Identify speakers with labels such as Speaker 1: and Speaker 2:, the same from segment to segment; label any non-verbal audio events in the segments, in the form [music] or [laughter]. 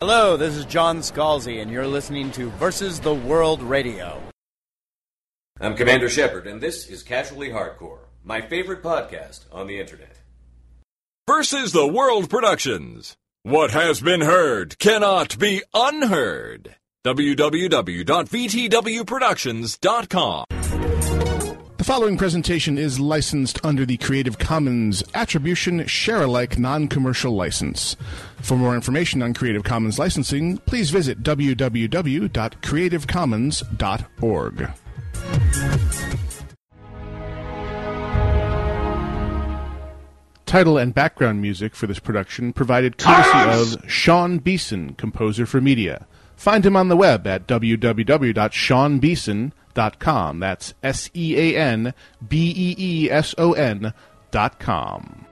Speaker 1: Hello, this is John Scalzi, and you're listening to Versus the World Radio.
Speaker 2: I'm Commander Shepard, and this is Casually Hardcore, my favorite podcast on the internet.
Speaker 3: Versus the World Productions. What has been heard cannot be unheard. www.vtwproductions.com.
Speaker 4: The following presentation is licensed under the Creative Commons Attribution Share Alike Non Commercial License. For more information on Creative Commons licensing, please visit www.creativecommons.org. Title and background music for this production provided courtesy of Sean Beeson, composer for media. Find him on the web at www.seanbeeson.com. That's S E A N B E E S O N dot com.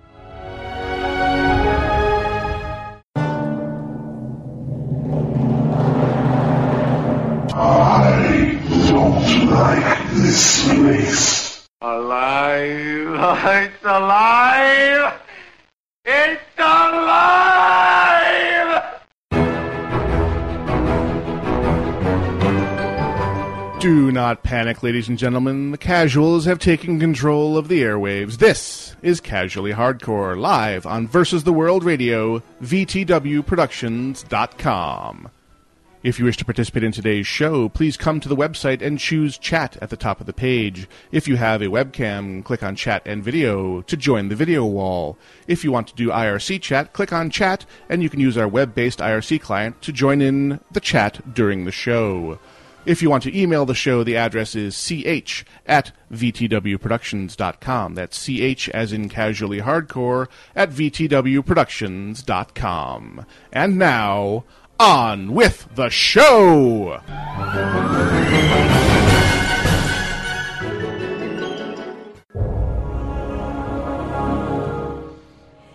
Speaker 5: don't like this place. Alive! It's alive! It's alive!
Speaker 4: Do not panic, ladies and gentlemen. The casuals have taken control of the airwaves. This is Casually Hardcore, live on Versus the World Radio, VTWProductions.com. If you wish to participate in today's show, please come to the website and choose chat at the top of the page. If you have a webcam, click on chat and video to join the video wall. If you want to do IRC chat, click on chat and you can use our web based IRC client to join in the chat during the show. If you want to email the show, the address is ch at vtwproductions.com. That's ch as in casually hardcore at vtwproductions.com. And now, on with the show!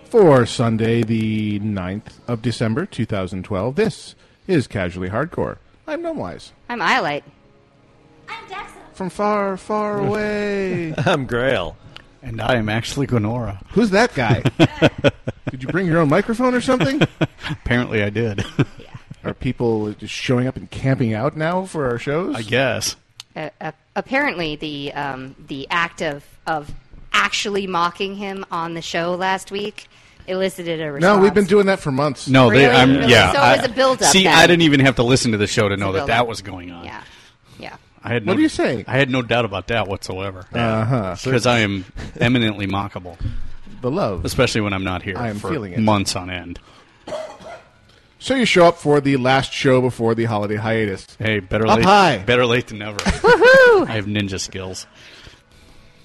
Speaker 4: For Sunday, the 9th of December, 2012, this is Casually Hardcore. I'm Gnomewise.
Speaker 6: I'm Eyelight.
Speaker 4: From far,
Speaker 7: [laughs]
Speaker 4: far away.
Speaker 8: I'm Grail.
Speaker 7: And I am actually Gonora.
Speaker 4: Who's that
Speaker 7: [laughs]
Speaker 4: guy? Did you bring your own microphone or something? [laughs]
Speaker 7: Apparently, I did.
Speaker 4: Are people just showing up and camping out now for our shows?
Speaker 7: I guess.
Speaker 6: Uh, uh, apparently, the um, the act of of actually mocking him on the show last week elicited a response.
Speaker 4: no, we've been doing that for months.
Speaker 7: No, they.
Speaker 6: Really?
Speaker 7: I'm.
Speaker 6: Really?
Speaker 7: Yeah.
Speaker 6: So it
Speaker 7: I-
Speaker 6: was a build-up
Speaker 7: See,
Speaker 6: then.
Speaker 7: I didn't even have to listen to the show to know that
Speaker 6: build-up.
Speaker 7: that was going on.
Speaker 6: Yeah, yeah.
Speaker 7: I had. No,
Speaker 4: What do you say? Uh-huh.
Speaker 7: I had no doubt about that whatsoever. Uh huh. Because I am eminently mockable,
Speaker 4: The love.
Speaker 7: especially when I'm not here
Speaker 4: I am
Speaker 7: for
Speaker 4: feeling it.
Speaker 7: months on end.
Speaker 4: So you show up for the last show before the holiday hiatus.
Speaker 7: Hey, better
Speaker 4: Up
Speaker 7: late.
Speaker 4: high.
Speaker 7: Better late than never.
Speaker 6: Woohoo!
Speaker 7: I have ninja skills.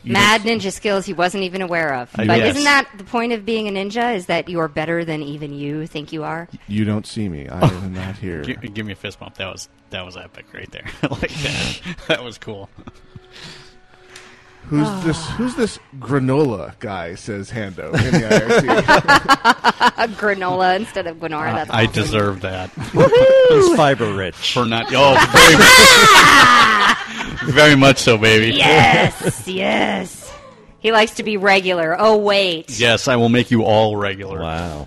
Speaker 6: Mad ninja skills he wasn't even aware of.
Speaker 7: I
Speaker 6: But
Speaker 7: guess.
Speaker 6: isn't that the point of being a ninja? Is that you are better than even you think you are? [laughs]
Speaker 4: You don't see me. I
Speaker 7: [laughs]
Speaker 4: am not here.
Speaker 7: Gi- Give, me a fist bump. That was that was epic right there. [laughs] I like that. that was cool.
Speaker 4: Who's this? Who's this granola guy? Says Hando in the IRC.
Speaker 6: [laughs] A granola instead of guanara. That's
Speaker 7: Uh, I
Speaker 6: awesome.
Speaker 7: deserve that.
Speaker 8: He's fiber rich.
Speaker 7: for not. Oh, very, very much so, baby.
Speaker 6: [laughs] Yes, yes. He likes to be regular. Oh wait,
Speaker 7: Yes, I will make you all regular.
Speaker 8: Wow.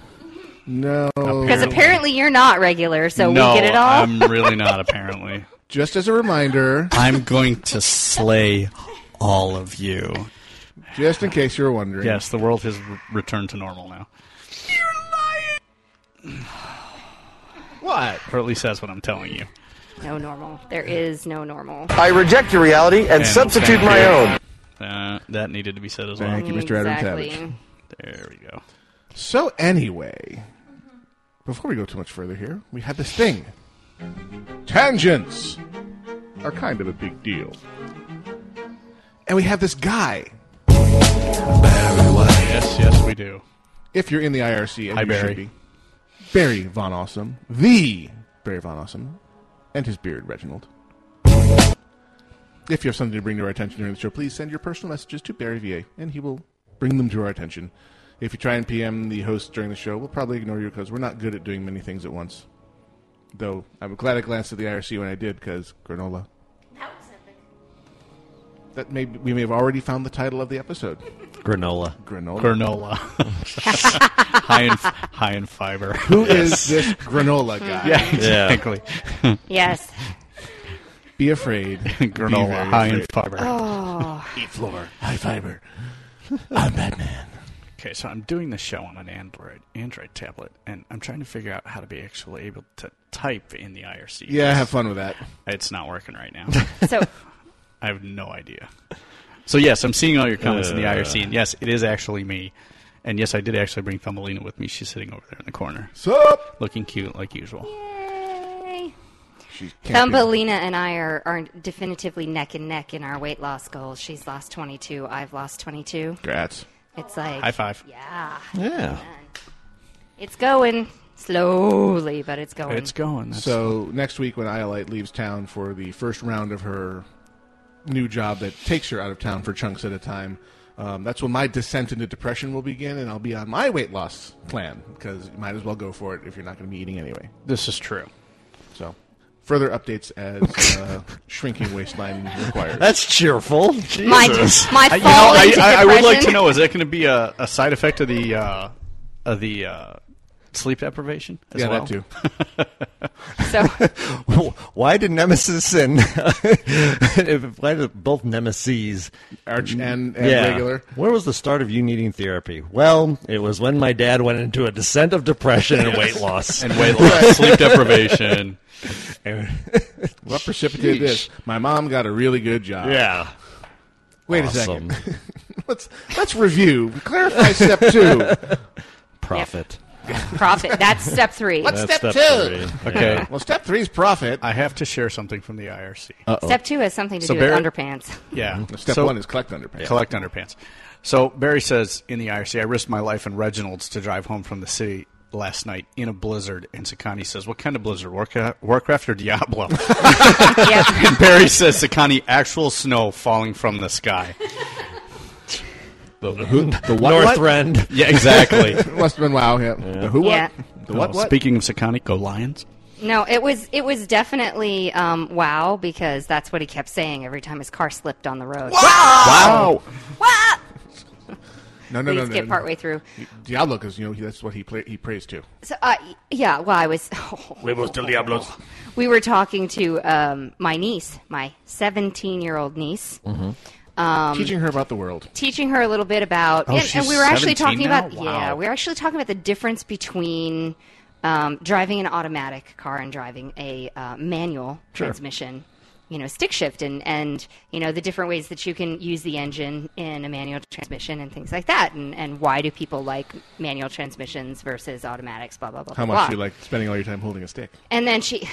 Speaker 4: no,
Speaker 6: because apparently you're not regular, so
Speaker 7: no,
Speaker 6: we get it all.
Speaker 7: I'm really not. Apparently,
Speaker 4: just as a reminder,
Speaker 7: I'm going to slay all of you.
Speaker 4: [laughs] just in case you were wondering.
Speaker 7: Yes, the world has re- returned to normal now,
Speaker 8: What?
Speaker 7: [sighs] or at least that's what I'm telling you.
Speaker 6: No normal. There is no normal.
Speaker 9: I reject your reality and
Speaker 7: And
Speaker 9: substitute
Speaker 7: thank
Speaker 9: my
Speaker 7: you.
Speaker 9: own.
Speaker 7: Uh, that needed to be said as well.
Speaker 4: Thank you, Mr. Adam
Speaker 6: Exactly.
Speaker 4: Savage.
Speaker 7: There we go.
Speaker 4: So anyway, before we go too much further here, we had this thing. Tangents are kind of a big deal, and we have this guy.
Speaker 7: Yes, yes, we do.
Speaker 4: if you're in the IRC, and
Speaker 7: Hi,
Speaker 4: you
Speaker 7: Barry.
Speaker 4: should be. Barry Von Awesome, the Barry Von Awesome, and his beard, Reginald. If you have something to bring to our attention during the show, please send your personal messages to Barry VA, and he will bring them to our attention. If you try and PM the host during the show, we'll probably ignore you because we're not good at doing many things at once. Though I'm glad I glanced at the IRC when I did because granola. that may we may have already found the title of the episode.
Speaker 8: Granola.
Speaker 4: Granola. [laughs]
Speaker 7: Granola.
Speaker 8: [laughs]
Speaker 7: [laughs] high in high in fiber.
Speaker 4: Who is this granola guy?
Speaker 7: Yeah, exactly.
Speaker 6: Yes.
Speaker 4: Be afraid. Be
Speaker 7: [laughs] Granola
Speaker 4: very
Speaker 7: high in
Speaker 4: afraid.
Speaker 7: fiber. Oh.
Speaker 4: Oh. High fiber. [laughs] I'm Batman.
Speaker 7: Okay, so I'm doing this show on an Android Android tablet, and I'm trying to figure out how to be actually able to type in the IRC.
Speaker 4: Yeah, have fun with that.
Speaker 7: it's not working right
Speaker 4: [laughs]
Speaker 7: now.
Speaker 6: So
Speaker 7: I have no idea. So yes, I'm seeing all your comments in the IRC, and yes, it is actually me. And yes, I did actually bring Thumbelina with me. She's sitting over there in the corner,
Speaker 4: Sup?
Speaker 7: looking cute like usual.
Speaker 6: yay.
Speaker 4: She can't be-
Speaker 6: Thumbelina and I are, are definitively neck and neck in our weight loss goals. She's lost 22. I've lost 22.
Speaker 4: Congrats.
Speaker 6: It's like,
Speaker 7: High five.
Speaker 6: yeah,
Speaker 8: Yeah.
Speaker 6: it's going slowly, but it's going.
Speaker 7: It's going. That's,
Speaker 4: So next week, when Iolite leaves town for the first round of her new job that takes her out of town for chunks at a time, um, that's when my descent into depression will begin, and I'll be on my weight loss plan because you might as well go for it if you're not going to be eating anyway.
Speaker 7: this is true.
Speaker 4: So, further updates as uh, shrinking
Speaker 7: [laughs]
Speaker 4: waistline requires.
Speaker 8: That's cheerful. Jesus.
Speaker 6: my my fall
Speaker 7: I, you know, I,
Speaker 6: into
Speaker 7: I, I would like
Speaker 6: depression.
Speaker 7: to know: is that going to be a, a side effect of the uh, of the uh, sleep deprivation? As
Speaker 4: Yeah,
Speaker 7: well?
Speaker 4: that too.
Speaker 7: [laughs]
Speaker 6: So,
Speaker 8: Why did Nemesis and [laughs] why did both Nemesis
Speaker 4: Arch and, and
Speaker 8: yeah.
Speaker 4: regular.
Speaker 8: Where was the start of you needing therapy? Well, it was when my dad went into a descent of depression and weight loss.
Speaker 7: And
Speaker 8: [laughs]
Speaker 7: weight loss, sleep deprivation.
Speaker 4: [laughs] What precipitated this? My mom got a really good job.
Speaker 8: yeah.
Speaker 4: Wait
Speaker 8: Awesome.
Speaker 4: a second. [laughs] let's let's review. Clarify step two.
Speaker 8: Profit.
Speaker 6: profit. That's step three.
Speaker 4: What's
Speaker 8: That's
Speaker 4: step,
Speaker 8: step
Speaker 4: two?
Speaker 8: three.
Speaker 7: Okay,
Speaker 4: Well, step three is profit.
Speaker 7: I have to share something from the IRC.
Speaker 6: Step two has something to
Speaker 7: So
Speaker 6: do with
Speaker 7: Barrett-
Speaker 6: underpants.
Speaker 7: yeah.
Speaker 4: Step
Speaker 7: So-
Speaker 4: one is collect underpants.
Speaker 7: collect underpants. So Barry says in the IRC, I risked my life and Reginald's to drive home from the city last night in a blizzard. And Sakani says, "What kind of blizzard? Warca- Warcraft
Speaker 6: [laughs]
Speaker 7: or Diablo?" [laughs]
Speaker 6: yep.
Speaker 7: and Barry says, "Sakani, actual snow falling from the sky."
Speaker 4: The what?
Speaker 8: North
Speaker 4: what?
Speaker 8: Rend.
Speaker 4: [laughs]
Speaker 7: Yeah, exactly.
Speaker 4: Must have been wow. Yeah. The who? What?
Speaker 6: Yeah.
Speaker 4: The what? What?
Speaker 7: Oh, Speaking of Sakani, go Lions.
Speaker 6: No, it was it was definitely um, wow because that's what he kept saying every time his car slipped on the road.
Speaker 4: wow.
Speaker 6: Wow!
Speaker 4: [laughs] [laughs] No, no,
Speaker 6: We
Speaker 4: no,
Speaker 6: just
Speaker 4: no.
Speaker 6: get
Speaker 4: no.
Speaker 6: partway through.
Speaker 4: Diablo, because you know he- that's what he play, he prays to.
Speaker 6: So, uh, yeah, well, I was. [laughs] We were talking to um, my niece, my 17 year old niece,
Speaker 8: Mm-hmm.
Speaker 6: um,
Speaker 4: Teaching her about the world.
Speaker 6: teaching her a little bit about.
Speaker 4: Oh,
Speaker 6: and, and
Speaker 7: she's
Speaker 6: we were actually
Speaker 7: 17
Speaker 6: talking
Speaker 7: now?
Speaker 6: about. Yeah, we were actually talking about the difference between um, driving an automatic car and driving a uh, manual transmission. You know, stick shift and, and you know the different ways that you can use the engine in a manual transmission and things like that, and, and why do people like manual transmissions versus automatics? Blah blah blah.
Speaker 4: How
Speaker 6: blah,
Speaker 4: much
Speaker 6: blah.
Speaker 4: you like spending all your time holding a stick?
Speaker 6: And then she,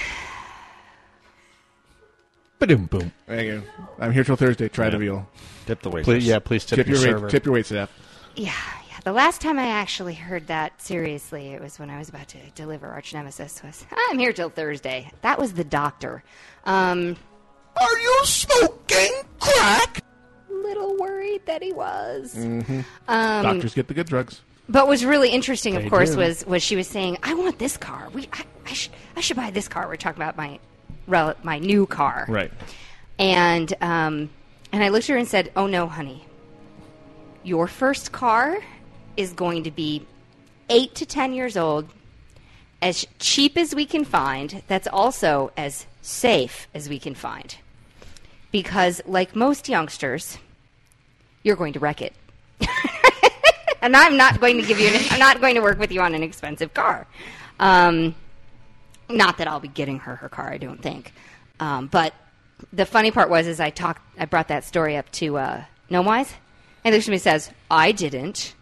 Speaker 8: Boom, boom.
Speaker 4: There you go. I'm here till Thursday. Try the veal.
Speaker 8: Tip the waitress.
Speaker 7: Please, yeah, please tip,
Speaker 4: Tip
Speaker 7: your,
Speaker 4: your
Speaker 7: server.
Speaker 4: weight. Tip your weight staff.
Speaker 6: Yeah, yeah. The last time I actually heard that seriously, it was when I was about to deliver Arch Nemesis. Was I'm here till Thursday. That was the doctor. Um,
Speaker 8: Are you smoking crack? Mm-hmm.
Speaker 6: little worried that he was. Um,
Speaker 4: Doctors get the good drugs.
Speaker 6: But what was really interesting, of course, was was she was saying, "I want this car. We, I, I should, I should buy this car." We're talking about my, rel- my new car,
Speaker 4: Right.
Speaker 6: And um, and I looked at her and said, "Oh no, honey. Your first car is going to be 8 to 10 years old, as cheap as we can find, that's also as safe as we can find. Because like most youngsters, you're going to wreck it. [laughs] and I'm not going to give you an, I'm not going to work with you on an expensive car. Um, not that I'll be getting her her car, I don't think. Um, but the funny part was, is I talked, I brought that story up to uh, Gnomewise, and looks at me and says, "I didn't."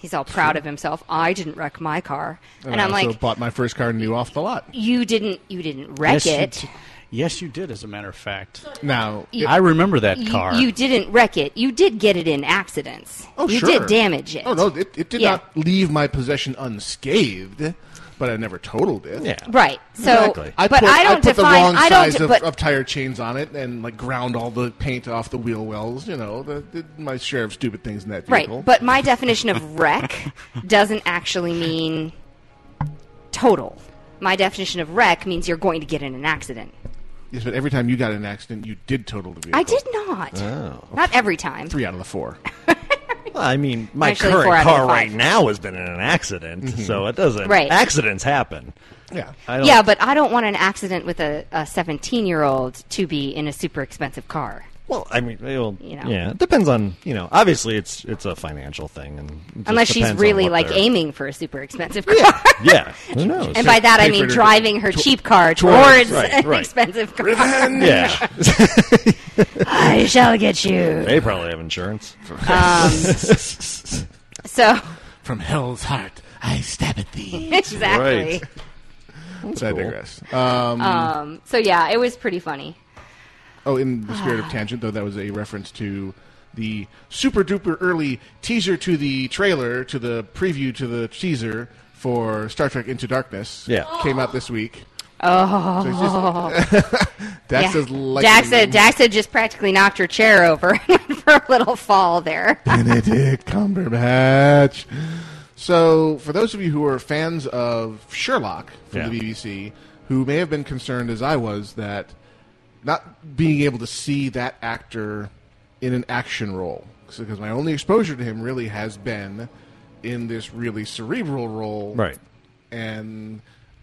Speaker 6: He's all proud of himself. I didn't wreck my car,
Speaker 7: Oh,
Speaker 6: and, I'm
Speaker 4: I also
Speaker 6: like,
Speaker 4: bought my first car new off the lot.
Speaker 6: "You didn't, you didn't wreck it.
Speaker 7: You, d- yes, you did. As a matter of fact,
Speaker 4: Now,
Speaker 7: I remember that
Speaker 6: You-
Speaker 7: car.
Speaker 6: You, didn't wreck it. You did get it in accidents.
Speaker 4: oh
Speaker 6: you
Speaker 4: sure,
Speaker 6: did damage it.
Speaker 4: Oh no, it, it did
Speaker 6: Yeah.
Speaker 4: not leave my possession unscathed, but I never totaled it.
Speaker 8: Yeah.
Speaker 6: Right. So,
Speaker 8: Exactly.
Speaker 4: I
Speaker 6: but
Speaker 4: put,
Speaker 6: I don't
Speaker 4: put
Speaker 6: define.
Speaker 4: the wrong
Speaker 6: I don't.
Speaker 4: size
Speaker 6: de-
Speaker 4: of,
Speaker 6: but
Speaker 4: of tire chains on it and like ground all the paint off the wheel wells. You know, the, did my share of stupid things in that
Speaker 6: Right,
Speaker 4: vehicle.
Speaker 6: but my definition
Speaker 4: [laughs]
Speaker 6: of wreck doesn't actually mean total. My definition of wreck means you're going to get in an accident.
Speaker 4: Yes, but every time you got in an accident, you did total the vehicle.
Speaker 6: I did
Speaker 8: Uh,
Speaker 6: not. Not every time.
Speaker 4: Three out of the four.
Speaker 8: Well, I mean, my
Speaker 6: Actually, four
Speaker 8: current
Speaker 6: out of
Speaker 8: car
Speaker 6: five.
Speaker 8: right now has been in an accident, so it doesn't.
Speaker 6: Right.
Speaker 8: Accidents happen.
Speaker 4: Mm-hmm. yeah.
Speaker 8: I don't,
Speaker 6: Yeah, but I don't want an accident with a, a 17 year old to be in a super expensive car.
Speaker 8: Well, I mean, it'll,
Speaker 6: You know.
Speaker 8: yeah, it depends on you know. Obviously, it's it's a financial thing, and it just
Speaker 6: Unless she's
Speaker 8: depends on
Speaker 6: really
Speaker 8: what
Speaker 6: like
Speaker 8: they're-
Speaker 6: aiming for a super expensive car.
Speaker 8: [laughs] Yeah,
Speaker 6: [laughs]
Speaker 8: Oh, who knows?
Speaker 6: and by that I mean
Speaker 4: her to-
Speaker 6: driving her cheap car
Speaker 8: towards-
Speaker 6: towards [laughs]
Speaker 8: right,
Speaker 6: an
Speaker 8: right.
Speaker 6: expensive car. [laughs]
Speaker 8: yeah,
Speaker 6: I shall get you.
Speaker 8: they probably have insurance.
Speaker 6: Um, So
Speaker 4: [laughs] From hell's heart, I stab at thee.
Speaker 6: [laughs] exactly.
Speaker 4: so I digress. Um,
Speaker 6: Um, so yeah, it was pretty funny.
Speaker 4: oh, in the spirit of tangent, though, that was a reference to the super duper early teaser to the trailer, to the preview to the teaser for Star Trek Into Darkness.
Speaker 8: Yeah.
Speaker 4: Came out this week.
Speaker 6: Oh,
Speaker 4: So it's just-
Speaker 6: [laughs]
Speaker 4: Dax
Speaker 6: yeah.
Speaker 4: is like.
Speaker 6: Dax had, Dax had just practically knocked her chair over [laughs] for a little fall there.
Speaker 4: [laughs] Benedict Cumberbatch. So, for those of you who are fans of Sherlock from
Speaker 8: Yeah.
Speaker 4: the BBC, who may have been concerned as I was that not being able to see that actor in an action role, because my only exposure to him really has been in this really cerebral role,
Speaker 8: Right.
Speaker 4: And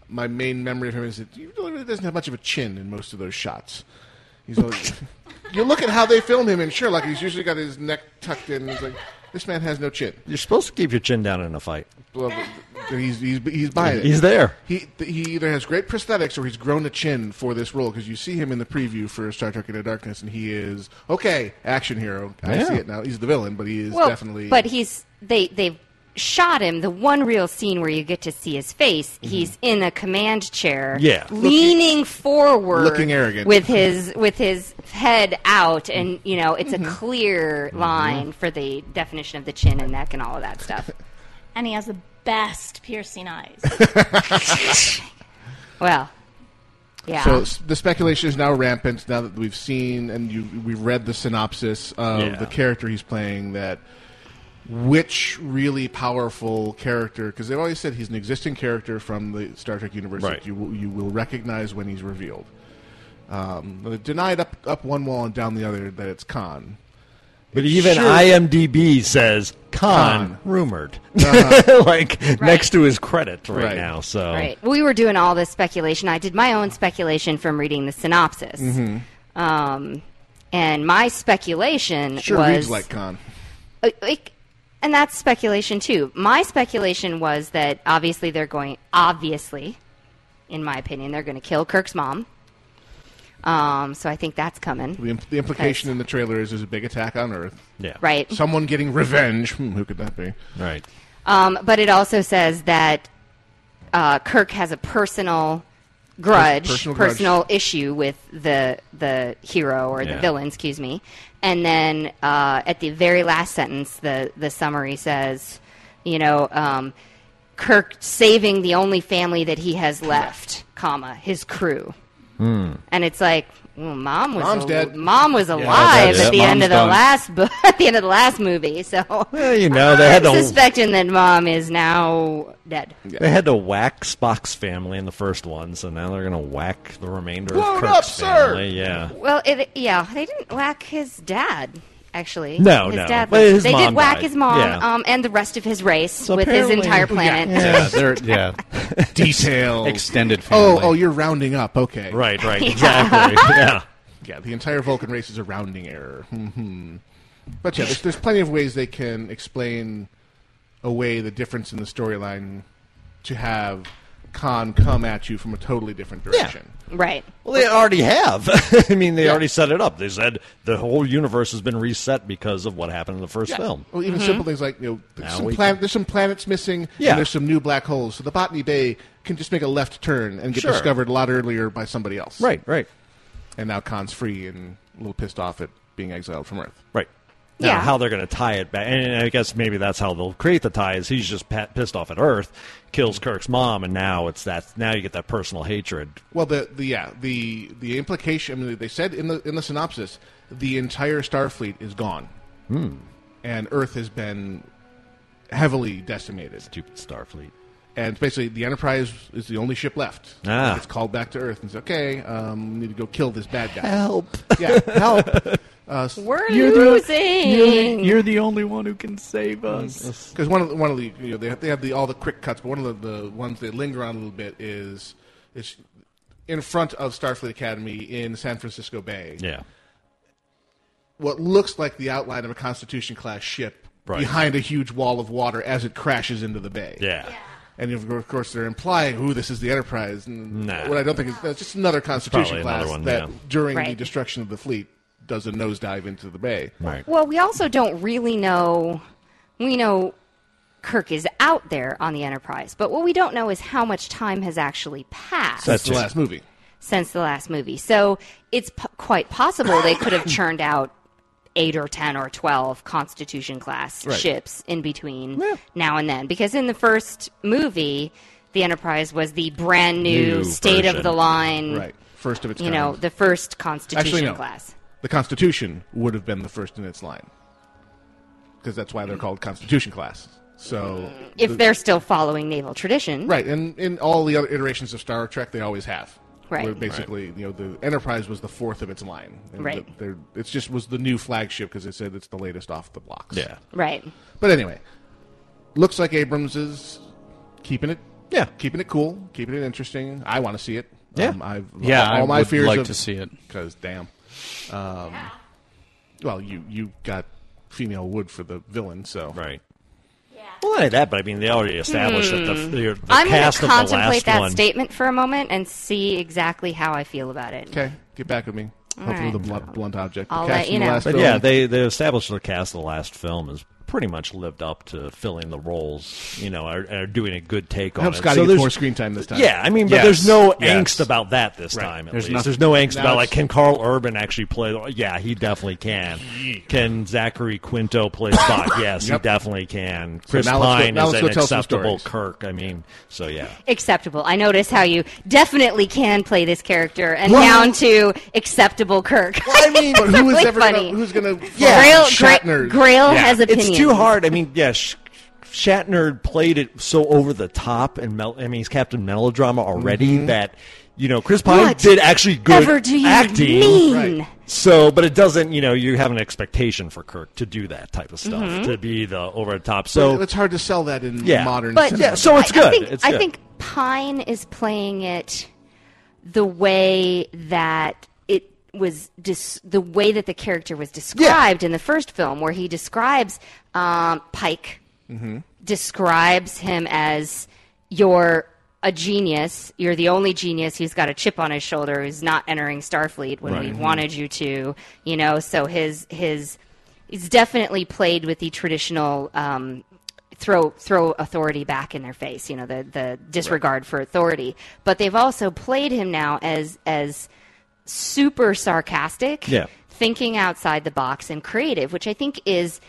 Speaker 4: my main memory of him is that he really doesn't have much of a chin in most of those shots.
Speaker 8: [laughs]
Speaker 4: He's always, you look at how they film him in Sherlock. He's usually got his neck tucked in. He's like, this man has no chin.
Speaker 8: You're supposed to keep your chin down in a fight.
Speaker 4: Well, th- he's, he's, he's buying it.
Speaker 8: He's there.
Speaker 4: He, th- he either has great prosthetics or he's grown a chin for this role because you see him in the preview for Star Trek Into Darkness and he is, okay, action hero. I
Speaker 8: Yeah.
Speaker 4: see it now. He's the villain, but he is
Speaker 6: Well,
Speaker 4: definitely.
Speaker 6: but he's they they've shot him. The one real scene where you get to see his face,
Speaker 4: Mm-hmm.
Speaker 6: he's in a command chair,
Speaker 8: Yeah.
Speaker 6: leaning forward,
Speaker 4: Looking arrogant. Mm-hmm.
Speaker 6: with his with his head out, and you know it's a clear line for the definition of the chin and neck and all of that
Speaker 4: [laughs]
Speaker 6: stuff.
Speaker 9: And he has the best piercing
Speaker 7: [laughs]
Speaker 9: eyes.
Speaker 6: Well, yeah,
Speaker 4: So s- the speculation is now rampant now that we've seen and you, we've read the synopsis of
Speaker 8: Yeah.
Speaker 4: the character he's playing. That which really powerful character? Because they've always said he's an existing character from the Star Trek universe
Speaker 8: Right.
Speaker 4: that you will, you will recognize when he's revealed. Um, but they've denied up up one wall and down the other that it's Khan.
Speaker 8: But even
Speaker 4: Sure.
Speaker 8: IMDb says Khan,
Speaker 4: Khan.
Speaker 8: rumored, [laughs] like next to his credit right,
Speaker 4: Uh-huh. Right.
Speaker 8: now. So
Speaker 6: right. We were doing all this speculation. I did my own speculation from reading the synopsis.
Speaker 4: Mm-hmm.
Speaker 6: Um, and my speculation
Speaker 4: Sure
Speaker 6: was
Speaker 4: reads like Khan.
Speaker 6: Uh, like, and that's speculation too. My speculation was that obviously they're going, obviously, in my opinion, they're going to kill Kirk's mom. Um, so I think that's coming,
Speaker 4: The, imp- the implication in the trailer is there's a big attack on Earth.
Speaker 8: yeah,
Speaker 6: right?
Speaker 4: Someone getting revenge. Hmm, who could that be?
Speaker 8: right.
Speaker 6: Um, but it also says that uh, Kirk has a personal grudge,
Speaker 4: personal
Speaker 6: personal,
Speaker 4: grudge.
Speaker 6: issue with the the hero or
Speaker 8: Yeah.
Speaker 6: the villain, excuse me. And then uh, at the very last sentence, the the summary says, you know, um, Kirk saving the only family that he has left, comma his crew. And it's like, well, mom was
Speaker 4: Mom's
Speaker 6: al-
Speaker 4: dead.
Speaker 6: Mom was alive
Speaker 8: that's-
Speaker 6: at the
Speaker 8: Hmm. yeah,
Speaker 6: end
Speaker 8: mom's
Speaker 6: of the
Speaker 8: done.
Speaker 6: last [laughs] book, at the end of the last movie. So
Speaker 8: Well, you know they had
Speaker 6: [laughs] I'm
Speaker 8: to
Speaker 6: suspecting that mom is now dead.
Speaker 8: they had to whack Spock's family in the first one, so now they're gonna whack the remainder
Speaker 4: Blow
Speaker 8: of
Speaker 4: it
Speaker 8: Kirk's
Speaker 4: up, sir!
Speaker 8: family. Yeah,
Speaker 6: Well, it, yeah, they didn't whack his dad. Actually,
Speaker 8: No,
Speaker 6: his
Speaker 8: no.
Speaker 6: Dad
Speaker 8: But
Speaker 6: was-
Speaker 8: his
Speaker 6: they
Speaker 8: mom
Speaker 6: did whack
Speaker 8: died.
Speaker 6: his mom
Speaker 8: Yeah.
Speaker 6: um, and the rest of his race with his
Speaker 8: apparently-
Speaker 6: entire planet.
Speaker 7: Yeah, they're yeah,
Speaker 6: [laughs]
Speaker 4: Detail.
Speaker 7: extended
Speaker 4: Oh,
Speaker 7: family.
Speaker 4: oh, you're rounding up. Okay.
Speaker 8: right,
Speaker 4: [laughs]
Speaker 8: right, exactly. yeah,
Speaker 4: Yeah, the entire Vulcan race is a rounding error. Mhm. but yeah, there's, there's plenty of ways they can explain away the difference in the storyline to have Khan come at you from a totally different direction.
Speaker 6: Right.
Speaker 8: Well, they already have. [laughs] I mean, they already set it up. They said the whole universe has been reset because of what happened in the first film.
Speaker 4: Well, even simple things like you know, there's
Speaker 8: Now
Speaker 4: some
Speaker 8: we
Speaker 4: plan-
Speaker 8: can-
Speaker 4: there's some planets missing,
Speaker 8: Yeah.
Speaker 4: and there's some new black holes. So the Botany Bay can just make a left turn and get
Speaker 8: Sure.
Speaker 4: discovered a lot earlier by somebody else.
Speaker 8: Right, right,
Speaker 4: And now Khan's free and a little pissed off at being exiled from Earth.
Speaker 8: right. Now,
Speaker 6: Yeah.
Speaker 8: how they're going to tie it back, and I guess maybe that's how they'll create the tie. Is he's just pat- pissed off at Earth, kills Kirk's mom, and now it's that. Now you get that personal hatred.
Speaker 4: Well, the, the yeah the the implication. I mean, they said in the in the synopsis, the entire Starfleet is gone,
Speaker 8: Hmm.
Speaker 4: and Earth has been heavily decimated.
Speaker 8: Stupid Starfleet.
Speaker 4: And basically, the Enterprise is the only ship left.
Speaker 8: Ah.
Speaker 4: It's called back to Earth and says, "Okay, um, we need to go kill this bad guy."
Speaker 7: Help.
Speaker 4: Yeah, help! Uh,
Speaker 6: We're
Speaker 7: You're the,
Speaker 6: losing.
Speaker 7: you're the only one who can save us.
Speaker 4: Because Mm. one of the, one of the you know they have, they have the all the quick cuts, but one of the, the ones they linger on a little bit is is in front of Starfleet Academy in San Francisco Bay.
Speaker 8: Yeah.
Speaker 4: What looks like the outline of a Constitution class ship
Speaker 8: Right.
Speaker 4: behind a huge wall of water as it crashes into the bay.
Speaker 8: Yeah.
Speaker 4: And of cour- of course, they're implying, "Ooh, this is the Enterprise." And
Speaker 8: Nah.
Speaker 4: What I don't think is that's just another
Speaker 8: probably
Speaker 4: Constitution class
Speaker 8: another one,
Speaker 4: that
Speaker 8: yeah.
Speaker 4: during the
Speaker 6: Right.
Speaker 4: destruction of the fleet does a nosedive into the bay.
Speaker 8: Right.
Speaker 6: Well, we also don't really know. We know Kirk is out there on the Enterprise, but what we don't know is how much time has actually passed
Speaker 4: That's the
Speaker 8: it.
Speaker 4: last movie.
Speaker 6: since the last movie. So it's p- quite possible they
Speaker 4: [coughs]
Speaker 6: could have churned out eight or ten or twelve Constitution class ships in between now and then, because in the first movie, the Enterprise was the brand new,
Speaker 8: New
Speaker 6: state
Speaker 8: version.
Speaker 6: of the line.
Speaker 4: Right, first of its
Speaker 6: You
Speaker 4: kind.
Speaker 6: know, the first Constitution
Speaker 4: Actually, no.
Speaker 6: class.
Speaker 4: The Constitution would have been the first in its line because that's why they're called Constitution class. So,
Speaker 6: If they're still following naval tradition,
Speaker 4: right, and in all the other iterations of Star Trek, they always have.
Speaker 6: Right.
Speaker 4: Where basically, you know, the Enterprise was the fourth of its line. And
Speaker 6: Right.
Speaker 4: the- they're- it's just was the new flagship because it said it's the latest off the blocks.
Speaker 8: Yeah.
Speaker 6: right.
Speaker 4: But anyway, looks like Abrams is keeping it.
Speaker 8: Yeah.
Speaker 4: keeping it cool, keeping it interesting. I want to see it. Um,
Speaker 8: Yeah.
Speaker 4: I've,
Speaker 7: Yeah,
Speaker 4: oh, all,
Speaker 7: I
Speaker 4: all my
Speaker 7: would
Speaker 4: fears
Speaker 7: like
Speaker 4: of-
Speaker 7: to see it.
Speaker 4: Cause damn, um, well, you you got female wood for the villain, so
Speaker 8: Right. Well, not only that, but I mean, they already established that the, the, the
Speaker 6: Hmm. I'm going
Speaker 8: cast
Speaker 6: to
Speaker 8: of the last
Speaker 6: contemplate that
Speaker 8: one.
Speaker 6: statement for a moment and see exactly how I feel about it.
Speaker 4: Okay, get back with me. Hopefully,
Speaker 6: right.
Speaker 4: the blunt, blunt object. The
Speaker 6: I'll
Speaker 4: cast
Speaker 6: let
Speaker 4: from
Speaker 6: you
Speaker 4: the
Speaker 6: know.
Speaker 4: last
Speaker 8: but
Speaker 4: film.
Speaker 8: yeah, they they established the cast of the last film is pretty much lived up to filling the roles. You know, are, are doing a good take
Speaker 4: I
Speaker 8: on
Speaker 4: hope
Speaker 8: it.
Speaker 4: Scotty
Speaker 8: So
Speaker 4: gets
Speaker 8: there's-
Speaker 4: more screen time this time.
Speaker 8: Yeah, I mean, but
Speaker 7: Yes,
Speaker 8: there's no
Speaker 7: yes.
Speaker 8: angst about that this time. At
Speaker 7: There's
Speaker 8: there's,
Speaker 7: nothing-
Speaker 8: least. there's no angst
Speaker 4: Now
Speaker 8: about like,
Speaker 4: it's-
Speaker 8: can Carl Urban actually play? the- Yeah, he definitely can. Can Zachary Quinto play
Speaker 4: [coughs]
Speaker 8: Spock? Yes,
Speaker 4: Yep.
Speaker 8: he definitely can. Chris
Speaker 4: now let's go-
Speaker 8: Pine
Speaker 4: now let's
Speaker 8: is
Speaker 4: go
Speaker 8: an
Speaker 4: tell some
Speaker 8: acceptable
Speaker 4: stories.
Speaker 8: Kirk. I mean, so yeah,
Speaker 6: Acceptable. I notice how you definitely can play this character and down to acceptable Kirk.
Speaker 4: I mean,
Speaker 6: [laughs]
Speaker 4: but who is
Speaker 6: really
Speaker 4: ever
Speaker 6: funny.
Speaker 4: gonna, who's going to
Speaker 6: Grail, Gra-
Speaker 4: Shatner?
Speaker 6: Grail has opinions.
Speaker 8: It's too hard. I mean, yeah, Sh- Shatner played it so over the top, and mel- I mean, he's Captain Melodrama already that you know Chris Pine
Speaker 6: Mm-hmm. What
Speaker 8: did actually good
Speaker 6: ever do you
Speaker 8: acting.
Speaker 6: mean? Right.
Speaker 8: So, but it doesn't. You know, you have an expectation for Kirk to do that type of stuff,
Speaker 6: Mm-hmm.
Speaker 8: to be the over the top. So,
Speaker 4: it's hard to sell that in
Speaker 8: Yeah.
Speaker 4: modern.
Speaker 6: But
Speaker 4: cinema.
Speaker 8: yeah, so it's
Speaker 6: I-
Speaker 8: good.
Speaker 6: I think,
Speaker 8: It's
Speaker 6: I
Speaker 8: good.
Speaker 6: think Pine is playing it the way that it was dis- the way that the character was described in the first film, where he describes um, Pike
Speaker 8: Mm-hmm.
Speaker 6: describes him as you're a genius. You're the only genius who's got a chip on his shoulder who's not entering Starfleet when we wanted you to. You know, so his his he's definitely played with the traditional um, throw throw authority back in their face. You know, the the disregard for authority. But they've also played him now as as super sarcastic,
Speaker 8: Yeah.
Speaker 6: thinking outside the box and creative, which I think is.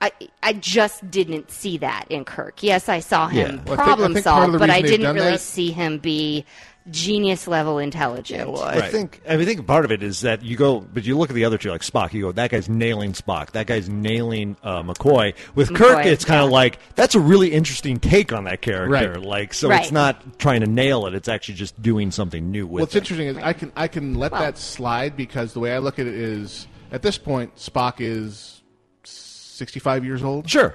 Speaker 6: I, I just didn't see that in Kirk. Yes, I saw him
Speaker 8: Yeah.
Speaker 4: Well, I think- I
Speaker 6: problem
Speaker 4: think part of
Speaker 6: solve,
Speaker 4: the
Speaker 6: but
Speaker 4: reason
Speaker 6: I
Speaker 4: they've
Speaker 6: didn't
Speaker 4: done
Speaker 6: really
Speaker 4: that-
Speaker 6: see him be genius level intelligent.
Speaker 8: Well, I think I, mean, I think part of it is that you go, but you look at the other two like Spock. You go, that guy's nailing Spock. That guy's nailing uh, McCoy. With Kirk,
Speaker 6: McCoy,
Speaker 8: it's kind of
Speaker 6: yeah.
Speaker 8: like that's a really interesting take on that character.
Speaker 4: Right.
Speaker 8: Like, so it's
Speaker 6: Right.
Speaker 8: not trying to nail it. It's actually just doing something new with
Speaker 4: What's
Speaker 8: it.
Speaker 4: interesting is I can I can let that slide because the way I look at it is at this point Spock is sixty five years old
Speaker 8: Sure.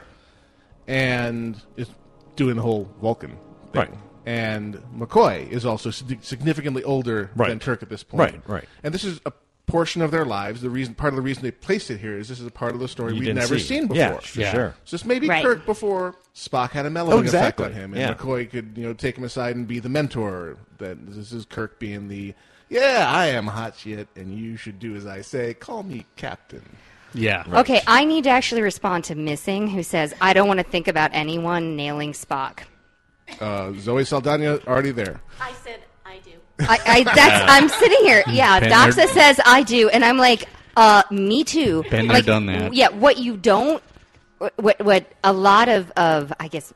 Speaker 4: and is doing the whole Vulcan thing.
Speaker 8: Right.
Speaker 4: And McCoy is also sig- significantly older
Speaker 8: Right.
Speaker 4: than Kirk at this point.
Speaker 8: Right, right.
Speaker 4: And this is a portion of their lives. The reason part of the reason they placed it here is this is a part of the story
Speaker 8: You
Speaker 4: we've
Speaker 8: didn't
Speaker 4: never
Speaker 8: see.
Speaker 4: seen before.
Speaker 8: Yeah, for
Speaker 7: Yeah.
Speaker 8: sure.
Speaker 4: So this may be
Speaker 6: Right.
Speaker 4: Kirk before Spock had a mellowing
Speaker 8: Oh, exactly.
Speaker 4: effect on him, and
Speaker 8: Yeah.
Speaker 4: McCoy could you know take him aside and be the mentor. That this is Kirk being the yeah, I am hot shit, and you should do as I say. Call me Captain.
Speaker 7: Yeah.
Speaker 6: Okay, I need to actually respond to Missing, who says, I don't want to think about anyone nailing Spock.
Speaker 4: Uh, Zoe Saldana already there.
Speaker 9: I said I do.
Speaker 6: I, I, that's, I'm sitting here. Yeah,
Speaker 7: Mm. Been
Speaker 6: Doxa
Speaker 7: there.
Speaker 6: says, I do. And I'm like, uh, me too.
Speaker 7: Been there,
Speaker 6: like,
Speaker 7: done that.
Speaker 6: Yeah, what you don't, what, what a lot of, of I guess,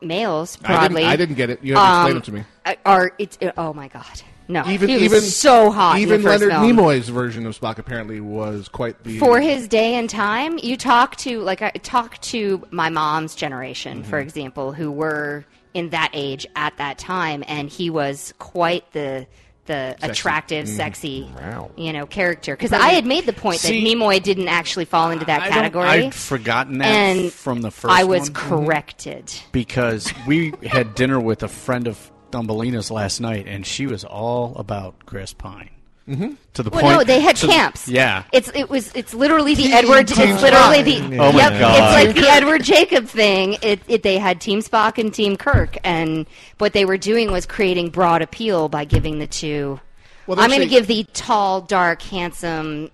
Speaker 6: males
Speaker 4: I didn't,
Speaker 6: broadly.
Speaker 4: I didn't get it. You have to explain
Speaker 6: um,
Speaker 4: it to me.
Speaker 6: Are it's oh my god. No,
Speaker 4: Even
Speaker 6: he was
Speaker 4: even
Speaker 6: so hot.
Speaker 4: Even
Speaker 6: in the first
Speaker 4: Leonard
Speaker 6: film.
Speaker 4: Nimoy's version of Spock apparently was quite the
Speaker 6: for his day and time.
Speaker 7: Mm-hmm.
Speaker 6: You talk to like I talk to my mom's generation, for example, who were in that age at that time, and he was quite the the
Speaker 7: Mm-hmm.
Speaker 6: attractive, sexy, you know, character. Because I had made the point
Speaker 7: See-
Speaker 6: that Nimoy didn't actually fall into that
Speaker 7: I don't-
Speaker 6: category.
Speaker 7: I'd forgotten that
Speaker 6: and
Speaker 7: from the first
Speaker 6: I was
Speaker 7: one. Mhm.
Speaker 6: corrected.
Speaker 7: because we had dinner with a friend of Thumbelina's last night, and she was all about Chris Pine. Mm-hmm. To the
Speaker 6: Well,
Speaker 7: point.
Speaker 6: no, they had
Speaker 7: to the-
Speaker 6: camps.
Speaker 7: yeah.
Speaker 6: It's it was it's literally the Edward. It's literally the
Speaker 7: Oh my
Speaker 6: yep,
Speaker 7: God.
Speaker 6: It's like the Edward Jacob thing. It, it they had Team Spock and Team Kirk, and what they were doing was creating broad appeal by giving the two.
Speaker 4: Well,
Speaker 6: I'm going to
Speaker 4: actually-
Speaker 6: give the tall, dark, handsome,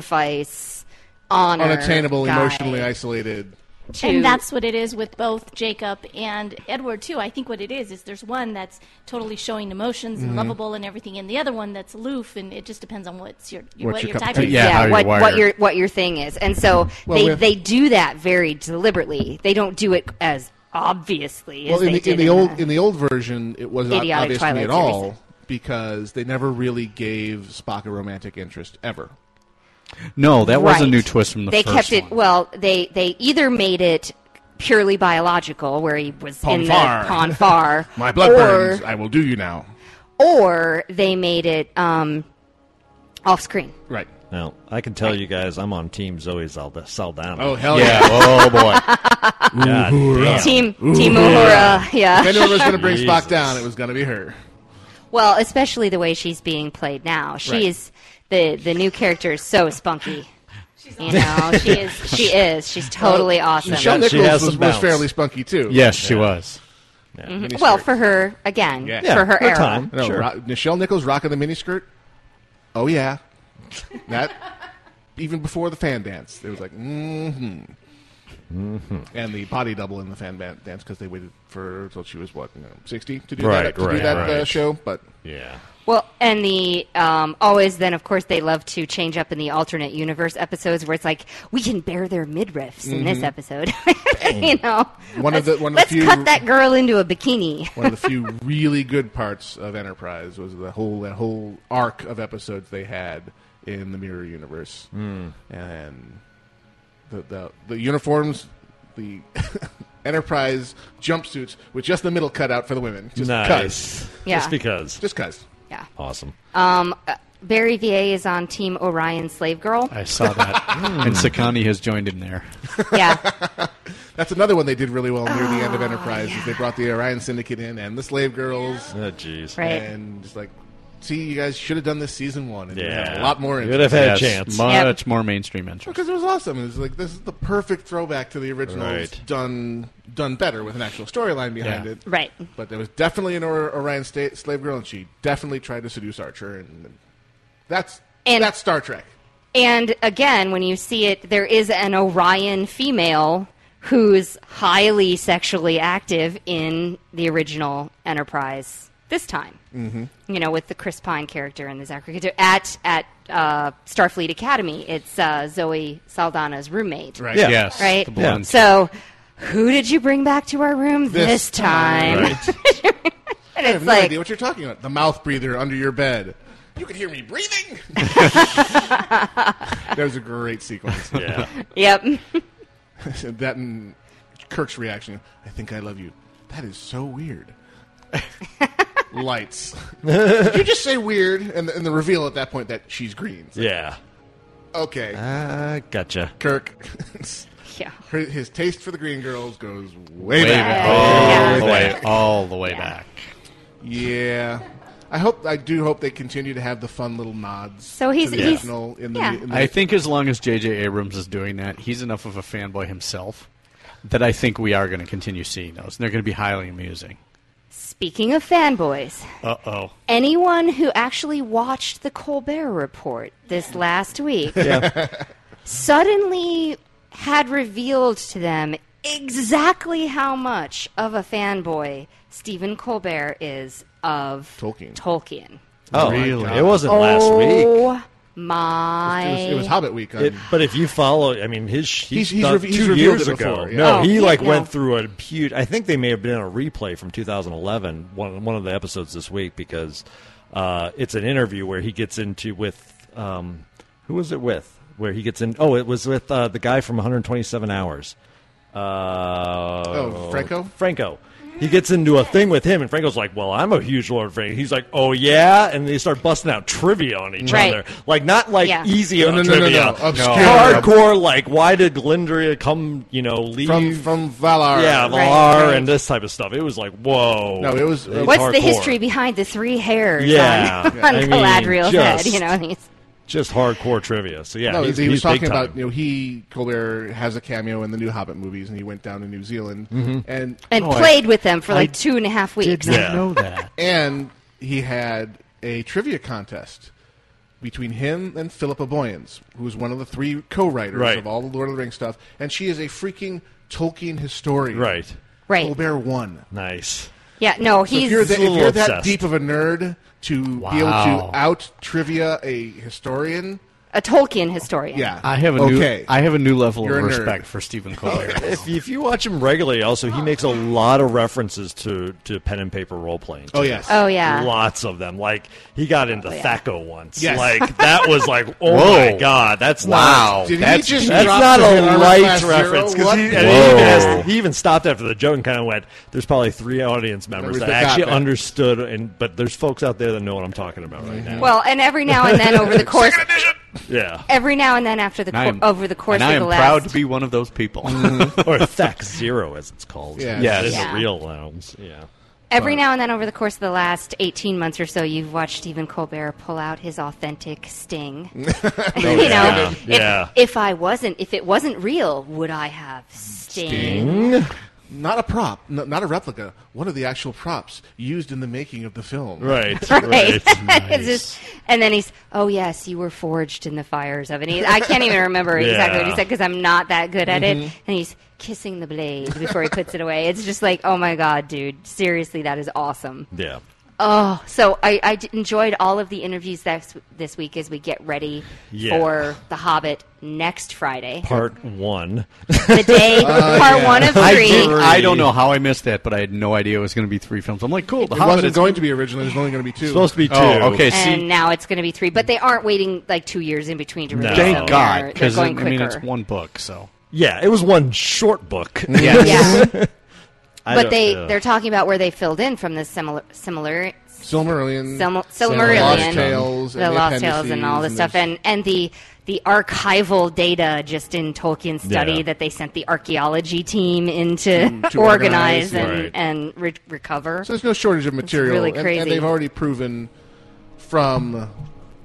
Speaker 6: sacrifice, honor,
Speaker 4: unattainable,
Speaker 6: guy
Speaker 4: emotionally isolated.
Speaker 6: to-
Speaker 9: And that's what it is with both Jacob and Edward too. I think what it is is there's one that's totally showing emotions
Speaker 7: Mm-hmm.
Speaker 9: and lovable and everything, and the other one that's aloof. And it just depends on what's your,
Speaker 7: What's
Speaker 9: what
Speaker 7: your
Speaker 9: your,
Speaker 7: cup of
Speaker 9: type
Speaker 7: tea.
Speaker 9: is.
Speaker 7: Yeah, how
Speaker 6: yeah,
Speaker 7: you're
Speaker 6: what,
Speaker 9: [laughs]
Speaker 6: what
Speaker 7: wired.
Speaker 6: your what your thing is, and so
Speaker 4: Well,
Speaker 6: they
Speaker 4: with-
Speaker 6: they do that very deliberately. They don't do it as obviously as
Speaker 4: well, in
Speaker 6: they
Speaker 4: the, in
Speaker 6: did
Speaker 4: the old in
Speaker 6: the-
Speaker 4: the old version, it was not
Speaker 6: Idiotic
Speaker 4: obvious to me
Speaker 6: Twilight
Speaker 4: at all because they never really gave Spock a romantic interest ever.
Speaker 7: No, that was a
Speaker 6: Right.
Speaker 7: new twist from the
Speaker 6: they
Speaker 7: first
Speaker 6: kept it
Speaker 7: one.
Speaker 6: well they they either made it purely biological where he was
Speaker 4: Pon
Speaker 6: in
Speaker 4: far.
Speaker 6: the pon far
Speaker 4: [laughs] My blood
Speaker 6: or,
Speaker 4: burns. I will do you now.
Speaker 6: or they made it um off screen
Speaker 4: Right.
Speaker 8: Now, I can tell you guys, I'm on Team Zoe Salda- Saldana.
Speaker 4: Oh hell yeah!
Speaker 7: Yeah. oh boy.
Speaker 6: [laughs]
Speaker 8: God damn.
Speaker 6: team team uhura uh, yeah
Speaker 4: If anyone was
Speaker 8: [laughs]
Speaker 4: going to bring Spock
Speaker 8: Jesus.
Speaker 4: down, it was going to be her.
Speaker 6: well especially the way she's being played now she
Speaker 4: Right.
Speaker 6: is the the new character is so spunky
Speaker 4: [laughs]
Speaker 6: you know she is she is she's totally awesome
Speaker 4: Michelle
Speaker 8: She
Speaker 4: Nichols
Speaker 8: has
Speaker 4: was,
Speaker 8: some
Speaker 4: was
Speaker 8: bounce.
Speaker 4: fairly spunky too.
Speaker 7: Yes, she was.
Speaker 4: Miniskirt.
Speaker 6: Mm-hmm. well for her again
Speaker 4: Yeah.
Speaker 8: Yeah,
Speaker 6: for her, era
Speaker 8: time.
Speaker 4: no,
Speaker 8: sure.
Speaker 4: Ro- Michelle Nichols rocking the miniskirt. Oh yeah, that even before the fan dance, it was like mm-hmm. And the body double in the fan ban- dance because they waited for until she was what you know, sixty to do
Speaker 8: Right,
Speaker 4: that to do
Speaker 8: right,
Speaker 4: that uh,
Speaker 8: right.
Speaker 4: show. But
Speaker 8: yeah.
Speaker 6: Well, and the um, always then, of course, they love to change up in the alternate universe episodes where it's like we can bear their midriffs in this episode. [laughs] you know,
Speaker 4: Mm-hmm. One of
Speaker 6: Let's-
Speaker 4: the- one of the
Speaker 6: let's
Speaker 4: few-
Speaker 6: cut that girl into a bikini. [laughs]
Speaker 4: one of the few really good parts of Enterprise was the whole that whole arc of episodes they had in the Mirror Universe,
Speaker 8: Hmm.
Speaker 4: and the, the the uniforms, the [laughs] Enterprise jumpsuits with just the middle cut out for the women, just cuz,
Speaker 8: nice.
Speaker 6: Yeah.
Speaker 8: Just because.
Speaker 4: just cuz.
Speaker 6: Yeah.
Speaker 8: Awesome.
Speaker 6: Um, uh, Barry VA is on Team Orion Slave Girl.
Speaker 7: I saw
Speaker 4: [laughs]
Speaker 7: that.
Speaker 4: Hmm.
Speaker 7: and Sakani has joined him there.
Speaker 6: Yeah.
Speaker 4: That's another one they did really well near the end
Speaker 6: Oh,
Speaker 4: of Enterprise. Is they brought the Orion Syndicate in and the Slave Girls,
Speaker 8: Oh, jeez.
Speaker 6: Right.
Speaker 4: and just like, see, you guys should have done this season one, and yeah.
Speaker 8: Yeah.
Speaker 4: a lot more.
Speaker 8: You'd
Speaker 4: interest.
Speaker 8: have had- Yes, chance.
Speaker 7: Much more mainstream interest.
Speaker 4: because it was awesome. It was like this is the perfect throwback to the original,
Speaker 8: Right.
Speaker 4: done done better with an actual storyline behind
Speaker 7: Yeah.
Speaker 4: it.
Speaker 6: Right.
Speaker 4: But there was definitely an Or- Orion sta- slave girl, and she definitely tried to seduce Archer, and that's
Speaker 6: And-
Speaker 4: that's Star Trek.
Speaker 6: [laughs] And again, when you see it, there is an Orion female who's highly sexually active in the original Enterprise this time. Mm-hmm. You know, with the Chris Pine character and the Zachary Quinto- at at uh, Starfleet Academy. It's uh, Zoe Saldana's roommate,
Speaker 4: Right?
Speaker 8: Yeah.
Speaker 7: Yes.
Speaker 6: Right.
Speaker 7: The blonde.
Speaker 6: So, oh, who did you bring back to our room this,
Speaker 4: This
Speaker 6: time? [laughs] and
Speaker 4: I
Speaker 6: it's
Speaker 4: have no
Speaker 6: like,
Speaker 4: idea what you're talking about. The mouth breather under your bed. You can hear
Speaker 9: [laughs]
Speaker 4: me breathing.
Speaker 6: [laughs]
Speaker 4: that was a great sequence.
Speaker 8: Yeah.
Speaker 6: yep.
Speaker 4: [laughs] that and Kirk's reaction. I think I love you. That is
Speaker 6: [laughs]
Speaker 4: so weird. Lights. Did you just say weird? And the, and the reveal at that point that she's green. It's like,
Speaker 8: yeah.
Speaker 4: Okay, [laughs]
Speaker 8: Uh, gotcha.
Speaker 4: Kirk.
Speaker 6: Yeah.
Speaker 4: Her- His taste for the green girls goes way,
Speaker 7: Way
Speaker 4: back.
Speaker 7: back.
Speaker 6: Yeah.
Speaker 7: All the way, all the way back.
Speaker 4: Yeah. I hope. I do hope they continue to have the fun little nods.
Speaker 6: So he's-
Speaker 4: to the
Speaker 6: he's-
Speaker 4: original in the,
Speaker 6: yeah.
Speaker 4: in the
Speaker 7: I think as long as J.J. Abrams is doing that, he's enough of a fanboy himself that I think we are going to continue seeing those. And they're going to be highly amusing.
Speaker 6: Speaking of fanboys.
Speaker 7: Uh oh.
Speaker 6: anyone who actually watched the Colbert Report this last
Speaker 7: [laughs]
Speaker 6: week suddenly had revealed to them exactly how much of a fanboy Stephen Colbert is of
Speaker 4: Tolkien.
Speaker 6: Tolkien.
Speaker 8: Oh,
Speaker 4: Really?
Speaker 8: it wasn't last week.
Speaker 6: Oh my!
Speaker 4: it was, it was Hobbit week. On,
Speaker 8: It, but if you follow, I mean, his he
Speaker 4: He's- he's
Speaker 8: done
Speaker 4: rev- he's
Speaker 8: two
Speaker 4: revealed
Speaker 8: years
Speaker 4: it
Speaker 8: ago.
Speaker 4: before, yeah.
Speaker 8: No,
Speaker 6: Oh,
Speaker 8: he
Speaker 6: yeah,
Speaker 8: like
Speaker 6: no.
Speaker 8: went through a huge. I think they may have been a replay from 2011, one one of the episodes this week because uh, it's an interview where he gets into with um, who was it with? Where he gets in? Oh, it was with uh, the guy from 127 Hours. Uh,
Speaker 4: Oh, Franco?
Speaker 8: Franco. He gets into a thing with him, and Franco's like, "Well, I'm a huge Lord Frank." He's like, "Oh yeah," and they start busting out trivia on each
Speaker 6: Right.
Speaker 8: other, like not like
Speaker 6: Yeah.
Speaker 8: easy
Speaker 4: No,
Speaker 8: on
Speaker 4: no, no, no,
Speaker 8: trivia,
Speaker 4: no. Obscure.
Speaker 8: hardcore. Like, why did Glendria come? You know, leave
Speaker 4: from from Valar.
Speaker 8: yeah, Valar
Speaker 6: Right, right.
Speaker 8: and this type of stuff. It was like, whoa.
Speaker 4: No, it was-
Speaker 8: It's
Speaker 6: What's the
Speaker 8: hardcore.
Speaker 6: history behind the three [laughs] hairs
Speaker 8: Yeah.
Speaker 6: on,
Speaker 8: I
Speaker 6: on
Speaker 8: mean,
Speaker 6: Galadriel's head?
Speaker 8: just-
Speaker 6: You know, and he's-
Speaker 8: Just hardcore trivia. So yeah,
Speaker 4: No,
Speaker 8: he's,
Speaker 4: he was
Speaker 8: he's big
Speaker 4: talking
Speaker 8: time.
Speaker 4: about you know he Colbert has a cameo in the new Hobbit movies, and he went down to New Zealand and
Speaker 6: and
Speaker 8: Oh, I-
Speaker 6: played with them for like
Speaker 8: I
Speaker 6: two and a half weeks.
Speaker 8: not Yeah. know [laughs]
Speaker 7: that.
Speaker 4: and he had a trivia contest between him and Philippa Boyens, who's one of the three co-writers
Speaker 8: Right.
Speaker 4: of all the Lord of the Rings stuff, and she is a freaking Tolkien historian.
Speaker 8: right.
Speaker 6: Right.
Speaker 4: Colbert won.
Speaker 8: Nice.
Speaker 6: Yeah, no,
Speaker 4: So
Speaker 6: he's
Speaker 4: if you're, that, if
Speaker 8: little
Speaker 4: you're that
Speaker 8: obsessed.
Speaker 4: deep of a nerd to be able
Speaker 7: Wow.
Speaker 4: to out trivia a historian,
Speaker 6: a Tolkien historian.
Speaker 4: yeah,
Speaker 7: I have a
Speaker 4: okay.
Speaker 7: new I have a new level
Speaker 4: You're a
Speaker 7: of
Speaker 4: nerd.
Speaker 7: respect for
Speaker 8: [laughs]
Speaker 4: [laughs]
Speaker 7: Stephen Colbert.
Speaker 8: If, if you watch him regularly, also he makes a lot of references to, to pen and paper role playing.
Speaker 4: oh yes,
Speaker 6: Oh yeah. Oh,
Speaker 8: Lots of them. Like he got into
Speaker 6: yeah.
Speaker 8: Thaco once.
Speaker 4: Yes.
Speaker 8: Like that was like, oh
Speaker 7: Whoa.
Speaker 8: my god, that's
Speaker 7: Wow.
Speaker 8: Not,
Speaker 4: Did
Speaker 7: That's-
Speaker 4: he just
Speaker 8: that's
Speaker 4: drop
Speaker 8: not
Speaker 4: the
Speaker 8: a
Speaker 4: hit armor
Speaker 8: light
Speaker 4: class zero?
Speaker 8: reference because
Speaker 4: What
Speaker 8: he, and
Speaker 4: the-
Speaker 8: he even
Speaker 7: Whoa.
Speaker 8: asked, he even stopped after the joke and kind of went, "There's probably three audience members
Speaker 4: was
Speaker 8: that,
Speaker 4: the
Speaker 8: actually
Speaker 4: cop-out.
Speaker 8: understood, and but there's folks out there that know what I'm talking about right now."
Speaker 6: Well, and every now and then
Speaker 8: [laughs]
Speaker 6: over the course,
Speaker 8: yeah,
Speaker 6: every now and then after the
Speaker 7: I am-
Speaker 6: co- over the course
Speaker 7: and I
Speaker 6: of
Speaker 7: am
Speaker 6: the last,
Speaker 7: proud to be one of those people.
Speaker 8: Mm-hmm.
Speaker 7: [laughs]
Speaker 8: or Thac Zero as it's called.
Speaker 4: Yes.
Speaker 8: Yeah,
Speaker 4: Yes.
Speaker 8: it's
Speaker 6: Yeah.
Speaker 8: a real lounge. Yeah. Uh.
Speaker 6: every now and then over the course of the last eighteen months or so, you've watched Stephen Colbert pull out his authentic sting. [laughs] you know,
Speaker 8: yeah.
Speaker 6: If,
Speaker 8: Yeah.
Speaker 6: if I wasn't, if it wasn't real, would I have sting?
Speaker 4: not a prop, n- not a replica, one of the actual props used in the making of the film.
Speaker 8: Right.
Speaker 6: [laughs] Right.
Speaker 8: Right.
Speaker 6: It's just- and then he's, oh yes, you were forged in the fires of an. e-" I can't even remember
Speaker 8: [laughs] Yeah. Mm-hmm.
Speaker 6: exactly what he said because I'm not that good at it. And he's kissing the blade before he puts it away. It's just like, oh my god, dude, seriously, that is awesome.
Speaker 8: yeah.
Speaker 6: Oh, so I, I d- enjoyed all of the interviews this this week as we get ready
Speaker 8: Yeah.
Speaker 6: for The Hobbit next Friday,
Speaker 8: Part one.
Speaker 6: the
Speaker 4: [laughs]
Speaker 6: day
Speaker 4: Uh,
Speaker 6: part one of
Speaker 7: I,
Speaker 6: three.
Speaker 7: did, I don't know how I missed that, but I had no idea it was going to be three films. I'm like, cool. The
Speaker 4: It
Speaker 7: Hobbit
Speaker 4: wasn't
Speaker 7: is
Speaker 4: going to be originally. There's only going to be two.
Speaker 8: Supposed to be two.
Speaker 7: Oh, okay. See,
Speaker 6: and now it's going to be three, but they aren't waiting like two years in between to release.
Speaker 8: Thank
Speaker 6: them.
Speaker 7: thank God,
Speaker 6: They're- they're
Speaker 7: because I
Speaker 6: going
Speaker 7: mean it's
Speaker 6: quicker.
Speaker 7: one book, so
Speaker 8: Yeah, it was one short
Speaker 7: [laughs]
Speaker 8: book.
Speaker 7: yeah.
Speaker 6: Yeah.
Speaker 8: [laughs] I
Speaker 6: but
Speaker 8: don't-
Speaker 6: they
Speaker 8: yeah.
Speaker 6: they're talking about where they filled in from the similar similar
Speaker 4: Silmarillion,
Speaker 6: Silma-
Speaker 4: Lost
Speaker 6: Silmarillion,
Speaker 4: Tales,
Speaker 6: the
Speaker 4: and
Speaker 6: Lost Tales, and
Speaker 4: appendices
Speaker 6: all this stuff,
Speaker 4: there's-
Speaker 6: and and the the archival data just in Tolkien's study
Speaker 8: Yeah.
Speaker 6: that they sent the archaeology team in to,
Speaker 4: Mm, to
Speaker 6: [laughs] organize
Speaker 4: organize,
Speaker 6: and
Speaker 8: Right.
Speaker 6: and re- recover.
Speaker 4: so there's no shortage of material.
Speaker 6: really
Speaker 4: and- And,
Speaker 6: crazy.
Speaker 4: they've already proven from,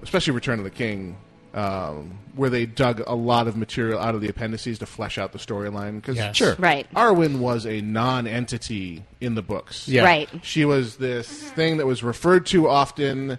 Speaker 4: especially Return of the King, um, where they dug a lot of material out of the appendices to flesh out the storyline. Because
Speaker 7: Yes.
Speaker 4: sure,
Speaker 6: Right.
Speaker 4: Arwen was a non-entity in the books.
Speaker 7: Yeah.
Speaker 6: Right.
Speaker 4: She was this thing that was referred to often,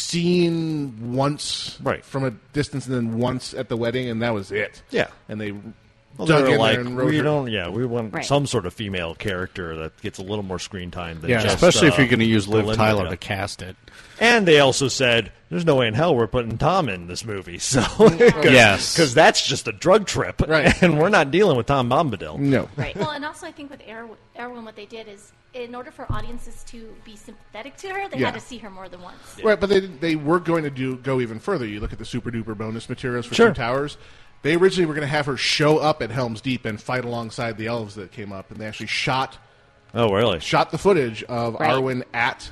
Speaker 4: seen once
Speaker 8: Right.
Speaker 4: from a distance, and then once at the wedding, and that was it.
Speaker 8: Yeah.
Speaker 4: and they
Speaker 8: Well, they
Speaker 4: dug
Speaker 8: were
Speaker 4: in
Speaker 8: like,
Speaker 4: there and wrote
Speaker 8: we
Speaker 4: her-
Speaker 8: don't, yeah, we want
Speaker 6: Right.
Speaker 8: some sort of female character that gets a little more screen time than
Speaker 7: yeah.
Speaker 8: just,
Speaker 7: especially if
Speaker 8: uh,
Speaker 7: you're going to use Liv
Speaker 8: Belinda,
Speaker 7: Tyler
Speaker 8: yeah.
Speaker 7: to cast it.
Speaker 8: And they also said, there's no way in hell we're putting Tom in this movie. [laughs] So, [laughs] cause,
Speaker 7: Yes.
Speaker 8: Because that's just a drug trip. [laughs]
Speaker 4: Right.
Speaker 8: And we're not dealing with Tom Bombadil.
Speaker 4: No,
Speaker 6: Right.
Speaker 9: well, and also I think with Erwin, Erwin, what they did is, in order for audiences to be sympathetic to her, they
Speaker 4: Yeah.
Speaker 9: had to see her more than once.
Speaker 4: Right, but they they were going to do go even further. You look at the super duper bonus materials for
Speaker 8: Sure.
Speaker 4: Two Towers. They originally were going to have her show up at Helm's Deep and fight alongside the elves that came up, and they actually shot
Speaker 8: Oh, really?
Speaker 4: shot the footage of
Speaker 6: Right.
Speaker 4: Arwen at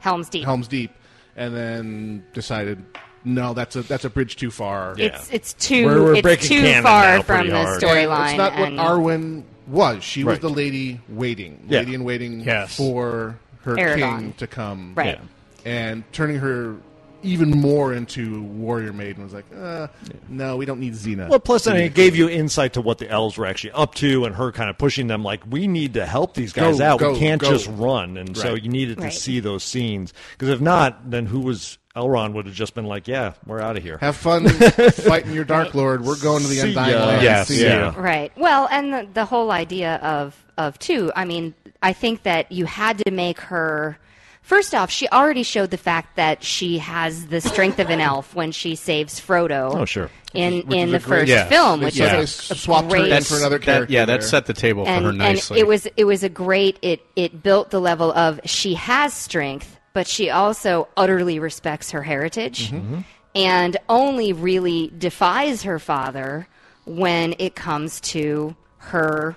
Speaker 6: Helm's Deep.
Speaker 4: Helm's Deep, and then decided, no, that's a that's a bridge too far.
Speaker 8: Yeah.
Speaker 6: It's it's too
Speaker 8: We're- we're
Speaker 6: it's
Speaker 8: breaking
Speaker 6: too
Speaker 8: canon
Speaker 6: far
Speaker 8: now
Speaker 6: from
Speaker 8: pretty
Speaker 6: the
Speaker 8: hard.
Speaker 6: storyline.
Speaker 4: It's not what
Speaker 6: and-
Speaker 4: Arwen was. She was
Speaker 8: Right.
Speaker 4: the lady waiting,
Speaker 8: Yeah.
Speaker 4: lady in waiting
Speaker 7: Yes.
Speaker 4: for her
Speaker 6: Aragon.
Speaker 4: king to come,
Speaker 6: Right.
Speaker 4: And turning her even more into warrior maiden was like, uh, no, we don't need Xena.
Speaker 8: Well, plus, I mean, it gave you insight to what the elves were actually up to, and her kind of pushing them like, "We need to help these guys
Speaker 4: Go,
Speaker 8: out.
Speaker 4: go,
Speaker 8: we can't
Speaker 4: go."
Speaker 8: just run." And so
Speaker 4: Right.
Speaker 8: you needed to
Speaker 6: Right.
Speaker 8: see those scenes because if not, then who was Elrond would have just been like, "Yeah, we're out of here." [laughs]
Speaker 4: have fun fighting your dark lord. We're going to the
Speaker 8: See
Speaker 4: Undying
Speaker 8: ya.
Speaker 4: Land.
Speaker 7: Yes,
Speaker 4: See ya.
Speaker 7: yeah.
Speaker 6: Right. Well, and the, the whole idea of of two. I mean, I think that you had to make her. First off, she already showed the fact that she has the strength of an elf when she saves Frodo.
Speaker 8: Oh, sure.
Speaker 6: In
Speaker 4: Which
Speaker 6: in
Speaker 4: is
Speaker 6: the
Speaker 4: a great-
Speaker 6: first
Speaker 7: yeah.
Speaker 6: film, which
Speaker 4: Yeah. They
Speaker 6: is a, a
Speaker 4: swapped her in
Speaker 6: great-
Speaker 4: That's- for another
Speaker 7: that, yeah,
Speaker 4: character
Speaker 7: that
Speaker 4: there.
Speaker 7: set the table for her
Speaker 6: and, and
Speaker 7: nicely.
Speaker 6: it was it was a great it it built the level of she has strength but she also utterly respects her heritage
Speaker 7: Mm-hmm.
Speaker 8: Mm-hmm.
Speaker 6: Mm-hmm. and only really defies her father when it comes to her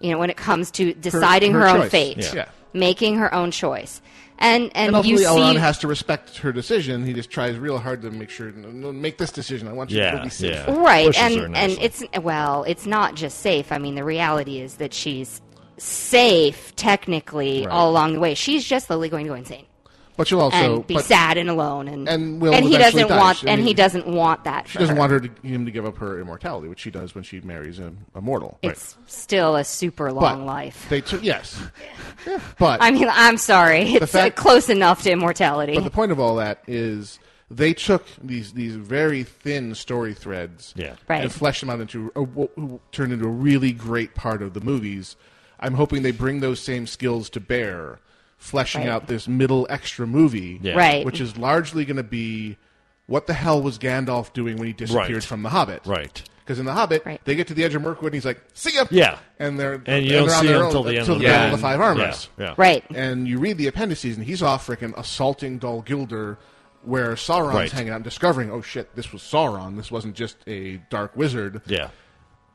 Speaker 6: You know, when it comes to deciding her, own
Speaker 4: choice.
Speaker 6: fate,
Speaker 4: Yeah. Yeah.
Speaker 6: making her own choice, and and,
Speaker 4: And
Speaker 6: you
Speaker 4: ultimately,
Speaker 6: see,
Speaker 4: Elrond has to respect her decision. He just tries real hard to make sure, no, no, make this decision. I want you
Speaker 8: Yeah,
Speaker 4: to be safe.
Speaker 8: yeah.
Speaker 6: right,
Speaker 8: Pushes her
Speaker 6: and and
Speaker 8: nicely.
Speaker 6: it's well, it's not just safe. I mean, the reality is that she's safe technically all along the way. She's just slowly going to go insane.
Speaker 4: But you'll also
Speaker 6: and be
Speaker 4: but
Speaker 6: sad and alone and
Speaker 4: and will
Speaker 6: he
Speaker 4: eventually
Speaker 6: doesn't
Speaker 4: die.
Speaker 6: want
Speaker 4: She- I
Speaker 6: and
Speaker 4: mean,
Speaker 6: he doesn't want that
Speaker 4: She doesn't want her to, him to give up her immortality, which she does when she marries a, a mortal.
Speaker 6: it's still a super
Speaker 4: But
Speaker 6: long life
Speaker 4: They
Speaker 6: [laughs]
Speaker 4: took yes, Yeah, but
Speaker 6: i mean i'm sorry it's uh
Speaker 4: fact-
Speaker 6: close enough to immortality
Speaker 4: But the point of all that is they took these these very thin story threads
Speaker 8: Yeah.
Speaker 6: Right.
Speaker 4: and fleshed them out into a, what turned into a really great part of the movies. I'm hoping they bring those same skills to bear, fleshing
Speaker 6: Right.
Speaker 4: out this middle extra movie,
Speaker 8: Yeah.
Speaker 6: Right.
Speaker 4: which is largely going to be what the hell was Gandalf doing when he disappeared
Speaker 8: Right.
Speaker 4: from The Hobbit?
Speaker 8: Right.
Speaker 4: Because in The Hobbit,
Speaker 6: Right.
Speaker 4: they get to the edge of Mirkwood and he's like, "See ya!"
Speaker 8: Yeah.
Speaker 4: and they're
Speaker 8: And you
Speaker 4: they're
Speaker 8: don't
Speaker 4: on
Speaker 8: see
Speaker 4: their
Speaker 8: him
Speaker 4: own
Speaker 8: till the end
Speaker 4: till
Speaker 8: of
Speaker 4: the
Speaker 8: the
Speaker 4: Battle
Speaker 8: movie.
Speaker 4: of the Five
Speaker 8: Yeah,
Speaker 4: Armies,
Speaker 8: yeah.
Speaker 6: right
Speaker 4: and you read the appendices, and he's off freaking assaulting Dol Gildur, where Sauron's
Speaker 8: Right.
Speaker 4: hanging out and discovering, oh shit, this was Sauron. This wasn't just a dark wizard.
Speaker 8: Yeah.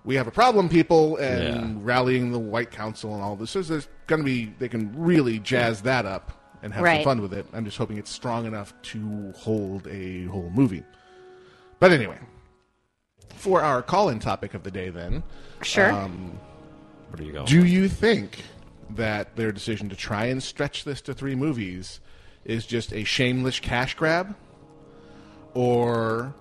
Speaker 4: We have a problem, people, and
Speaker 8: Yeah.
Speaker 4: rallying the White Council and all this. So there's going to be, they can really jazz that up and have some
Speaker 6: Right.
Speaker 4: fun with it. I'm just hoping it's strong enough to hold a whole movie. But anyway, for our call in topic of the day, then. um,
Speaker 6: sure
Speaker 8: Where do you go?
Speaker 4: Do you think that their decision to try and stretch this to three movies is just a shameless cash grab? Or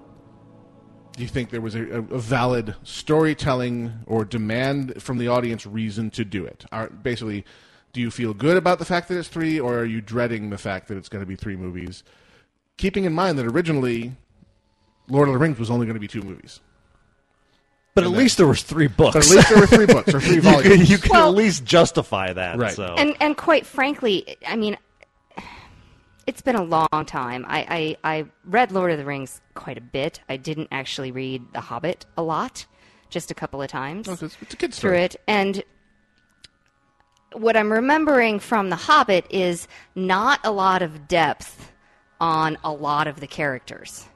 Speaker 4: do you think there was a, a a valid storytelling or demand from the audience reason to do it? Are, basically, do you feel good about the fact that it's three, or are you dreading the fact that it's going to be three movies? Keeping in mind that originally Lord of the Rings was only going to be two movies.
Speaker 8: but at least there was three books.
Speaker 4: But at least there were three books or
Speaker 8: [laughs]
Speaker 4: three
Speaker 8: you
Speaker 4: volumes.
Speaker 8: could, you could
Speaker 6: Well-
Speaker 8: at least justify that.
Speaker 4: Right.
Speaker 8: So.
Speaker 6: and and quite frankly, I mean, it's been a long time. I, I I read Lord of the Rings quite a bit. I didn't actually read The Hobbit a lot, just a couple of times
Speaker 4: it's, it's a
Speaker 6: through
Speaker 4: good story.
Speaker 6: it. And what I'm remembering from The Hobbit is not a lot of depth on a lot of the characters.
Speaker 4: was-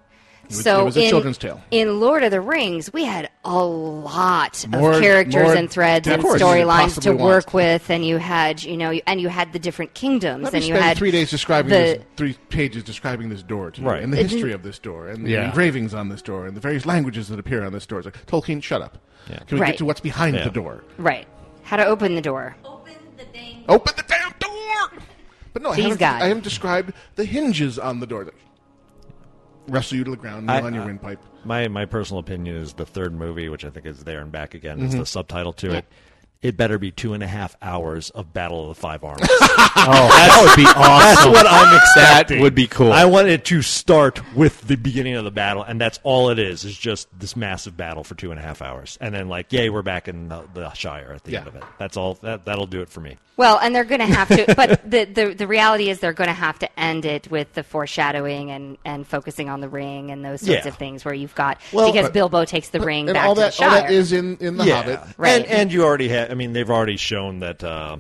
Speaker 6: so
Speaker 4: it was a
Speaker 6: in,
Speaker 4: children's tale.
Speaker 6: In Lord of the Rings, we had a lot
Speaker 4: More-
Speaker 6: of characters
Speaker 4: more
Speaker 6: and threads
Speaker 4: depth
Speaker 6: and
Speaker 4: than you could
Speaker 6: storylines
Speaker 4: possibly
Speaker 6: to
Speaker 4: want.
Speaker 6: work with, and you had you know, and you had the different kingdoms,
Speaker 4: Let me
Speaker 6: and you
Speaker 4: spend
Speaker 6: had
Speaker 4: three days describing
Speaker 6: the-
Speaker 4: this, three pages describing this door to you,
Speaker 8: Right.
Speaker 4: and the
Speaker 6: It-
Speaker 4: history of this door, and the
Speaker 8: Yeah.
Speaker 4: engravings on this door, and the various languages that appear on this door. It's like Tolkien, shut up. Can we get
Speaker 6: Right.
Speaker 4: to what's behind
Speaker 8: Yeah.
Speaker 4: the door?
Speaker 6: right how to open the door.
Speaker 9: Open the dang.
Speaker 4: Open the damn door! But no, I
Speaker 6: These
Speaker 4: haven't,
Speaker 6: guys.
Speaker 4: I haven't described the hinges on the door. That wrestle you to the ground, kneel
Speaker 8: I-
Speaker 4: on your
Speaker 8: I-
Speaker 4: windpipe.
Speaker 8: My my personal opinion is the third movie, which I think is there and back again,
Speaker 7: Mm-hmm.
Speaker 8: is the subtitle to it. It better be two and a half hours of Battle of the Five Armies.
Speaker 7: [laughs] Oh, that would be
Speaker 8: That's
Speaker 7: awesome.
Speaker 8: what I'm
Speaker 7: that
Speaker 8: expecting.
Speaker 7: would be cool.
Speaker 8: I want it to start with the beginning of the battle, and that's all it is. Is just this massive battle for two and a half hours, and then like, yay, we're back in the, the Shire at the
Speaker 4: Yeah.
Speaker 8: end of it. That's all. That that'll do it for me.
Speaker 6: Well, and they're going to have
Speaker 4: [laughs]
Speaker 6: to, but the, the the reality is they're going to have to end it with the foreshadowing and, and focusing on the ring and those sorts
Speaker 8: Yeah.
Speaker 6: of things where you've got
Speaker 8: Well,
Speaker 6: because
Speaker 8: but-
Speaker 6: Bilbo takes the ring
Speaker 4: and
Speaker 6: back
Speaker 4: all
Speaker 6: to
Speaker 4: that,
Speaker 6: the Shire.
Speaker 4: all that is in, in the Hobbit.
Speaker 6: Right.
Speaker 8: And and you already have. I mean, they've already shown that uh,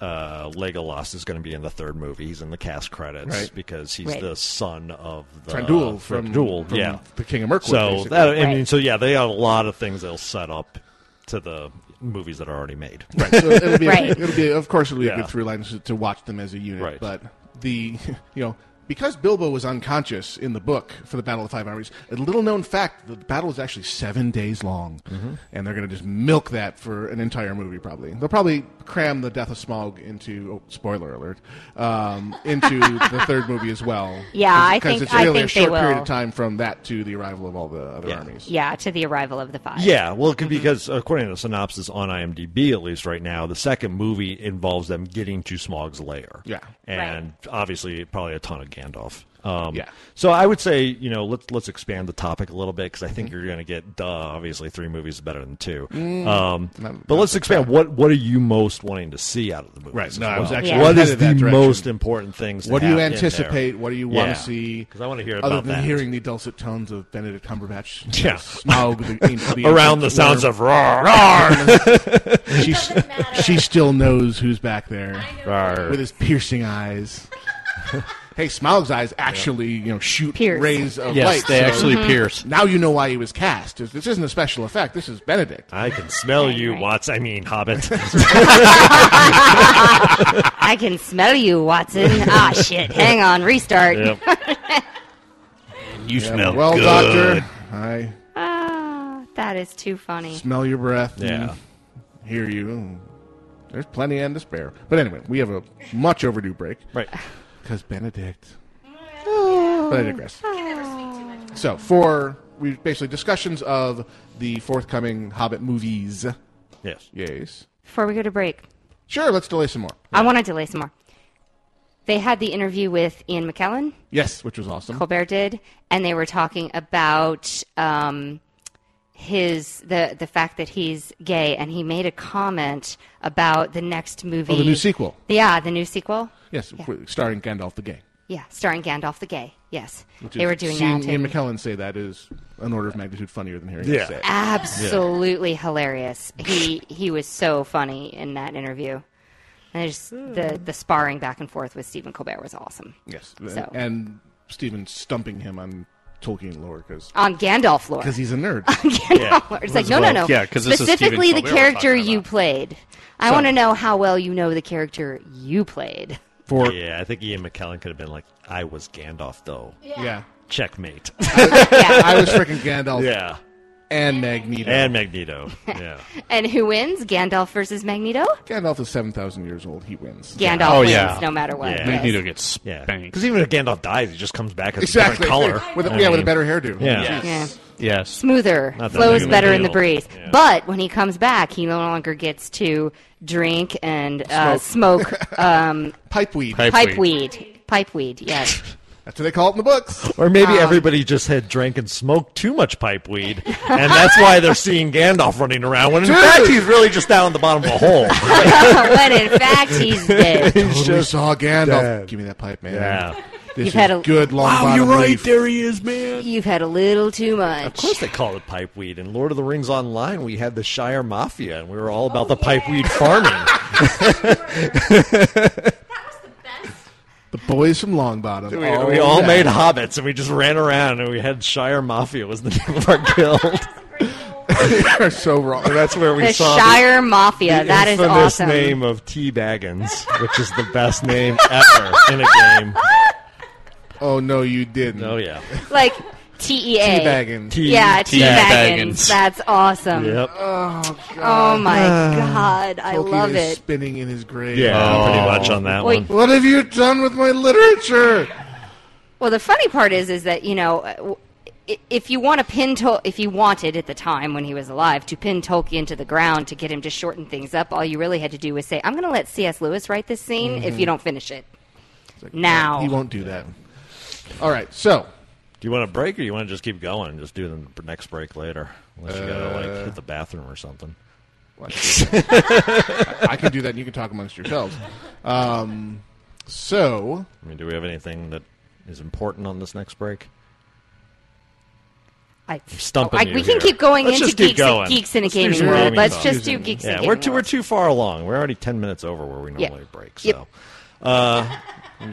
Speaker 8: uh, Legolas is going to be in the third movie. He's in the cast credits
Speaker 4: Right.
Speaker 8: because he's
Speaker 6: Right.
Speaker 8: the son of the
Speaker 4: Thranduil from-
Speaker 8: Thranduil,
Speaker 4: from
Speaker 8: yeah,
Speaker 4: the King of Mirkwood,
Speaker 8: So
Speaker 4: basically.
Speaker 8: that, I mean,
Speaker 6: Right.
Speaker 8: so yeah, they got a lot of things they'll set up to the movies that are already made.
Speaker 4: Right. So it'll
Speaker 6: [laughs]
Speaker 4: be,
Speaker 6: Right.
Speaker 4: it'll be of course it'll be a
Speaker 8: Yeah.
Speaker 4: good through line to, to watch them as a unit.
Speaker 8: Right.
Speaker 4: But the [laughs] you know because Bilbo was unconscious in the book for the Battle of the Five Armies, a little known fact: the battle is actually seven days long,
Speaker 8: Mm-hmm.
Speaker 4: and they're going to just milk that for an entire movie. Probably they'll probably cram the death of Smaug into oh, spoiler alert um,
Speaker 6: [laughs]
Speaker 4: into the third movie as well.
Speaker 6: Yeah,
Speaker 4: 'Cause-
Speaker 6: I
Speaker 4: 'cause
Speaker 6: think-
Speaker 4: it's
Speaker 6: I
Speaker 4: really a
Speaker 6: think they
Speaker 4: short period
Speaker 6: will.
Speaker 4: of time from that to the arrival of all the other armies.
Speaker 6: yeah, to the arrival of the five.
Speaker 8: Yeah,
Speaker 6: Mm-hmm.
Speaker 8: well, it could- because according to the synopsis on IMDb, at least right now, the second movie involves them getting to Smog's lair.
Speaker 4: Yeah.
Speaker 8: and obviously, probably a ton of Gandalf. Um,
Speaker 4: Yeah.
Speaker 8: So I would say, you know, let's let's expand the topic a little bit because I think you're going to get, duh, obviously, three movies is better than two. um, but let's expand. What what are you most wanting to see out of the movie?
Speaker 4: Right, no, I was actually
Speaker 6: Yeah.
Speaker 8: What
Speaker 4: headed
Speaker 8: is the
Speaker 4: that direction.
Speaker 8: most important things? to
Speaker 4: What do you
Speaker 8: have in there?
Speaker 4: anticipate? What do you want
Speaker 8: Yeah.
Speaker 4: to see?
Speaker 8: 'Cause I wanna hear
Speaker 4: other
Speaker 8: about
Speaker 4: than
Speaker 8: that.
Speaker 4: hearing the dulcet tones of Benedict Cumberbatch,
Speaker 8: [laughs] Yeah.
Speaker 4: Smaug, the, ancient- the
Speaker 8: around the sounds of
Speaker 4: [laughs]
Speaker 8: roar,
Speaker 4: of she, s-
Speaker 9: Doesn't matter.
Speaker 4: she still knows who's back there
Speaker 9: I know. [laughs]
Speaker 8: roar.
Speaker 4: with his piercing eyes. hey, Smaug's eyes actually you know shoot
Speaker 6: Pierce. Mm-hmm.
Speaker 4: rays of
Speaker 7: Yes,
Speaker 4: light.
Speaker 7: they
Speaker 4: so
Speaker 7: actually pierce.
Speaker 4: Now you know why he was cast. This isn't a special effect. This is Benedict.
Speaker 8: I can smell you,
Speaker 6: right.
Speaker 8: Watts. I mean,
Speaker 4: [laughs]
Speaker 8: Hobbit.
Speaker 6: [laughs] I can smell you, Watson.
Speaker 4: [laughs]
Speaker 6: ah, shit. Hang on. Restart.
Speaker 10: You smell
Speaker 4: well,
Speaker 10: good.
Speaker 4: Doctor, I
Speaker 6: Ah, [laughs] that is too funny.
Speaker 4: smell your breath. and
Speaker 8: Yeah.
Speaker 4: hear you. Mm. There's plenty and to spare. But anyway, we have a much overdue break.
Speaker 8: right.
Speaker 4: Because Benedict. But I digress. So, for we basically discussions of the forthcoming Hobbit movies.
Speaker 8: Yes.
Speaker 4: Yes.
Speaker 6: Before we go to break,
Speaker 4: Sure, let's delay some more.
Speaker 6: I want to delay some more. They had the interview with Ian McKellen.
Speaker 4: Yes, which was awesome.
Speaker 6: Colbert did, and they were talking about um, his the the fact that he's gay, and he made a comment about the next movie,
Speaker 4: Oh, the new sequel.
Speaker 6: Yeah, the new sequel.
Speaker 4: Yes, w- starring Gandalf the Gay.
Speaker 6: Yeah, starring Gandalf the Gay. Yes,
Speaker 4: which
Speaker 6: they
Speaker 4: is-
Speaker 6: were doing
Speaker 4: seeing
Speaker 6: that.
Speaker 4: Ian
Speaker 6: and
Speaker 4: McKellen say that is an order of magnitude funnier than hearing him
Speaker 8: Yeah.
Speaker 4: say it.
Speaker 6: absolutely hilarious. He he was so funny in that interview. And I just, the the sparring back and forth with Stephen Colbert was awesome.
Speaker 4: Hmm. Yes.
Speaker 6: So.
Speaker 4: And Stephen stumping him on Tolkien lore because
Speaker 6: On Gandalf lore.
Speaker 4: he's a
Speaker 6: [laughs]
Speaker 4: nerd.
Speaker 6: Gandalf. It's like, no, no, no.
Speaker 7: yeah, 'cause this is Stephen
Speaker 6: Specifically the
Speaker 7: Colbert we're
Speaker 6: character
Speaker 7: talking
Speaker 6: you
Speaker 7: about.
Speaker 6: played. I want to know how well you know the character you played. [laughs]
Speaker 4: For yeah.
Speaker 8: Yeah, I think Ian McKellen could have been like, I was Gandalf, though. Checkmate. [laughs]
Speaker 6: Yeah.
Speaker 4: I was freaking Gandalf
Speaker 8: yeah.
Speaker 4: and Magneto.
Speaker 8: And Magneto. Yeah.
Speaker 6: and who wins? Gandalf versus Magneto?
Speaker 4: Gandalf is 7,000 years old. He wins.
Speaker 6: Gandalf
Speaker 7: Oh,
Speaker 6: wins
Speaker 7: yeah.
Speaker 6: no matter what.
Speaker 8: Yeah.
Speaker 6: Yes.
Speaker 7: Magneto gets
Speaker 8: Yeah.
Speaker 7: spanked.
Speaker 8: Because even if Gandalf dies, he just comes back as
Speaker 4: Exactly.
Speaker 8: a different color.
Speaker 4: [laughs] With a,
Speaker 8: I
Speaker 4: yeah, with a
Speaker 8: mean,
Speaker 4: better hairdo.
Speaker 8: Yeah.
Speaker 6: Yeah.
Speaker 7: Yes.
Speaker 6: Smoother,
Speaker 8: Not that big
Speaker 6: flows
Speaker 8: of a
Speaker 6: better in the
Speaker 8: deal.
Speaker 6: breeze.
Speaker 8: Yeah.
Speaker 6: But when he comes back, he no longer gets to drink and uh, smoke,
Speaker 4: [laughs]
Speaker 6: um,
Speaker 4: Pipeweed.
Speaker 6: pipe weed. Pipe weed, yes.
Speaker 4: [laughs] That's
Speaker 6: [laughs]
Speaker 4: what they call it in the books.
Speaker 8: Or maybe
Speaker 6: Um, Uh,
Speaker 8: everybody just had drank and smoked too much pipe weed, and that's why they're seeing Gandalf running around. When in fact he's really just down at the bottom of a hole.
Speaker 6: when in fact [laughs]
Speaker 4: [laughs]
Speaker 6: he's
Speaker 8: [laughs]
Speaker 6: dead.
Speaker 4: Totally saw Gandalf.
Speaker 8: dead.
Speaker 4: Give me that pipe, man.
Speaker 8: Yeah.
Speaker 4: This
Speaker 6: You've
Speaker 4: is
Speaker 6: had a-
Speaker 4: good long bottom leaf.
Speaker 8: he is, man.
Speaker 6: You've had a little too much.
Speaker 8: Of course, they call it pipe weed. In Lord of the Rings Online, we had the Shire Mafia, and we were all about
Speaker 6: Oh,
Speaker 8: the pipe weed
Speaker 6: [laughs]
Speaker 8: farming.
Speaker 4: The boys from Longbottom. Oh, We,
Speaker 8: we all made hobbits, and we just ran around, and we had Shire Mafia was the [laughs] name of our guild. [laughs]
Speaker 4: are so wrong.
Speaker 8: And that's where we
Speaker 6: the
Speaker 8: saw
Speaker 6: Shire
Speaker 8: the,
Speaker 6: Mafia.
Speaker 8: the
Speaker 6: that is
Speaker 8: infamous
Speaker 6: awesome.
Speaker 8: name of T Baggins, which is the best name ever in a game.
Speaker 4: Oh, no, you didn't.
Speaker 8: Oh yeah,
Speaker 6: Like T E A.
Speaker 4: Teabagging.
Speaker 6: Yeah, T
Speaker 7: Teabaggins.
Speaker 6: Baggins. That's awesome.
Speaker 8: yep, Ah.
Speaker 6: Oh my god, I
Speaker 4: Ah. Tolkien
Speaker 6: love
Speaker 4: is
Speaker 6: it.
Speaker 4: spinning in his grave. Oh.
Speaker 8: yeah, pretty much on that
Speaker 6: Wait.
Speaker 8: one.
Speaker 4: What have you done with my literature?
Speaker 6: Well, the funny part is, is that you know, uh, w- i- if you want to pin, Tol- if you wanted at the time when he was alive to pin Tolkien to the ground to get him to shorten things up, all you really had to do was say, "I'm going to let C.S. Lewis write this scene
Speaker 8: Mm-hmm.
Speaker 6: if you don't finish it." Now,
Speaker 4: He won't do that. All right, so
Speaker 8: Do you want a break, or you want to just keep going? Just do the next break later, unless you gotta
Speaker 4: Uh,
Speaker 8: like hit the bathroom or something.
Speaker 4: [laughs] I can do that, and you can talk amongst yourselves. Um, so
Speaker 8: I mean, do we have anything that is important on this next break?
Speaker 6: I,
Speaker 8: Stumping
Speaker 6: I-
Speaker 8: you
Speaker 6: we can
Speaker 8: here.
Speaker 6: keep going
Speaker 8: Let's
Speaker 6: into
Speaker 8: just keep
Speaker 6: geeks, and-
Speaker 8: going.
Speaker 6: geeks in a
Speaker 8: Let's do
Speaker 6: gaming
Speaker 8: some
Speaker 6: world.
Speaker 8: gaming
Speaker 6: Let's
Speaker 8: talk.
Speaker 6: just do geeks in a
Speaker 8: Yeah,
Speaker 6: gaming
Speaker 8: we're too, we're
Speaker 6: world.
Speaker 8: too far along. We're already ten minutes over where we
Speaker 6: Yep.
Speaker 8: normally break. So,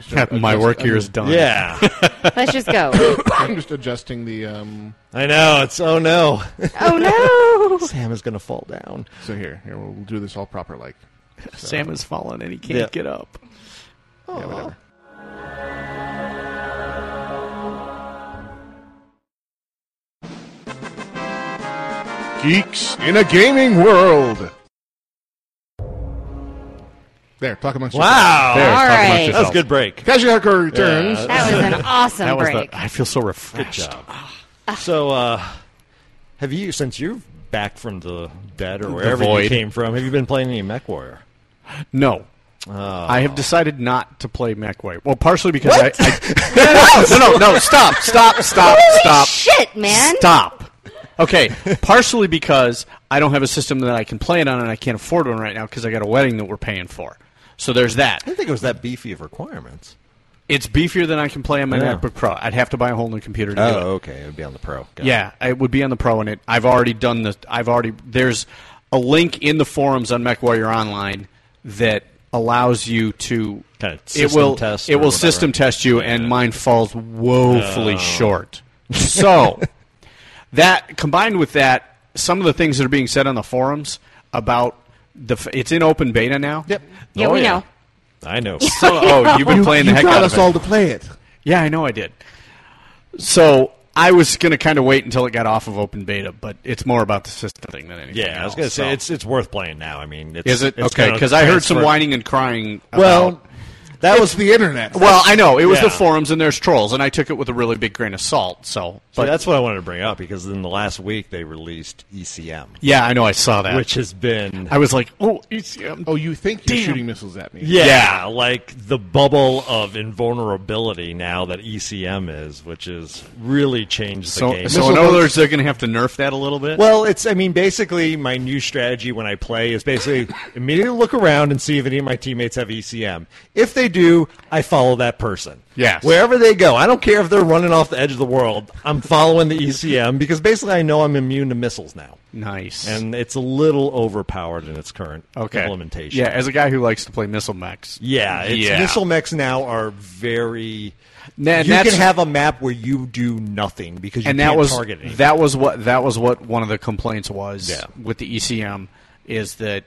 Speaker 6: Yep.
Speaker 7: My work here is done.
Speaker 8: yeah,
Speaker 4: [laughs]
Speaker 6: Let's just go.
Speaker 4: [coughs] I'm just adjusting the. Um,
Speaker 8: I know. It's oh no,
Speaker 6: oh no!
Speaker 8: [laughs] Sam is gonna fall down.
Speaker 4: so here, here we'll do this all proper, like
Speaker 7: Sam has fallen and he can't
Speaker 8: Yeah.
Speaker 7: get up.
Speaker 4: yeah, whatever. Geeks in a gaming world. There, talk amongst
Speaker 8: Wow,
Speaker 7: There,
Speaker 6: All
Speaker 7: talk
Speaker 6: right.
Speaker 7: amongst
Speaker 8: that was
Speaker 7: yourselves.
Speaker 8: a good break.
Speaker 4: yourselves. Kashi Hardcore returns.
Speaker 6: That was
Speaker 8: [laughs]
Speaker 6: an awesome
Speaker 7: That was
Speaker 6: break. Ah.
Speaker 7: the, I feel so refreshed.
Speaker 8: So, uh, have you since you're back from the dead or wherever you
Speaker 7: void.
Speaker 8: came from? Have you been playing any Mech Warrior? Oh.
Speaker 7: No. I have decided not to play MechWarrior. Well, partially because I, [laughs] I no, no, no, no, stop, stop, stop,
Speaker 6: Holy
Speaker 7: stop,
Speaker 6: shit, man!
Speaker 7: stop. Okay, partially because I don't have a system that I can play it on, and I can't afford one right now because I got a wedding that we're paying for. So there's that.
Speaker 8: I didn't think it was that beefy of requirements.
Speaker 7: It's beefier than I can play on my
Speaker 8: Yeah. Oh,
Speaker 7: MacBook Pro. I'd have to buy a whole new computer to do it.
Speaker 8: okay. It would be on the pro. Got it.
Speaker 7: Yeah, it would be on the Pro, and it. I've already done the. I've already there's a link in the forums on MechWarrior Online that allows you to
Speaker 8: Kind of
Speaker 7: it
Speaker 8: system
Speaker 7: will
Speaker 8: test
Speaker 7: it
Speaker 8: or
Speaker 7: will
Speaker 8: whatever. Oh.
Speaker 7: system test you, and mine falls woefully
Speaker 8: [laughs]
Speaker 7: short. So that combined with that, some of the things that are being said on the forums about the f- it's in open beta now. Yep.
Speaker 6: Yeah, we know.
Speaker 8: Oh, I know.
Speaker 7: Oh, [laughs] So, oh, you've been playing the
Speaker 10: [laughs] you
Speaker 7: heck
Speaker 10: got
Speaker 7: out
Speaker 10: us
Speaker 7: of it.
Speaker 10: all to play it.
Speaker 7: Yeah, I know I did. So I was going to kind of wait until it got off of open beta, but it's more about the system thing than anything.
Speaker 8: Yeah, I was
Speaker 7: else,
Speaker 8: gonna say
Speaker 7: so.
Speaker 8: it's it's worth playing now. I mean, it's,
Speaker 7: Is it
Speaker 8: it's
Speaker 7: okay?
Speaker 8: gonna
Speaker 7: Because I heard some
Speaker 8: transfer-
Speaker 7: whining and crying.
Speaker 10: Well,
Speaker 7: about-
Speaker 10: that was the internet.
Speaker 7: well, I know it was
Speaker 8: Yeah.
Speaker 7: the forums and there's trolls, and I took it with a really big grain of salt. So,
Speaker 8: But
Speaker 7: but
Speaker 8: that's what I wanted to bring up because in the last week they released E ECM,
Speaker 7: yeah, I know I saw that.
Speaker 8: which has been
Speaker 7: I was like, oh, ECM.
Speaker 4: Oh, you think you're shooting missiles at me?
Speaker 8: yeah, like the bubble of invulnerability now that ECM is, which has really changed the
Speaker 7: so,
Speaker 8: game.
Speaker 7: so in other words, they're going to have to nerf that a little bit.
Speaker 8: Well, it's I mean basically my new strategy when I play is
Speaker 7: [laughs]
Speaker 8: basically immediately look around and see if any of my teammates have ECM. If they do, I follow that person.
Speaker 7: Yes.
Speaker 8: Wherever they go, I don't care if they're running off the edge of the world. I'm following the ECM because basically I know I'm immune to missiles now.
Speaker 7: nice.
Speaker 8: And it's a little overpowered in its current
Speaker 7: okay.
Speaker 8: implementation.
Speaker 7: Yeah, as a guy who likes to play missile mechs.
Speaker 8: Yeah, it's,
Speaker 7: Yeah.
Speaker 8: missile mechs now are very.
Speaker 7: Now,
Speaker 8: you
Speaker 7: that's-
Speaker 8: can have a map where you do nothing because you
Speaker 7: and
Speaker 8: can't
Speaker 7: that was
Speaker 8: target anything.
Speaker 7: that was what that was what one of the complaints was
Speaker 8: Yeah.
Speaker 7: with the ECM is that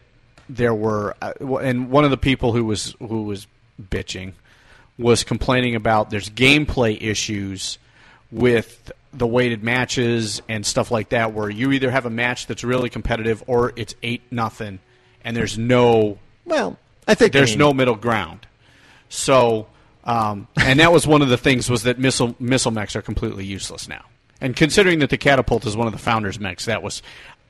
Speaker 7: there were uh, w- and one of the people who was who was bitching was complaining about there's gameplay issues with the weighted matches and stuff like that where you either have a match that's really competitive or it's eight nothing and there's no
Speaker 8: well, I think
Speaker 7: there's
Speaker 8: I mean,
Speaker 7: no middle ground. So, um, and that was one of the things was that missile missile mechs are completely useless now. And considering that the catapult is one of the founders mechs, that was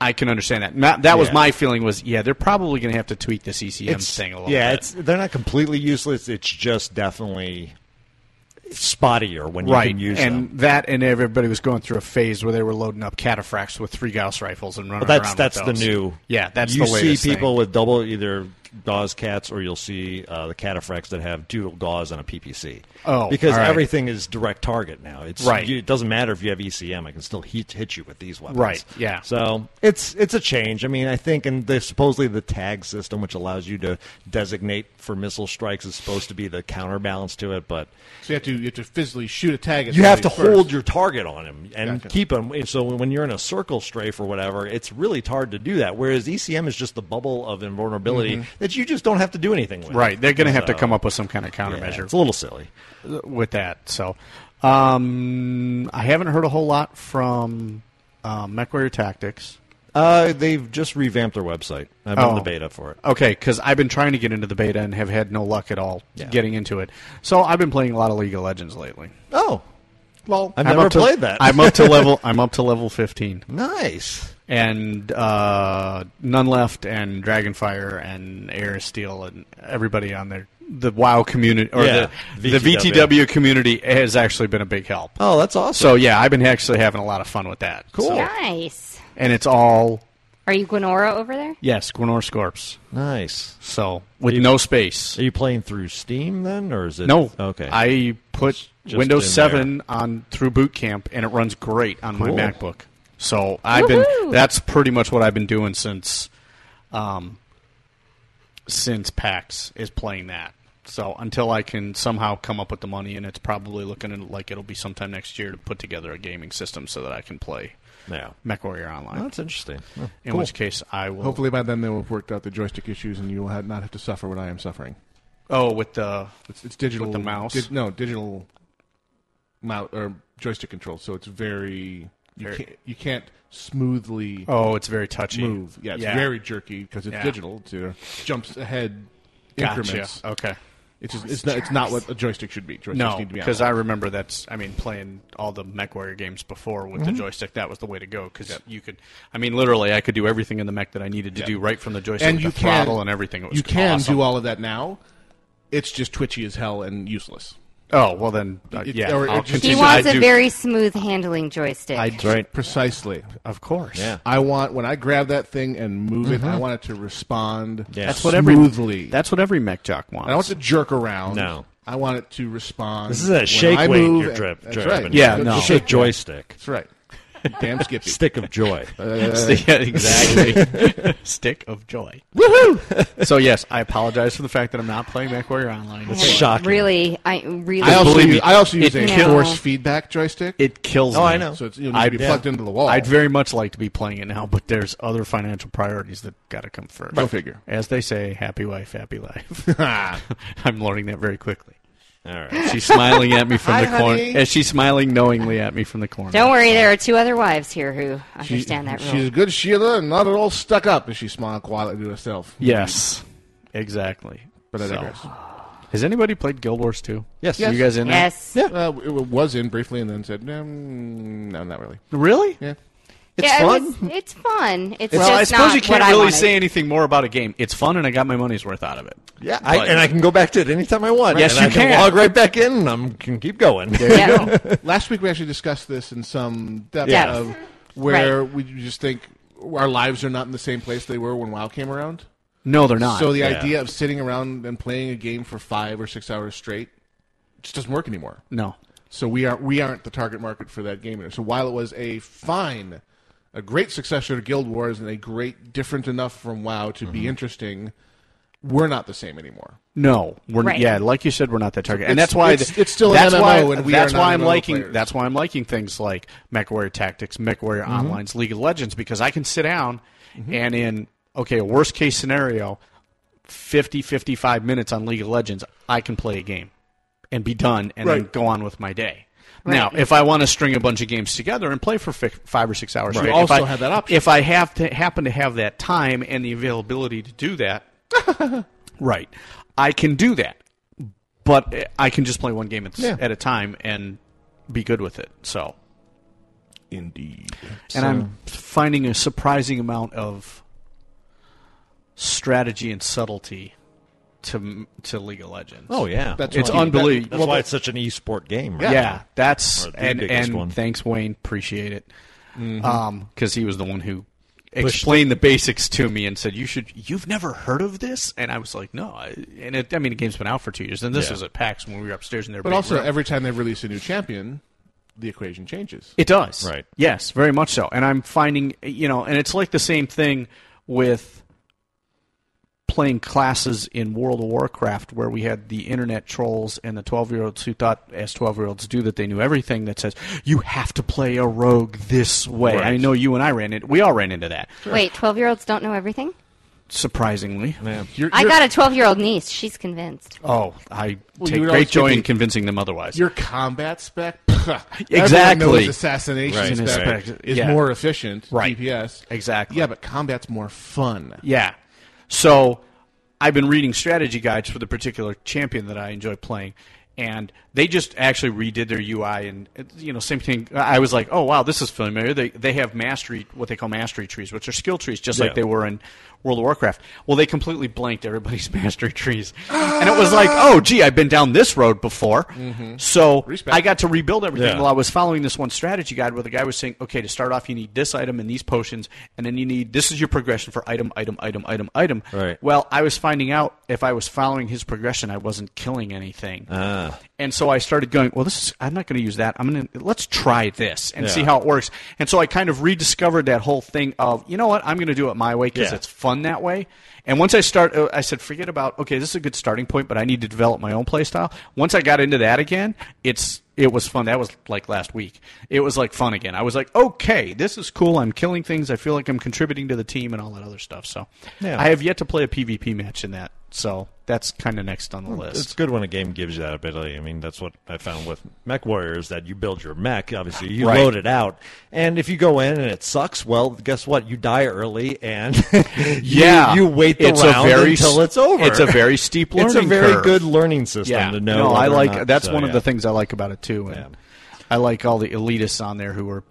Speaker 7: I can understand that. Ma- that was
Speaker 8: Yeah.
Speaker 7: my feeling was yeah, they're probably going to have to tweak this ECM
Speaker 8: it's-
Speaker 7: thing a little
Speaker 8: yeah,
Speaker 7: bit.
Speaker 8: it's they're not completely useless. It's just definitely spottier when you
Speaker 7: right.
Speaker 8: can use
Speaker 7: and
Speaker 8: them.
Speaker 7: that and everybody was going through a phase where they were loading up cataphracts with three Gauss rifles and running
Speaker 8: That's
Speaker 7: around.
Speaker 8: that's
Speaker 7: with
Speaker 8: the
Speaker 7: those.
Speaker 8: new.
Speaker 7: Yeah, that's
Speaker 8: you
Speaker 7: the latest
Speaker 8: see
Speaker 7: thing.
Speaker 8: people with double either gauze cats or you'll see uh, the cataphracts that have dual gauze and a PPC.
Speaker 7: Oh,
Speaker 8: because
Speaker 7: all right.
Speaker 8: everything is direct target now. It's
Speaker 7: Right.
Speaker 8: You, it doesn't matter if you have ECM; I can still hit, hit you with these weapons.
Speaker 7: Right, yeah.
Speaker 8: So it's it's a change. I mean, I think, and the, supposedly the tag system, which allows you to designate for missile strikes, is supposed to be the counterbalance to it, but.
Speaker 10: So you have to you have to physically shoot a tag. At
Speaker 8: you have to
Speaker 10: somebody first.
Speaker 8: hold your target on him and
Speaker 10: Gotcha.
Speaker 8: keep him. And So when you're in a circle strafe or whatever, it's really hard to do that. Whereas ECM is just the bubble of invulnerability that you just don't have to do anything with.
Speaker 7: Mm-hmm. right. They're going to have to
Speaker 8: So,
Speaker 7: come up with some kind of
Speaker 8: yeah,
Speaker 7: countermeasure. Uh,
Speaker 8: It's a little silly.
Speaker 7: with that. So, um, I haven't heard a whole lot from uh, MechWarrior Tactics.
Speaker 8: Uh, they've just revamped their website. I'm in
Speaker 7: Oh.
Speaker 8: the beta for it.
Speaker 7: Okay, because I've been trying to get into the beta and have had no luck at all
Speaker 8: Yeah.
Speaker 7: getting into it. So I've been playing a lot of League of Legends lately.
Speaker 8: Oh, well, I've
Speaker 7: I'm
Speaker 8: never
Speaker 7: up to-
Speaker 8: played that.
Speaker 7: I'm
Speaker 8: [laughs]
Speaker 7: up to level. I'm up to level 15,
Speaker 8: nice.
Speaker 7: and uh, none left, and Dragonfire, and Air of Steel, and everybody on there. The WoW community or
Speaker 8: Yeah,
Speaker 7: the, the
Speaker 8: VTW.
Speaker 7: VTW community has actually been a big help.
Speaker 8: Oh, that's awesome.
Speaker 7: So yeah, I've been actually having a lot of fun with that. Cool.
Speaker 6: Nice.
Speaker 7: and it's all
Speaker 6: Are you Gwenora over there?
Speaker 7: yes, Gwenor Scorps.
Speaker 8: nice.
Speaker 7: So with no space.
Speaker 8: Are you playing through Steam then, or is it
Speaker 7: No.
Speaker 8: Okay.
Speaker 7: I put
Speaker 8: Just
Speaker 7: Windows
Speaker 8: in
Speaker 7: 7 on through boot camp and it runs great on
Speaker 8: Cool.
Speaker 7: my MacBook. So I've been
Speaker 6: Woohoo!
Speaker 7: that's pretty much what I've been doing since um since PAX is playing that. So until I can somehow come up with the money and it's probably looking like it'll be sometime next year to put together a gaming system so that I can play
Speaker 8: yeah.
Speaker 7: MechWarrior online.
Speaker 8: Well, that's interesting. Yeah.
Speaker 7: in which case I will
Speaker 10: Oh, Hopefully by then they will have worked out the joystick issues, and you will have, not have to suffer what I am suffering.
Speaker 7: Oh, with the
Speaker 10: It's, it's digital
Speaker 7: With the mouse?
Speaker 10: di- no, digital mouse or joystick control. So it's very you
Speaker 7: Very-
Speaker 10: can't you can't smoothly
Speaker 7: Oh, it's very touchy.
Speaker 10: move. Yeah, it's very jerky because it's
Speaker 7: Yeah.
Speaker 10: digital. It's your jumps ahead
Speaker 7: Gotcha.
Speaker 10: increments.
Speaker 7: Okay.
Speaker 10: It's just, it's not it's not what a joystick should be. Joysticks
Speaker 7: No,
Speaker 10: need to be
Speaker 7: because I
Speaker 10: analog.
Speaker 7: remember that's. I mean, playing all the MechWarrior games before with
Speaker 10: Mm-hmm.
Speaker 7: the joystick, that was the way to go. Because you could, I mean, literally, I could do everything in the mech that I needed to do right from the joystick,
Speaker 10: and
Speaker 7: with
Speaker 10: you
Speaker 7: the
Speaker 10: can
Speaker 7: throttle and everything. It was
Speaker 10: you can
Speaker 7: awesome.
Speaker 10: do all of that now. It's just twitchy as hell and useless.
Speaker 7: Oh well, then uh,
Speaker 10: It-
Speaker 7: yeah,
Speaker 10: or- or
Speaker 7: I'll
Speaker 10: just- He
Speaker 6: He
Speaker 7: continue.
Speaker 6: wants
Speaker 7: I
Speaker 6: a
Speaker 7: do-
Speaker 6: very smooth handling joystick.
Speaker 7: I do-
Speaker 10: Precisely.
Speaker 7: of course.
Speaker 8: Yeah. Mm-hmm.
Speaker 10: I want when I grab that thing and move it, I want it to respond
Speaker 8: Yeah.
Speaker 7: that's what every
Speaker 10: smoothly.
Speaker 7: that's what every mech jock
Speaker 10: I don't want
Speaker 7: wants.
Speaker 10: it to jerk around.
Speaker 8: No.
Speaker 10: I want it to respond.
Speaker 8: This is a
Speaker 10: when
Speaker 8: shake
Speaker 10: I
Speaker 8: weight
Speaker 10: move
Speaker 8: you're
Speaker 10: and-
Speaker 8: drip,
Speaker 10: That's
Speaker 8: dripping.
Speaker 10: right.
Speaker 7: Yeah,
Speaker 10: Good
Speaker 7: no.
Speaker 8: Just
Speaker 10: shake
Speaker 8: a joystick.
Speaker 10: That's right.
Speaker 7: [laughs]
Speaker 4: Damn Skippy.
Speaker 8: Stick of joy.
Speaker 7: yeah, exactly. [laughs] Stick of joy. Woohoo! [laughs] so yes, I apologize for the fact that I'm not playing Back Warrior Online.
Speaker 6: I
Speaker 8: It's shocking.
Speaker 6: Really, I really.
Speaker 4: I also
Speaker 7: Believe
Speaker 4: use,
Speaker 7: me,
Speaker 4: I also use
Speaker 7: it
Speaker 4: a
Speaker 6: kills-
Speaker 4: force feedback joystick.
Speaker 7: It kills.
Speaker 8: Oh,
Speaker 7: me.
Speaker 8: I know.
Speaker 4: so it's you know, need to be plugged into the wall.
Speaker 7: I'd very much like to be playing it now, but there's other financial priorities that got to come first.
Speaker 4: Go figure.
Speaker 7: As they say, happy wife,
Speaker 4: [laughs]
Speaker 7: happy life. [laughs] I'm learning that very quickly.
Speaker 8: All right.
Speaker 7: She's smiling at me from
Speaker 4: Hi,
Speaker 7: the corner.
Speaker 4: honey.
Speaker 7: And she's smiling knowingly at me from the corner.
Speaker 6: Don't worry, there are two other wives here who
Speaker 4: She-
Speaker 6: understand that rule.
Speaker 4: She's a good Sheila and not at all stuck up, and she smiled quietly to herself.
Speaker 7: Yes. Exactly.
Speaker 4: But I
Speaker 7: So-
Speaker 4: digress.
Speaker 7: Has anybody played Guild Wars 2?
Speaker 8: Yes.
Speaker 7: You guys in there?
Speaker 6: yes. Yeah,
Speaker 4: Uh, it was in briefly, and then said, mm, "No, not really."
Speaker 7: Really?
Speaker 4: Yeah.
Speaker 7: It's
Speaker 6: it
Speaker 7: fun.
Speaker 6: was- it's fun. It's
Speaker 7: well, I
Speaker 6: just
Speaker 7: suppose
Speaker 6: not
Speaker 7: you
Speaker 6: what
Speaker 7: can't
Speaker 6: I
Speaker 7: really
Speaker 6: wanted.
Speaker 7: say anything more about a game. It's fun, and I got my money's worth out of it.
Speaker 8: Yeah, I, and I can go back to it anytime I want.
Speaker 7: Yes,
Speaker 8: and
Speaker 7: you
Speaker 8: I
Speaker 7: can.
Speaker 8: log right back in. and I'm can keep going.
Speaker 6: Yeah.
Speaker 4: Last week we actually discussed this in some depth
Speaker 6: Yes.
Speaker 4: of where we just think our lives are not in the same place they were when WoW came around.
Speaker 7: No, they're not.
Speaker 4: So the
Speaker 8: Yeah.
Speaker 4: idea of sitting around and playing a game for five or six hours straight just doesn't work anymore.
Speaker 7: no.
Speaker 4: So we aren't we aren't the target market for that game. So while it was a fine, a great successor to Guild Wars and a great different enough from WoW to
Speaker 7: Mm-hmm.
Speaker 4: be interesting, we're not the same anymore.
Speaker 7: No, we're
Speaker 6: Right.
Speaker 7: yeah, like you said, we're not that target, and
Speaker 4: It's-
Speaker 7: that's why
Speaker 4: it's- it's still an
Speaker 7: that's
Speaker 4: MMO
Speaker 7: why
Speaker 4: and we
Speaker 7: that's
Speaker 4: are
Speaker 7: why
Speaker 4: not
Speaker 7: I'm
Speaker 4: MMO
Speaker 7: liking
Speaker 4: players.
Speaker 7: that's why I'm liking things like MechWarrior Tactics, MechWarrior
Speaker 4: Mm-hmm.
Speaker 7: Online's League of Legends because I can sit down and in okay, a worst case scenario, 50 55 minutes on League of Legends, I can play a game and be done and then
Speaker 4: Right.
Speaker 7: go on with my day. Now, if I want to string a bunch of games together and play for fi- five or six hours, straight,
Speaker 4: also
Speaker 7: if I,
Speaker 4: have that option.
Speaker 7: If I have to happen to have that time and the availability to do that, Right. I can do that, but uh, I can just play one game at, s-
Speaker 4: Yeah.
Speaker 7: at a time and be good with it. So,
Speaker 4: Indeed.
Speaker 7: and I'm finding a surprising amount of strategy and subtlety to m- to League of Legends.
Speaker 8: [laughs] Oh yeah,
Speaker 4: That's
Speaker 7: it's
Speaker 4: why-
Speaker 7: unbelievable.
Speaker 8: That's why it's such an esport game.
Speaker 7: yeah.
Speaker 8: Right?
Speaker 7: that's
Speaker 8: Or the
Speaker 7: and,
Speaker 8: biggest
Speaker 7: and
Speaker 8: one.
Speaker 7: thanks Wayne, appreciate it.
Speaker 4: Mm-hmm.
Speaker 7: Um 'cause cuz he was the one who explained the basics to me and said you should you've never heard of this and I was like no I, and it, I mean the game's been out for 2 years and this
Speaker 8: Yeah.
Speaker 7: was at PAX when we were upstairs in their
Speaker 4: But
Speaker 7: big
Speaker 4: also
Speaker 7: room.
Speaker 4: every time they release a new champion, the equation changes.
Speaker 7: It does.
Speaker 8: Right.
Speaker 7: Yes, very much so. And I'm finding, you know, and it's like the same thing with playing classes in World of Warcraft where we had the internet trolls and the 12-year-olds who thought as 12-year-olds do that they knew everything that says you have to play a rogue this way. I know you and I ran it. We all ran into that.
Speaker 6: Wait, twelve-year-olds don't know everything.
Speaker 7: Surprisingly.
Speaker 4: You're,
Speaker 6: I
Speaker 4: you're-
Speaker 6: got a twelve-year-old niece. She's convinced.
Speaker 7: Oh, I
Speaker 4: you
Speaker 7: take
Speaker 4: would
Speaker 7: great
Speaker 4: always
Speaker 7: joy
Speaker 4: get
Speaker 7: in
Speaker 4: the-
Speaker 7: convincing them otherwise.
Speaker 4: your combat spec. [laughs] Everyone
Speaker 7: Exactly.
Speaker 4: knows assassination
Speaker 8: Right.
Speaker 4: spec
Speaker 7: Right.
Speaker 4: is
Speaker 7: Yeah.
Speaker 4: more efficient.
Speaker 7: Right.
Speaker 4: DPS.
Speaker 7: Exactly.
Speaker 4: Yeah, but combat's more fun.
Speaker 7: Yeah. So I've been reading strategy guides for the particular champion that I enjoy playing, and they just actually redid their UI and it's, you know same thing. I was like, oh wow, this is familiar. They they have mastery what they call mastery trees, which are skill trees, just like
Speaker 8: Yeah.
Speaker 7: they were in World of Warcraft. Well, they completely blanked everybody's [laughs] mastery trees, and it was like, oh gee, I've been down this road before, so
Speaker 4: Respect.
Speaker 7: I got to rebuild everything.
Speaker 8: Yeah.
Speaker 7: Well, I was following this one strategy guide where the guy was saying, okay, to start off, you need this item and these potions, and then you need this is your progression for item, item, item, item, item.
Speaker 8: Right.
Speaker 7: Well, I was finding out if I was following his progression, I wasn't killing anything. Ah. And so I started going, well, this is I'm not going to use that. I'm going to let's try this and see
Speaker 8: Yeah.
Speaker 7: how it works. And so I kind of rediscovered that whole thing of, you know what, I'm going to do it my way because
Speaker 8: Yeah.
Speaker 7: it's fun that way. And once I start, uh, I said, forget about okay, this is a good starting point, but I need to develop my own play style. Once I got into that again, it's it was fun. That was like last week. It was like fun again. I was like, okay, this is cool. I'm killing things. I feel like I'm contributing to the team and all that other stuff. So
Speaker 8: Yeah.
Speaker 7: I have yet to play a PvP match in that. So that's kind of next on the list.
Speaker 8: It's good when a game gives you that ability. I mean, that's what I found with Mech Warriors that you build your mech. Obviously, you
Speaker 7: Right.
Speaker 8: load it out, and if you go in and it sucks, well, guess what? You die early, and [laughs] you-
Speaker 7: Yeah.
Speaker 8: you, wait the
Speaker 7: It's a
Speaker 8: round
Speaker 7: very
Speaker 8: until
Speaker 7: s-
Speaker 8: it's over.
Speaker 7: it's
Speaker 8: [laughs]
Speaker 7: a very steep
Speaker 8: It's a
Speaker 7: learning
Speaker 8: very
Speaker 7: curve.
Speaker 8: good learning system to know.
Speaker 7: No, I
Speaker 8: whether or
Speaker 7: like
Speaker 8: not- uh,
Speaker 7: that's
Speaker 8: so,
Speaker 7: one of
Speaker 8: yeah.
Speaker 7: the things I like about it too. And
Speaker 8: Yeah.
Speaker 7: I like all the elitists on there who are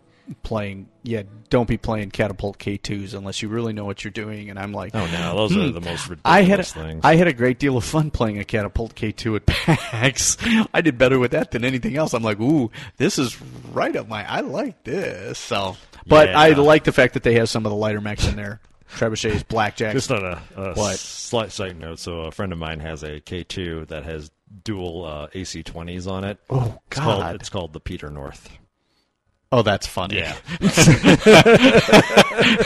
Speaker 7: playing. Yeah, don't be playing catapult K twos unless you really know what you're doing. And I'm like, "Hmm,
Speaker 8: Oh no, those are the most ridiculous
Speaker 7: I had
Speaker 8: things.
Speaker 7: I had a great deal of fun playing a catapult K two at PAX. [laughs] I did better with that than anything else. I'm like, ooh, this is right up my. I like this. So, but I
Speaker 8: Yeah.
Speaker 7: like the fact that they have some of the lighter mechs in there. Trebuchets, blackjacks.
Speaker 8: Just on a, a
Speaker 7: What?
Speaker 8: slight side note, so a friend of mine has a K2 that has dual uh, AC20s on it. Oh, It's called,
Speaker 7: God.
Speaker 8: it's called the Peter North.
Speaker 7: Oh, that's
Speaker 8: [laughs]
Speaker 7: funny. Yeah. [laughs]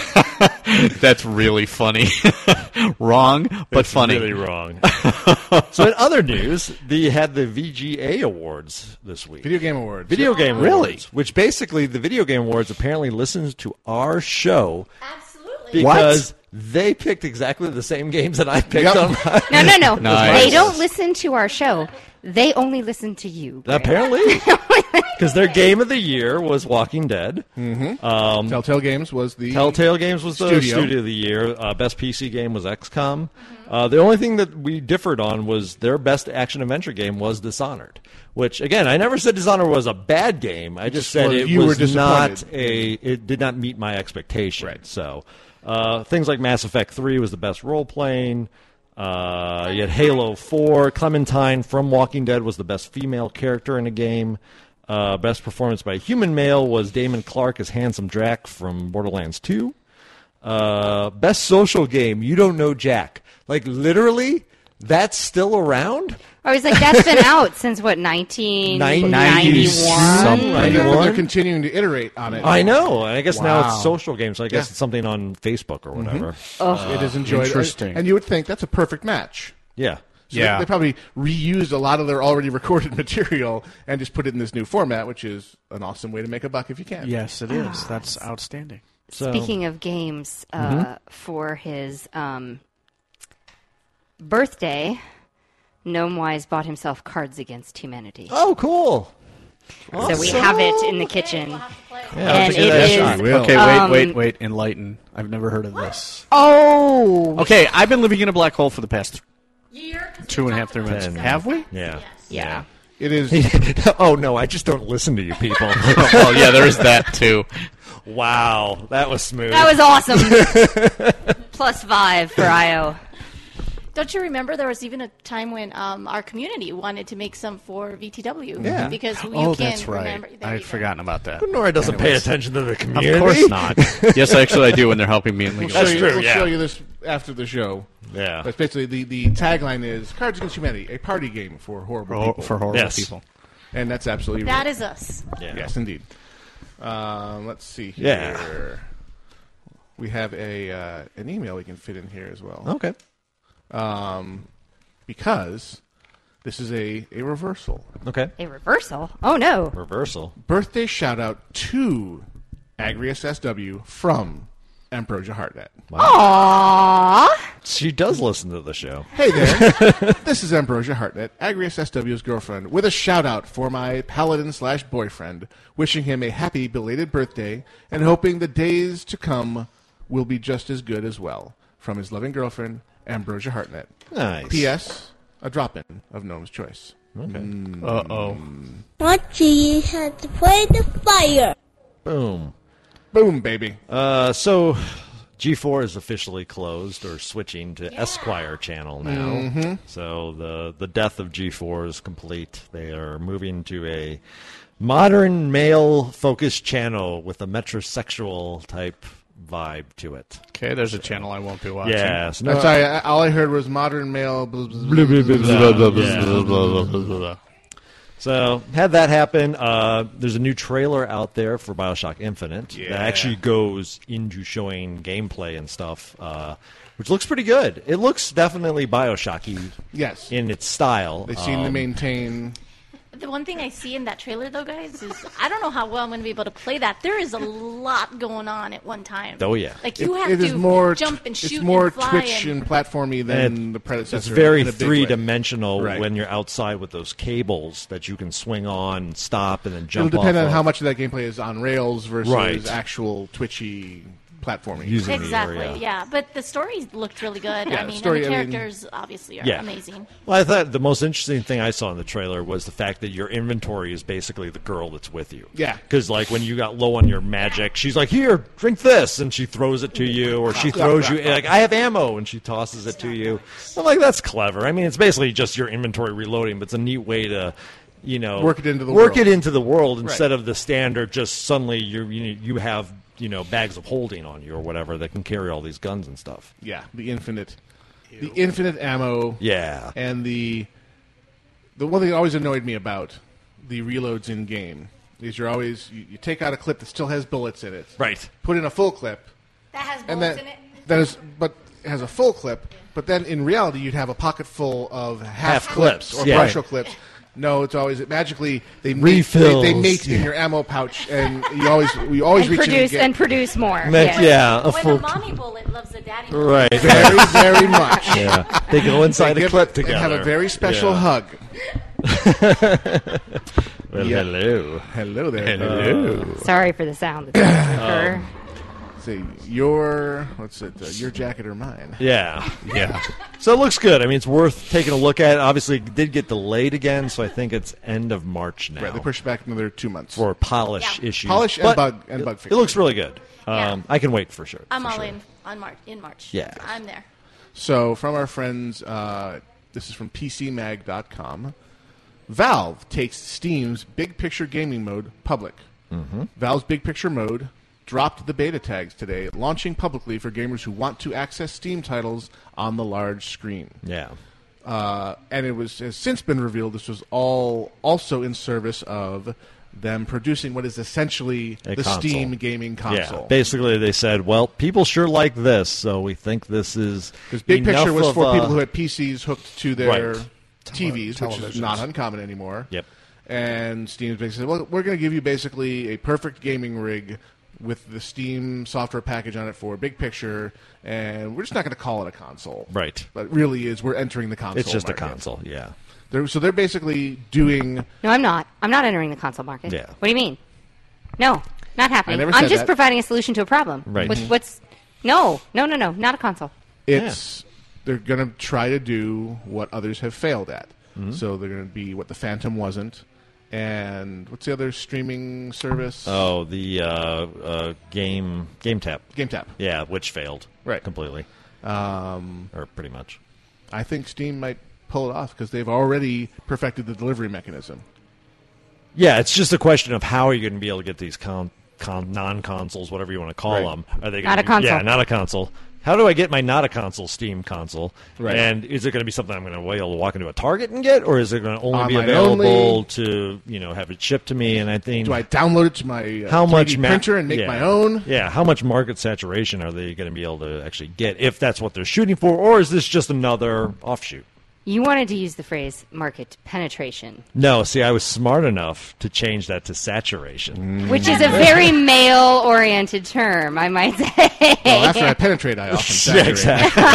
Speaker 7: that's really funny. [laughs] wrong, but funny.
Speaker 8: Really wrong. [laughs] so in other news, they had the VGA awards this week.
Speaker 4: Video game awards.
Speaker 8: Video game
Speaker 7: Really?
Speaker 8: awards, which basically the video game awards apparently listens to our show
Speaker 9: Absolutely.
Speaker 7: What?
Speaker 8: because they picked exactly the same games that I picked
Speaker 4: Yep.
Speaker 8: on. my-
Speaker 6: No,
Speaker 8: [laughs]
Speaker 6: no, no.
Speaker 7: [laughs] Nice.
Speaker 6: They don't listen to our show. They only listen to you. Greg.
Speaker 8: Apparently, because their game of the year was Walking Dead.
Speaker 4: Mm-hmm.
Speaker 8: Um,
Speaker 4: Telltale Games was the
Speaker 8: Telltale Games was the
Speaker 4: Studio.
Speaker 8: studio, of the year. Uh, best PC game was XCOM. Uh, the only thing that we differed on was their best action adventure game was Dishonored, which again I never said Dishonored was a bad game. I just said
Speaker 4: Well,
Speaker 8: it
Speaker 4: you were
Speaker 8: was not
Speaker 4: disappointed.
Speaker 8: a. It did not meet my expectation. Right. So uh, things like Mass Effect Three was the best role playing. Uh, you had Halo Four. Clementine from Walking Dead was the best female character in a game. Uh, best performance by a human male was Damon Clark as Handsome Jack from Borderlands Two. Uh, best social game. You don't know Jack. Like literally, that's still around.
Speaker 6: I was like, that's been out since what, 1991?
Speaker 7: something.
Speaker 4: I know, but they're
Speaker 8: 91?
Speaker 4: continuing to iterate on it.
Speaker 8: I know. And I guess now
Speaker 4: Wow.
Speaker 8: it's social games. So I guess
Speaker 4: Yeah.
Speaker 8: it's something on Facebook or whatever.
Speaker 6: Mm-hmm.
Speaker 8: Uh,
Speaker 4: it is enjoyed.
Speaker 7: Interesting.
Speaker 4: And you would think that's a perfect match.
Speaker 8: Yeah.
Speaker 4: So
Speaker 7: Yeah.
Speaker 4: They, they probably reused a lot of their already [laughs] recorded material and just put it in this new format, which is an awesome way to make a buck if you can.
Speaker 7: [laughs] Yes, it is. That's outstanding.
Speaker 8: [sighs] So
Speaker 6: Speaking of games, uh, for his um, birthday, Gnome Wise bought himself Cards Against Humanity.
Speaker 8: Oh, cool.
Speaker 6: So we have it in the kitchen.
Speaker 8: I'll have
Speaker 6: and
Speaker 8: to give that a
Speaker 6: it
Speaker 8: shot.
Speaker 6: is.
Speaker 4: Will.
Speaker 7: Okay, wait, wait,
Speaker 6: Um,
Speaker 7: wait. Enlighten. I've never heard of this.
Speaker 6: Oh!
Speaker 7: Okay, I've been living in a black hole for the past
Speaker 9: Year, 'cause we
Speaker 7: two and a half,
Speaker 9: talked
Speaker 7: three
Speaker 9: about
Speaker 7: minutes.
Speaker 9: this.
Speaker 7: Have we?
Speaker 8: Yeah.
Speaker 6: Yeah.
Speaker 4: It
Speaker 7: [laughs]
Speaker 4: is.
Speaker 8: [laughs] oh no, I just don't listen to you
Speaker 4: [laughs]
Speaker 8: people.
Speaker 7: oh, yeah, there is that too.
Speaker 8: wow, that was smooth.
Speaker 6: That was
Speaker 8: [laughs]
Speaker 6: awesome. Plus five for IO.
Speaker 9: Don't you remember there was even a time when um, our community wanted to make some for VTW?
Speaker 8: Yeah.
Speaker 9: Because
Speaker 7: [gasps]
Speaker 9: you
Speaker 7: oh,
Speaker 9: can
Speaker 7: that's right.
Speaker 9: remember. there you
Speaker 7: I'd
Speaker 9: go.
Speaker 7: forgotten about that.
Speaker 8: Nora doesn't pay attention to the community. [laughs]
Speaker 7: Of course not. yes, actually, I do when they're helping me in legal.
Speaker 4: show you-
Speaker 8: true,
Speaker 4: We'll
Speaker 8: yeah.
Speaker 4: show you this after the show.
Speaker 8: Yeah.
Speaker 4: But basically, the, the tagline is Cards Against Humanity, a party game for horrible
Speaker 7: for,
Speaker 4: people.
Speaker 7: for horrible
Speaker 8: Yes.
Speaker 7: people.
Speaker 4: and that's absolutely
Speaker 9: That
Speaker 4: right.
Speaker 9: is us.
Speaker 8: Yeah.
Speaker 4: Yes, indeed. Um, let's see
Speaker 8: Yeah.
Speaker 4: here. We have a uh, an email we can fit in here as well.
Speaker 8: Okay.
Speaker 4: Um, because this is a, a reversal.
Speaker 8: Okay.
Speaker 6: A reversal? Oh no.
Speaker 8: Reversal.
Speaker 4: Birthday shout out to Agrius SW from Emperor Jahartnet.
Speaker 6: Aww.
Speaker 8: She does listen to the show.
Speaker 4: Hey there,
Speaker 8: [laughs]
Speaker 4: this is Ambrosia Hartnett, Agrius SW's girlfriend, with a shout out for my paladin slash boyfriend, wishing him a happy belated birthday and hoping the days to come will be just as good as well. From his loving girlfriend, Ambrosia Hartnett.
Speaker 8: Nice.
Speaker 4: P.S. A drop in of Gnome's Choice. Mm.
Speaker 7: Uh oh.
Speaker 11: What do you have to play the fire?
Speaker 8: Boom.
Speaker 4: Boom, baby.
Speaker 8: Uh, so G4 is officially closed or switching to Esquire channel now.
Speaker 7: Mm-hmm.
Speaker 8: So the the death of G4 is complete. They are moving to a modern male focused channel with a metrosexual type vibe to it.
Speaker 7: Okay, there's a channel I won't be watching.
Speaker 8: Yeah. So
Speaker 4: I'm
Speaker 8: no,
Speaker 4: sorry, I, all I heard was modern male. Blah, blah, blah,
Speaker 8: So had that happen. Uh, there's a new trailer out there for Bioshock Infinite that actually goes into showing gameplay and stuff, uh, which looks pretty good. It looks definitely Bioshocky.
Speaker 4: Yes.
Speaker 8: in its style.
Speaker 4: They seem to
Speaker 8: Um,
Speaker 4: maintain.
Speaker 9: The one thing I see in that trailer, though, guys, is I don't know how well I'm going to be able to play that. There is a lot going on at one time.
Speaker 8: Oh, yeah.
Speaker 9: Like you
Speaker 4: it-
Speaker 9: have
Speaker 4: it
Speaker 9: to
Speaker 4: is more
Speaker 9: jump and
Speaker 4: it's
Speaker 9: shoot
Speaker 4: more
Speaker 9: and fly
Speaker 4: twitch
Speaker 9: and,
Speaker 4: and, platformy than
Speaker 8: And
Speaker 4: the predecessor.
Speaker 8: it's very
Speaker 4: in a big
Speaker 8: three
Speaker 4: way.
Speaker 8: dimensional
Speaker 4: Right.
Speaker 8: when you're outside with those cables that you can swing on, stop, and then
Speaker 4: It'll
Speaker 8: jump.
Speaker 4: depend
Speaker 8: off
Speaker 4: on
Speaker 8: of.
Speaker 4: how much of that gameplay is on rails versus
Speaker 8: Right.
Speaker 4: actual twitchy platforming.
Speaker 8: Using the
Speaker 9: Exactly.
Speaker 8: area.
Speaker 9: Yeah, but the story looked really good.
Speaker 4: Yeah,
Speaker 9: I mean,
Speaker 4: story, I
Speaker 9: and the
Speaker 4: mean-
Speaker 9: characters obviously are
Speaker 8: Yeah.
Speaker 9: amazing.
Speaker 8: Well, I thought the most interesting thing I saw in the trailer was the fact that your inventory is basically the girl that's with you.
Speaker 4: Yeah.
Speaker 8: Because, like, when you got low on your magic, she's like, here, drink this. And she throws it to you, or she throws you, like, I have ammo. And she tosses it to you. I'm like, that's clever. I mean, it's basically just your inventory reloading, but it's a neat way to. You know,
Speaker 4: Work it into the
Speaker 8: work
Speaker 4: world.
Speaker 8: it into the world instead of the standard. Just suddenly you you you have you know bags of holding on you or whatever that can carry all these guns and stuff.
Speaker 4: Yeah, the infinite, the infinite ammo.
Speaker 8: Yeah,
Speaker 4: and the the one thing that always annoyed me about the reloads in game These are always you, you take out a clip that still has bullets in it.
Speaker 8: Right.
Speaker 4: Put in a full clip.
Speaker 12: That has
Speaker 4: and
Speaker 12: bullets
Speaker 4: that,
Speaker 12: in it.
Speaker 4: That is, but it has a full clip. But then in reality, you'd have a pocket full of
Speaker 8: Half
Speaker 4: half,
Speaker 8: clips,
Speaker 4: or
Speaker 8: yeah.
Speaker 4: partial
Speaker 8: Right.
Speaker 4: clips. No, it's always it magically they
Speaker 8: Refills,
Speaker 4: Mate, they, they mate in
Speaker 8: yeah.
Speaker 4: your ammo pouch, and you always you always
Speaker 6: and
Speaker 4: reach in
Speaker 6: produce
Speaker 4: get-
Speaker 6: and produce more.
Speaker 8: Make-
Speaker 6: yes.
Speaker 8: yeah, a
Speaker 9: when
Speaker 8: full-
Speaker 9: the mommy bullet loves the daddy bullet.
Speaker 8: Right.
Speaker 4: very very much.
Speaker 8: [laughs] Yeah. They go inside a
Speaker 4: give-
Speaker 8: clip
Speaker 4: and
Speaker 8: together.
Speaker 4: have a very special
Speaker 8: Yeah. [laughs]
Speaker 4: hug.
Speaker 8: Well,
Speaker 4: Yeah.
Speaker 8: hello.
Speaker 4: Hello there. Uh,
Speaker 6: Sorry for the sound. That
Speaker 4: [coughs]
Speaker 6: doesn't occur.
Speaker 8: Um,
Speaker 4: See your what's it? Uh, your jacket or mine? [laughs]
Speaker 8: Yeah.
Speaker 7: Yeah.
Speaker 8: So it looks good. I mean, it's worth taking a look at. Obviously, it did get delayed again, so I think it's end of March now.
Speaker 4: Right, they pushed back another two months.
Speaker 8: for polish issues.
Speaker 4: Polish and
Speaker 8: But
Speaker 4: bug- and
Speaker 8: it-
Speaker 4: bug
Speaker 8: It,
Speaker 4: fix.
Speaker 8: looks really good.
Speaker 9: Yeah.
Speaker 8: Um, I can wait for sure.
Speaker 9: I'm
Speaker 8: for
Speaker 9: all
Speaker 8: sure.
Speaker 9: in on March in March.
Speaker 8: Yeah.
Speaker 9: I'm there.
Speaker 4: So, from our friends, uh, this is from PCMag.com. Valve takes Steam's big picture gaming mode public.
Speaker 8: Mm-hmm.
Speaker 4: Valve's big picture mode dropped the beta tags today, launching publicly for gamers who want to access Steam titles on the large screen.
Speaker 8: Yeah.
Speaker 4: Uh, and it was has since been revealed this was all also in service of them producing what is essentially
Speaker 8: A
Speaker 4: the
Speaker 8: console.
Speaker 4: Steam gaming console.
Speaker 8: Yeah. Basically, they said, well, people sure like this, so we think this is.
Speaker 4: Because Big
Speaker 8: enough
Speaker 4: Picture was
Speaker 8: of
Speaker 4: for
Speaker 8: a-
Speaker 4: people who had PCs hooked to their
Speaker 8: Right.
Speaker 4: TVs, which is not uncommon anymore.
Speaker 8: Yep.
Speaker 4: And Steam basically said, well, we're going to give you basically a perfect gaming rig with the Steam software package on it for Big Picture, and we're just not going to call it a console.
Speaker 8: Right.
Speaker 4: But really is, we're entering the console
Speaker 8: It's just a
Speaker 4: market.
Speaker 8: console. Yeah.
Speaker 4: They're, so they're basically doing,
Speaker 6: No, I'm not. I'm not entering the console market.
Speaker 8: Yeah.
Speaker 6: What do you mean? No, not happening.
Speaker 4: I never
Speaker 6: am
Speaker 4: said
Speaker 6: just
Speaker 4: that.
Speaker 6: providing a solution to a problem.
Speaker 8: Right.
Speaker 6: What's,
Speaker 8: Mhm.
Speaker 6: what's no, no, no, no, not a console.
Speaker 4: it's they're going to try to do what others have failed at.
Speaker 8: Mm-hmm.
Speaker 4: So they're going to be what the Phantom wasn't. And what's the other streaming service?
Speaker 8: Oh, the uh, uh, game game tap.
Speaker 4: GameTap.
Speaker 8: Yeah, which failed.
Speaker 4: Right.
Speaker 8: Completely.
Speaker 4: Um,
Speaker 8: Or pretty much.
Speaker 4: I think Steam might pull it off because they've already perfected the delivery mechanism.
Speaker 8: Yeah, it's just a question of how are you going to be able to get these con- con- non-consoles, whatever you want to call
Speaker 4: Right.
Speaker 8: them. Are they
Speaker 6: Not
Speaker 8: gonna
Speaker 6: a console.
Speaker 8: Yeah, not a console. How do I get my not a console Steam console?
Speaker 4: Right.
Speaker 8: And is it going to be something I'm going to be able to walk into a Target and get, or is it going to only be
Speaker 4: Online
Speaker 8: available
Speaker 4: only.
Speaker 8: to you know have it shipped to me? And I think
Speaker 4: Do I download it to my uh,
Speaker 8: how
Speaker 4: 3D
Speaker 8: much ma-
Speaker 4: printer and make
Speaker 8: yeah.
Speaker 4: my own?
Speaker 8: Yeah, how much market saturation are they going to be able to actually get if that's what they're shooting for, or is this just another offshoot?
Speaker 6: You wanted to use the phrase market penetration,
Speaker 8: No, see, I was smart enough to change that to
Speaker 4: Mm.
Speaker 8: saturation.
Speaker 6: which is a
Speaker 4: [laughs]
Speaker 6: very male-oriented term, I might say.
Speaker 4: Well, after I penetrate, I often saturate,
Speaker 8: yeah, exactly.
Speaker 6: [laughs]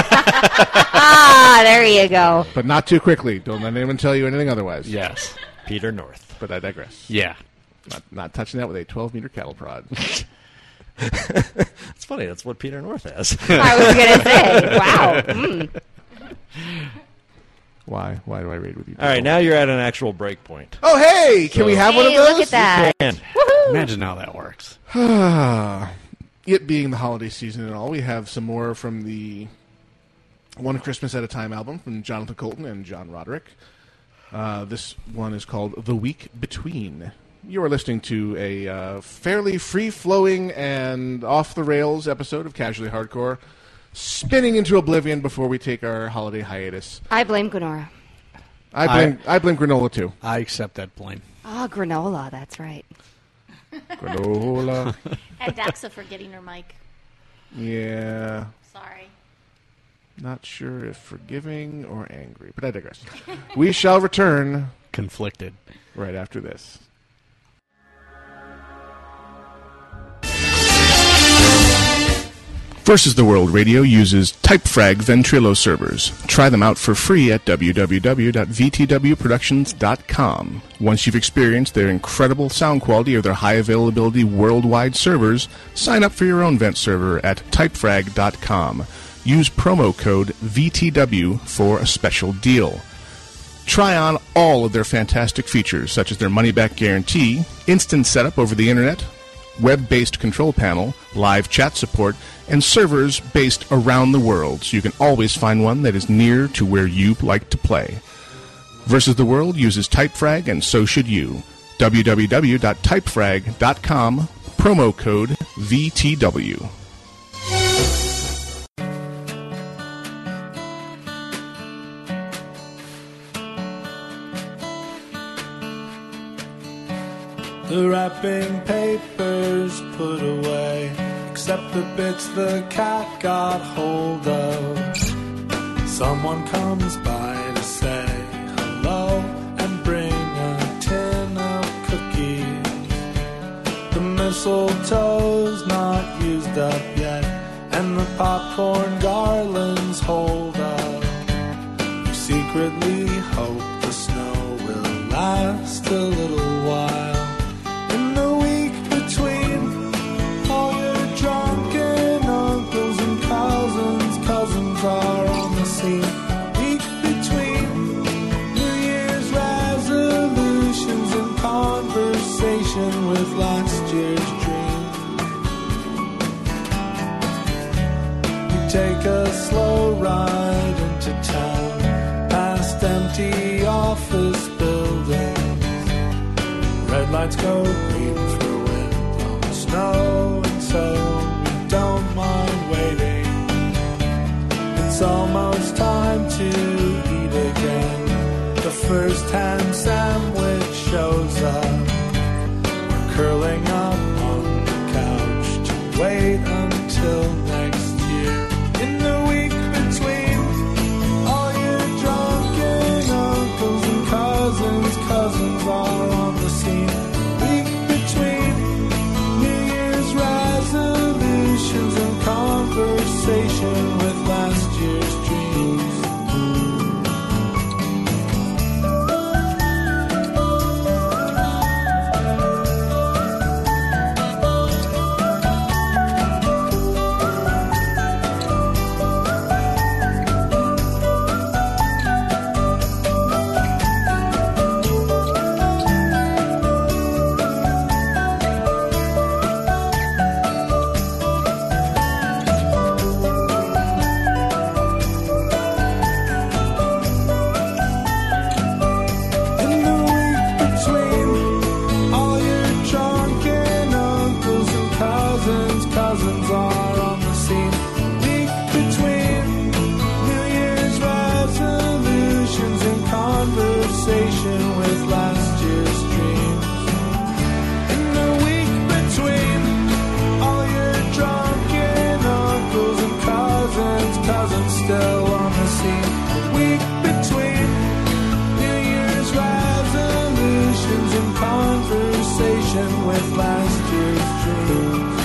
Speaker 6: ah, there you go.
Speaker 4: but not too quickly. Don't let anyone tell you anything otherwise.
Speaker 7: Yes.
Speaker 8: Peter North.
Speaker 4: but I digress.
Speaker 7: Yeah.
Speaker 4: Not, not touching that with a 12 meter cattle
Speaker 8: [laughs]
Speaker 4: prod.
Speaker 8: It's [laughs] funny. That's what Peter North has.
Speaker 6: [laughs] I was gonna say, Hmm.
Speaker 8: [laughs]
Speaker 6: wow. Mm.
Speaker 4: why? Why do I raid with you?
Speaker 8: All right, now you're at an actual break point.
Speaker 4: Oh hey, can we have one of
Speaker 6: Hey,
Speaker 4: those?
Speaker 6: look at that.
Speaker 8: And
Speaker 7: Imagine how that works.
Speaker 4: [sighs] it being the holiday season and all, we have some more from the One Christmas at a Time album from Jonathan Colton and John Roderick. Uh, this one is called The Week Between. You are listening to a uh, fairly free flowing and off the rails episode of Casually Hardcore, spinning into oblivion before we take our holiday hiatus.
Speaker 6: I blame Gunora.
Speaker 4: I blame, I, blame granola too.
Speaker 7: I accept that blame.
Speaker 6: Ah, granola. That's right.
Speaker 4: Granola. [laughs]
Speaker 9: And Daxa for getting her mic.
Speaker 4: yeah.
Speaker 9: Sorry.
Speaker 4: Not sure if forgiving or angry, but I digress. we shall return
Speaker 7: Conflicted.
Speaker 4: right after this. Versus the World Radio uses Typefrag Ventrilo servers. Try them out for free at www.vtwproductions.com. Once you've experienced their incredible sound quality or their high availability worldwide servers, sign up for your own vent server at typefrag.com. Use promo code VTW for a special deal. Try on all of their fantastic features, such as their money back guarantee, instant setup over the internet, web based control panel, live chat support, and servers based around the world, so you can always find one that is near to where you like to play. Versus the World uses Typefrag, and so should you. www.typefrag.com, promo code VTW.
Speaker 13: The wrapping papers put away, except the bits the cat got hold of. Someone comes by to say hello and bring a tin of cookies. The mistletoe's not used up yet, and the popcorn garlands hold up. You secretly hope the snow will last a little while. In the week between all your drunken uncles and cousins, cousins are on the scene. Week between New Year's resolutions and conversation with last year's dream. You take a slow ride into town, past empty office buildings. Red lights go green for wind on the snow, and so we don't mind waiting. It's almost time to eat again. The first hand sandwich shows up. We're curling up on the couch to wait until next year. In the week between, all your drunken uncles and cousins, cousins are on the scene. Week between, New Year's resolutions and conversation with last year's dreams. In the week between, all your drunken uncles and cousins, cousins are on the scene. Week between, New Year's resolutions and conversation with last year's dreams. In the week between, all your drunken uncles and cousins, cousins still on the scene. Week between. New Year's resolutions and conversation with last year's dreams.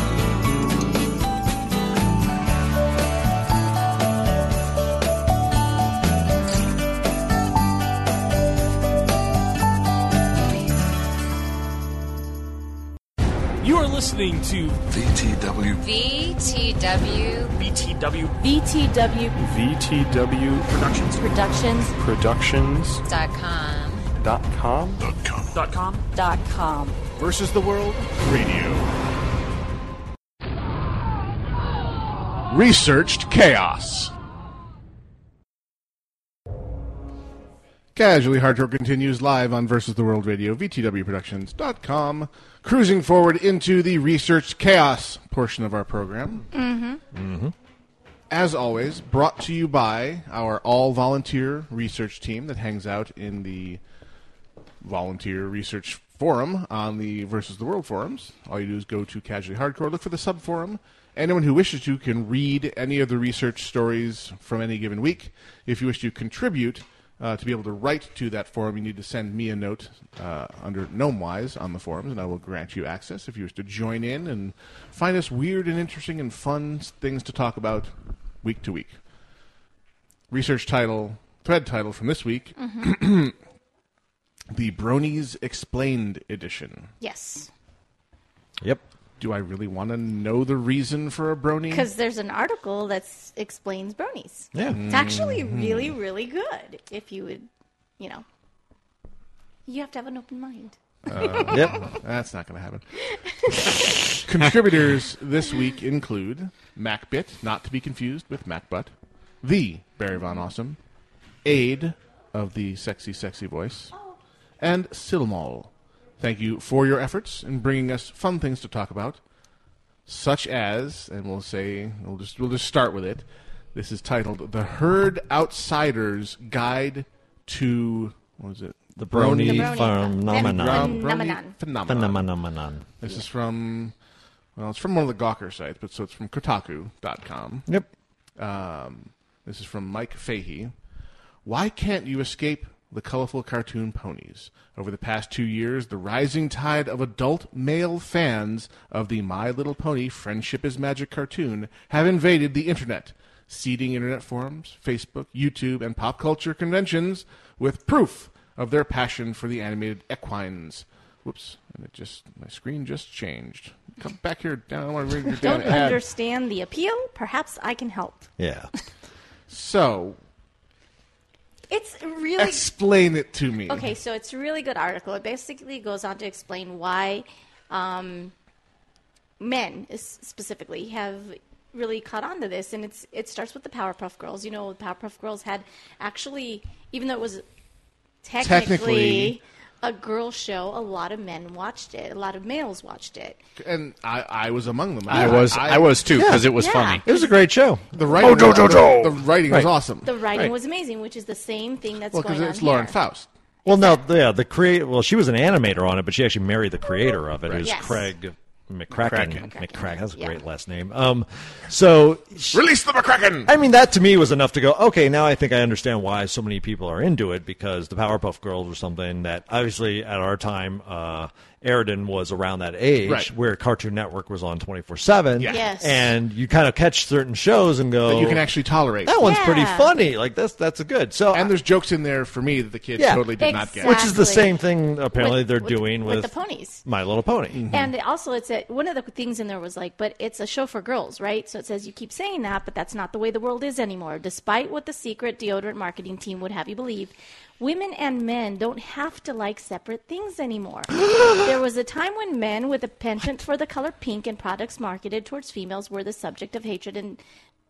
Speaker 6: You are listening to VTW.
Speaker 12: VTW.
Speaker 6: VTW.
Speaker 12: VTW.
Speaker 14: VTW Productions.
Speaker 12: Productions.
Speaker 14: Productions.
Speaker 12: Dot com.
Speaker 14: Dot com. Dot com.
Speaker 6: Dot com.
Speaker 12: Dot com.
Speaker 4: Versus the World Radio. Researched Chaos. Casually Hardcore continues live on Versus the World Radio, VTWProductions.com, cruising forward into the Researched Chaos portion of our program.
Speaker 15: Mm-hmm.
Speaker 16: Mm-hmm.
Speaker 4: As always, brought to you by our all volunteer research team that hangs out in the volunteer research forum on the Versus the World forums. All you do is go to Casually Hardcore, look for the sub forum. Anyone who wishes to can read any of the research stories from any given week. If you wish to contribute, uh, to be able to write to that forum, you need to send me a note uh, under GnomeWise on the forums, and I will grant you access. If you wish to join in and find us weird and interesting and fun s- things to talk about week to week. Research title, thread title from this week The Bronies Explained Edition.
Speaker 9: Yes.
Speaker 4: Yep. Do I really want to know the reason for a brony?
Speaker 9: Because there's an article that explains bronies.
Speaker 4: Yeah.
Speaker 9: It's actually
Speaker 4: Mhm.
Speaker 9: really, really good if you would, you know. You have to have an open mind.
Speaker 4: Uh,
Speaker 9: [laughs]
Speaker 4: That's not going to happen. [laughs] Contributors this week include MacBit, not to be confused with MacButt, the Barry Von Awesome, Aid of the sexy, sexy voice, and Silmol. Thank you for your efforts in bringing us fun things to talk about, such as, and we'll say we'll just we'll just start with it. This is titled "The Herd Outsiders Guide to." What is it?
Speaker 8: The Brony,
Speaker 4: The Brony
Speaker 8: phenomenon.
Speaker 4: Phenomenon.
Speaker 8: Phenomenon.
Speaker 4: This is from, well, it's from one of the Gawker sites, but so it's from Kotaku.com. Yep. Um, this is from Mike Fahey. Why can't you escape the colorful cartoon ponies? Over the past two years, the rising tide of adult male fans of the My Little Pony Friendship is Magic cartoon have invaded the internet, seeding internet forums, Facebook, YouTube, and pop culture conventions with proof of their passion for the animated equines. Whoops! And it just my screen just changed. Come back here. Down. I want to read your damn
Speaker 9: Don't
Speaker 4: ad.
Speaker 9: understand the appeal? Perhaps I can help.
Speaker 4: Yeah. So
Speaker 9: It's really
Speaker 4: explain it to me.
Speaker 9: Okay, so it's a really good article. It basically goes on to explain why um, men s- specifically have really caught on to this, and it's it starts with the Powerpuff Girls. You know, the Powerpuff Girls had actually, even though it was technically,
Speaker 4: Technically.
Speaker 9: a girl show, a lot of men watched it. A lot of males watched it.
Speaker 4: And I, I was among them.
Speaker 7: I was- I was too, 'cause it was Yeah. funny.
Speaker 4: It was a great show. The
Speaker 8: Oh,
Speaker 4: writing,
Speaker 7: Mojo
Speaker 4: was- the-
Speaker 7: Jojo!
Speaker 4: The, writing was
Speaker 7: Right.
Speaker 4: awesome.
Speaker 9: The writing
Speaker 4: Um, Right.
Speaker 9: was amazing, which is the same thing that's
Speaker 4: well,
Speaker 9: going
Speaker 4: because
Speaker 9: on
Speaker 4: it's Lauren
Speaker 9: here.
Speaker 4: Faust.
Speaker 8: Well, no, yeah, the create. Well, she was an animator on it, but she actually married the creator of it, who's
Speaker 9: Yes.
Speaker 8: Craig McCracken.
Speaker 7: McCracken.
Speaker 8: McCracken. That's a great last name. Um, so
Speaker 4: Release the McCracken.
Speaker 8: I mean, that to me was enough to go. Okay, now I think I understand why so many people are into it because the Powerpuff Girls were something that obviously at our time, uh, Aridin was around that age
Speaker 4: Right.
Speaker 8: where Cartoon Network was on twenty four seven.
Speaker 4: Yeah. Yes.
Speaker 8: and you kind of catch certain shows and go
Speaker 4: That you can actually tolerate.
Speaker 8: That one's pretty funny. Like that's that's a good. So
Speaker 4: and there's jokes in there for me that the kids
Speaker 8: Yeah.
Speaker 4: totally did not get.
Speaker 8: Which is the same thing apparently
Speaker 9: With-
Speaker 8: they're
Speaker 9: with-
Speaker 8: doing
Speaker 9: with
Speaker 8: with,
Speaker 9: the ponies.
Speaker 8: My Little Pony.
Speaker 4: Mm-hmm.
Speaker 9: And it also, it's a, one of the things in there was like, but it's a show for girls, right? So it says you keep saying that, but that's not the way the world is anymore. Despite what the secret deodorant marketing team would have you believe, women and men don't have to like separate things anymore. there was a time when men with a penchant for the color pink and products marketed towards females were the subject of hatred and